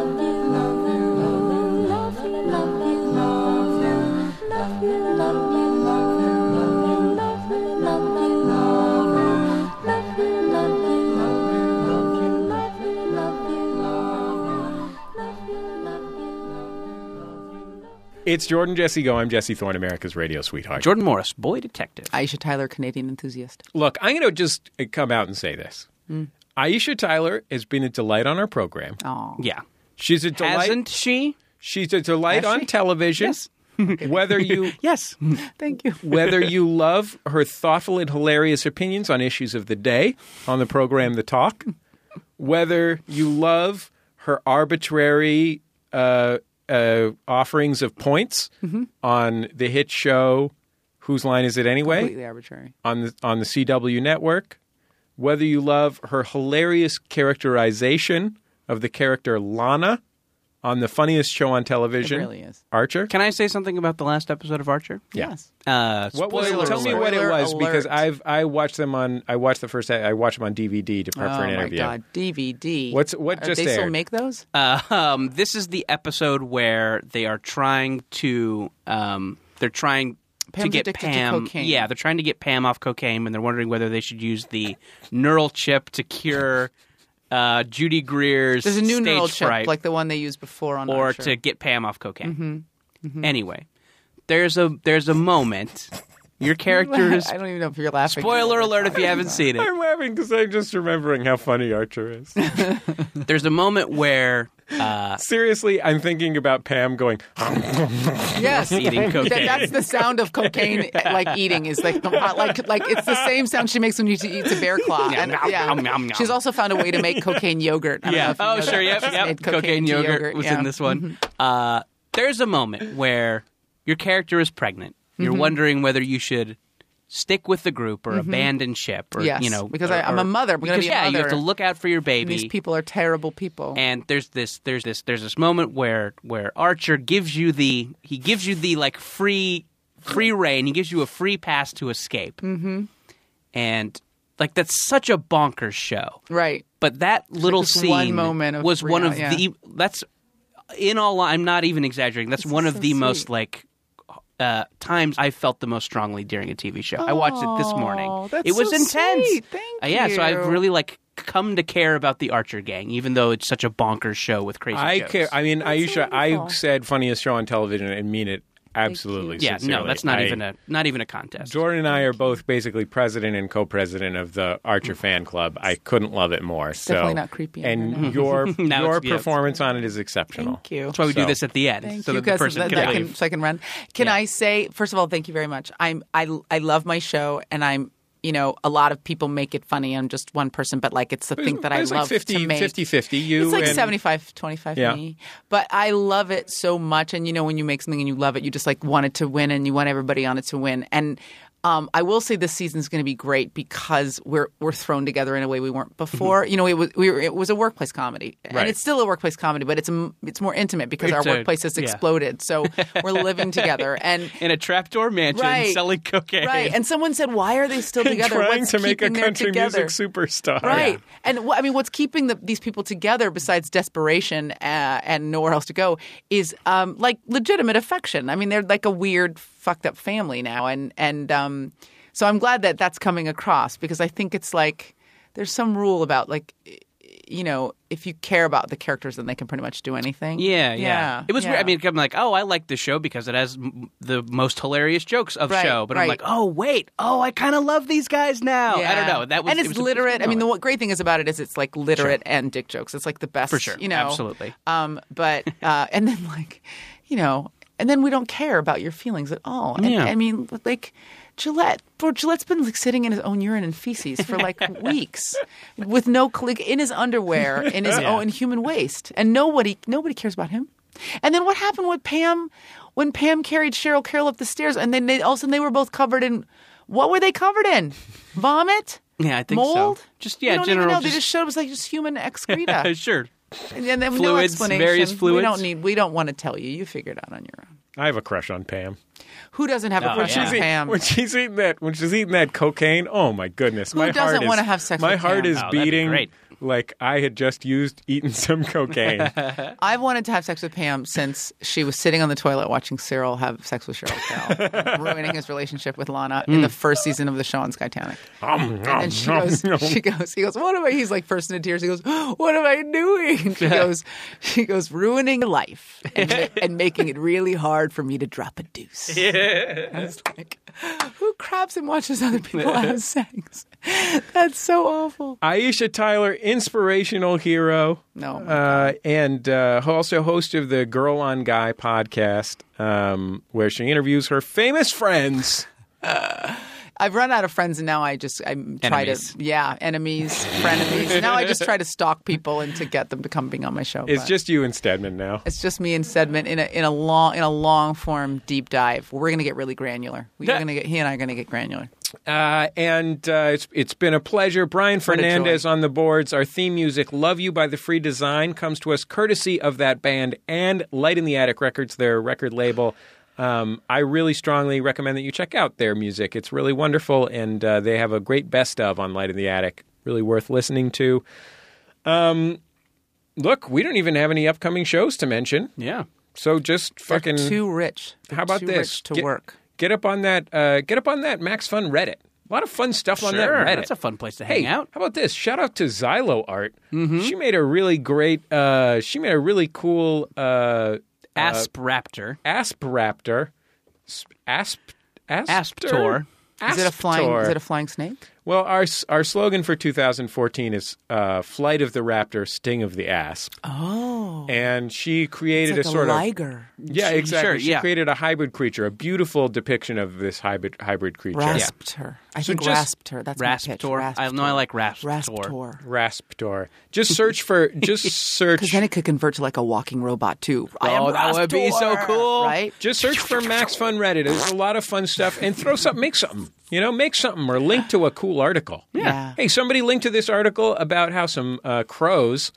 Speaker 2: It's Jordan Jesse Go. I'm Jesse Thorne, America's radio sweetheart.
Speaker 3: Jordan Morris, boy detective.
Speaker 4: Aisha Tyler, Canadian enthusiast.
Speaker 2: Look, I'm going to just uh, come out and say this.
Speaker 3: Hmm.
Speaker 2: Aisha Tyler has been a delight on our program.
Speaker 4: Oh,
Speaker 3: yeah.
Speaker 2: She's a delight.
Speaker 3: Hasn't she?
Speaker 2: She's a delight
Speaker 3: Has
Speaker 2: on
Speaker 3: she?
Speaker 2: television.
Speaker 3: Yes.
Speaker 2: whether you
Speaker 3: Yes.
Speaker 4: thank you.
Speaker 2: whether you love her thoughtful and hilarious opinions on issues of the day on the program The Talk, whether you love her arbitrary uh, uh, offerings of points
Speaker 3: Mm-hmm.
Speaker 2: on the hit show Whose Line Is It Anyway?
Speaker 4: Completely arbitrary.
Speaker 2: on the on the CW network. Whether you love her hilarious characterization of the character Lana on the funniest show on television,
Speaker 4: It really is.
Speaker 2: Archer.
Speaker 3: Can I say something about the last episode of Archer?
Speaker 2: Yeah.
Speaker 4: Yes.
Speaker 3: Uh,
Speaker 2: What was
Speaker 4: Spoiler
Speaker 2: tell me
Speaker 4: alert.
Speaker 2: what it was
Speaker 4: Spoiler
Speaker 2: because
Speaker 4: alert.
Speaker 2: I've I watched them on I watched the first I watched them on DVD to prep
Speaker 4: oh
Speaker 2: for an
Speaker 4: my
Speaker 2: interview.
Speaker 4: god, DVD.
Speaker 2: What's- what
Speaker 4: Are
Speaker 2: just
Speaker 4: they still
Speaker 2: aired?
Speaker 4: make those?
Speaker 3: Uh, um, this is the episode where they are trying to. Um, they're trying to
Speaker 4: Pam's
Speaker 3: get
Speaker 4: addicted to
Speaker 3: Pam.
Speaker 4: cocaine.
Speaker 3: Yeah, they're trying to get Pam off cocaine, and they're wondering whether they should use the neural chip to cure uh, Judy Greer's
Speaker 4: There's a new
Speaker 3: stage
Speaker 4: neural chip,
Speaker 3: fright,
Speaker 4: like the one they used before on
Speaker 3: or
Speaker 4: Archer.
Speaker 3: to get Pam off cocaine.
Speaker 4: Mm-hmm.
Speaker 3: Anyway, there's a there's a moment. Your character is.
Speaker 4: I don't even know if you're laughing.
Speaker 3: Spoiler alert! If you haven't seen it,
Speaker 2: I'm laughing because I'm just remembering how funny Archer is.
Speaker 3: there's a moment where uh,
Speaker 2: Seriously, I'm thinking about Pam going.
Speaker 4: Yes.
Speaker 3: eating cocaine.
Speaker 4: That, that's the sound of cocaine, like eating, is like like like it's the same sound she makes when you eat a bear claw. And,
Speaker 3: Nom,
Speaker 4: yeah.
Speaker 3: nom, nom, nom.
Speaker 4: She's also found a way to make cocaine yogurt. I don't know
Speaker 3: Yeah.
Speaker 4: if you
Speaker 3: Oh,
Speaker 4: know
Speaker 3: sure.
Speaker 4: that.
Speaker 3: Yep.
Speaker 4: She's
Speaker 3: Yep.
Speaker 4: made
Speaker 3: Cocaine,
Speaker 4: into
Speaker 3: yogurt, was
Speaker 4: yeah. Mm-hmm.
Speaker 3: in this one. Uh, there's a moment where your character is pregnant. You're
Speaker 4: Mm-hmm.
Speaker 3: wondering whether you should stick with the group or abandon ship, or
Speaker 4: Yes,
Speaker 3: you know,
Speaker 4: because
Speaker 3: or-
Speaker 4: I- I'm a
Speaker 3: or-
Speaker 4: mother. I'm gonna
Speaker 3: because
Speaker 4: be a
Speaker 3: yeah, you have
Speaker 4: mother.
Speaker 3: to look out for your
Speaker 4: And
Speaker 3: baby.
Speaker 4: These people are terrible people.
Speaker 3: And there's this, there's this, there's this moment where where Archer gives you the he gives you the like free free reign. He gives you a free pass to escape. Mm-hmm. And Like that's such a bonkers show.
Speaker 4: Right.
Speaker 3: But that little
Speaker 4: just
Speaker 3: scene
Speaker 4: one moment of
Speaker 3: was one of
Speaker 4: reality, yeah.
Speaker 3: the that's in all I'm not even exaggerating. That's one of the most like uh, times I felt the most strongly during a TV show. I watched it this morning.
Speaker 4: that's
Speaker 3: it was
Speaker 4: so
Speaker 3: intense.
Speaker 4: sweet. Thank
Speaker 3: Uh, yeah, so I've
Speaker 4: you.
Speaker 3: really like come to care about the Archer gang, even though it's such a bonkers show with crazy
Speaker 2: I
Speaker 3: jokes.
Speaker 2: care. I mean, Ayesha, I said funniest show on television and mean it absolutely.
Speaker 3: yeah, no,
Speaker 2: sincerely.
Speaker 3: that's not
Speaker 2: I-
Speaker 3: even a not even a contest.
Speaker 2: Jordan and I are both basically president and co-president of the Archer fan club. I couldn't love it more. so
Speaker 4: Mm. definitely not creepy. I
Speaker 2: And your your
Speaker 3: Now it's- yeah, it's-
Speaker 2: performance on it is exceptional.
Speaker 4: Thank you.
Speaker 3: That's why we
Speaker 2: So-
Speaker 3: do this at the end,
Speaker 4: Thank
Speaker 3: so
Speaker 4: you,
Speaker 3: that the
Speaker 4: guys,
Speaker 3: person
Speaker 4: that-
Speaker 3: can
Speaker 4: that I
Speaker 3: leave.
Speaker 4: so I can run. Can I say first of all, thank you very much. I'm I I love my show, and I'm you know a lot of people make it funny. I'm just one person, but like it's the thing that I
Speaker 2: It's like
Speaker 4: love
Speaker 2: 50,
Speaker 4: to make.
Speaker 2: 50-50, you
Speaker 4: it's like
Speaker 2: and-
Speaker 4: 75, 25
Speaker 2: Yeah.
Speaker 4: me. But I love it so much, and you know when you make something and you love it, you just like want it to win, and you want everybody on it to win, and. Um, I will say this season's going to be great because we're we're thrown together in a way we weren't before. You know, it was we were, it was a workplace comedy,
Speaker 2: Right.
Speaker 4: and it's still a workplace comedy, but it's a, it's more intimate because
Speaker 3: It's
Speaker 4: our
Speaker 3: a-
Speaker 4: workplace has
Speaker 3: yeah.
Speaker 4: exploded. So we're living together, and
Speaker 3: in a trapdoor mansion
Speaker 4: Right.
Speaker 3: selling cocaine.
Speaker 4: right. And someone said, "Why are they still together?
Speaker 2: Trying
Speaker 4: What's
Speaker 2: to make a
Speaker 4: keeping them
Speaker 2: country
Speaker 4: together?
Speaker 2: music superstar.
Speaker 3: Oh,
Speaker 4: Right. And wh- I mean, what's keeping the, these people together besides desperation uh, and nowhere else to go is um, like legitimate affection. I mean, they're like a weird, fucked up family now, and and um, so I'm glad that that's coming across because I think it's like there's some rule about like. y- You know, if you care about the characters, then they can pretty much do anything.
Speaker 3: Yeah, yeah, It was weird. I
Speaker 4: yeah.
Speaker 3: mean, I'm like, oh, I like this show because it has m- the most hilarious jokes of
Speaker 4: Right,
Speaker 3: show. But I'm
Speaker 4: right.
Speaker 3: like, oh, wait, oh, I kind of love these guys now. I don't
Speaker 4: Yeah.
Speaker 3: know. That was
Speaker 4: and
Speaker 3: it
Speaker 4: it's
Speaker 3: was a-
Speaker 4: literate. I mean, the what- great thing is about it is it's like literate and dick jokes. It's like the best
Speaker 3: For sure.
Speaker 4: You know,
Speaker 3: Absolutely.
Speaker 4: Um, but uh, and then like, you know, and then we don't care about your feelings at all. And,
Speaker 3: Yeah.
Speaker 4: I mean, like. Gillette, bro, Gillette's been like sitting in his own urine and feces for like weeks, with no click in his underwear, in his own Oh, human waste, and nobody nobody cares about him. And then what happened with Pam when Pam carried Cheryl Carroll up the stairs, and then they, all of a sudden they were both covered in what were they covered in? Vomit?
Speaker 3: Yeah, I think so.
Speaker 4: mold.
Speaker 3: Just, yeah,
Speaker 4: we don't
Speaker 3: general,
Speaker 4: Even know. They
Speaker 3: just-
Speaker 4: just showed it was like just human
Speaker 3: Uh,
Speaker 4: excreta,
Speaker 3: sure.
Speaker 4: and then there was no
Speaker 3: Fluids,
Speaker 4: explanation.
Speaker 3: various
Speaker 4: We
Speaker 3: fluids.
Speaker 4: don't need. We don't want to tell you. You figure it out on your own.
Speaker 2: I have a crush on Pam.
Speaker 4: Who doesn't have a
Speaker 3: Oh,
Speaker 4: crush
Speaker 3: yeah.
Speaker 4: on
Speaker 2: She's eat-
Speaker 4: Pam?
Speaker 2: When she's eating that, when she's eating that cocaine, oh my goodness, my
Speaker 4: doesn't
Speaker 2: heart is.
Speaker 4: wanna have sex
Speaker 2: my
Speaker 4: with
Speaker 2: heart
Speaker 4: Pam?
Speaker 2: is
Speaker 3: Oh, that'd be
Speaker 2: beating
Speaker 3: great.
Speaker 2: like I had just used eaten some cocaine.
Speaker 4: I've wanted to have sex with Pam since she was sitting on the toilet watching Cyril have sex with Cheryl Carroll, ruining his relationship with Lana
Speaker 3: Hmm.
Speaker 4: in the first season of the show on Skytanic. and
Speaker 2: Oh,
Speaker 4: she goes, she goes, he goes, what am I? He's like first into tears. He goes, what am I doing? She goes, she goes, ruining life and, ma- and making it really hard for me to drop a deuce. I was like, who craps and watches other people have sex? That's so awful.
Speaker 2: Aisha Tyler, inspirational hero.
Speaker 4: No, my
Speaker 2: Uh, and uh, also host of the Girl on Guy podcast, um, where she interviews her famous friends.
Speaker 4: I've run out of friends, and now I just I try
Speaker 3: Enemies.
Speaker 4: to yeah enemies, frenemies. now I just try to stalk people and to get them to come being on my show.
Speaker 2: It's
Speaker 4: but
Speaker 2: just you and Stedman now.
Speaker 4: it's just me and Sedman in a in a long in a long form deep dive. We're gonna get really granular. We're
Speaker 2: Yeah.
Speaker 4: gonna get he and I are gonna get granular.
Speaker 2: Uh, and uh, it's it's been a pleasure. Brian
Speaker 4: a
Speaker 2: Fernandez on the boards. Our theme music, "Love You" by The Free Design, comes to us courtesy of that band and Light in the Attic Records, their record label. Um, I really strongly recommend that you check out their music. It's really wonderful, and uh, they have a great best of on Light in the Attic. Really worth listening to. Um, look, we don't even have any upcoming shows to mention,
Speaker 3: Yeah.
Speaker 2: so just
Speaker 4: They're
Speaker 2: fucking
Speaker 4: too rich. They're
Speaker 2: how about
Speaker 4: too
Speaker 2: this
Speaker 4: rich to
Speaker 2: Get-
Speaker 4: work?
Speaker 2: Get up on that. Uh, get up on that Max Fun Reddit. A lot of fun stuff on that
Speaker 3: Sure,
Speaker 2: Reddit.
Speaker 3: that's a fun place to
Speaker 2: Hey,
Speaker 3: hang out.
Speaker 2: how about this? Shout out to Xylo Art.
Speaker 4: Mm-hmm.
Speaker 2: She made a really great. Uh, she made a really cool uh,
Speaker 3: Asp Raptor.
Speaker 2: asp raptor. Sp- Asp. Asptor?
Speaker 3: Asptor.
Speaker 4: Is it a flying?
Speaker 2: Asptor.
Speaker 4: Is it a flying snake?
Speaker 2: well, our s- our slogan for 2014 is uh, "Flight of the Raptor, Sting of the Asp,"
Speaker 4: Oh,
Speaker 2: and she created
Speaker 4: it's
Speaker 2: a
Speaker 4: like
Speaker 2: sort
Speaker 4: a
Speaker 2: of
Speaker 4: liger.
Speaker 2: yeah, exactly.
Speaker 3: sure,
Speaker 2: she
Speaker 3: yeah.
Speaker 2: created a hybrid creature, a beautiful depiction of this hybrid hybrid creature.
Speaker 4: Rasped her. I think
Speaker 2: just-
Speaker 4: rasped her. That's my pitch.
Speaker 3: Rasptor. I know I like Rasptor.
Speaker 4: Rasptor.
Speaker 2: Rasptor. Just search for just search
Speaker 4: Because then it could convert to like a walking robot too. I am
Speaker 3: Oh, that would be so
Speaker 4: Rastor,
Speaker 3: cool.
Speaker 4: right?
Speaker 2: just search for Max Fun Reddit. There's a lot of fun stuff and throw something make something. You know, make something or link to a cool article.
Speaker 4: Yeah.
Speaker 2: Hey, somebody linked to this article about how some uh, crows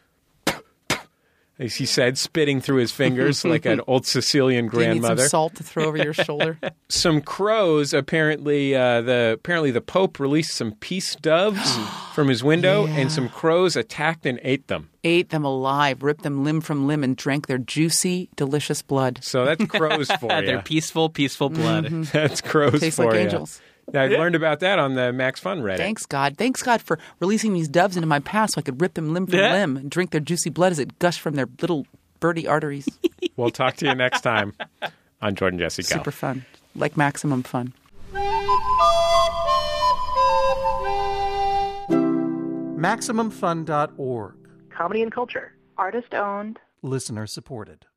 Speaker 2: as he said, spitting through his fingers like an old Sicilian
Speaker 4: Do you need
Speaker 2: grandmother.
Speaker 4: some salt to throw over your shoulder?
Speaker 2: some crows apparently uh, the apparently the pope released some peace doves from his window and some crows attacked and ate them
Speaker 4: Ate them alive, ripped them limb from limb, and drank their juicy, delicious blood.
Speaker 2: so that's crows for
Speaker 3: They're
Speaker 2: you
Speaker 3: peaceful, peaceful blood.
Speaker 4: Mm-hmm.
Speaker 2: that's crows
Speaker 4: Tastes
Speaker 2: for
Speaker 4: like
Speaker 2: you
Speaker 4: angels.
Speaker 2: i learned about that on the max fun reddit
Speaker 4: Thanks God. Thanks God for releasing these doves into my path so I could rip them limb from
Speaker 3: Yeah.
Speaker 4: limb and drink their juicy blood as it gushed from their little birdie arteries.
Speaker 2: we'll talk to you next time on jordan jesse go
Speaker 4: Super fun. Like maximum fun.
Speaker 10: MaximumFun.org.
Speaker 11: Comedy and culture. Artist owned.
Speaker 10: Listener supported.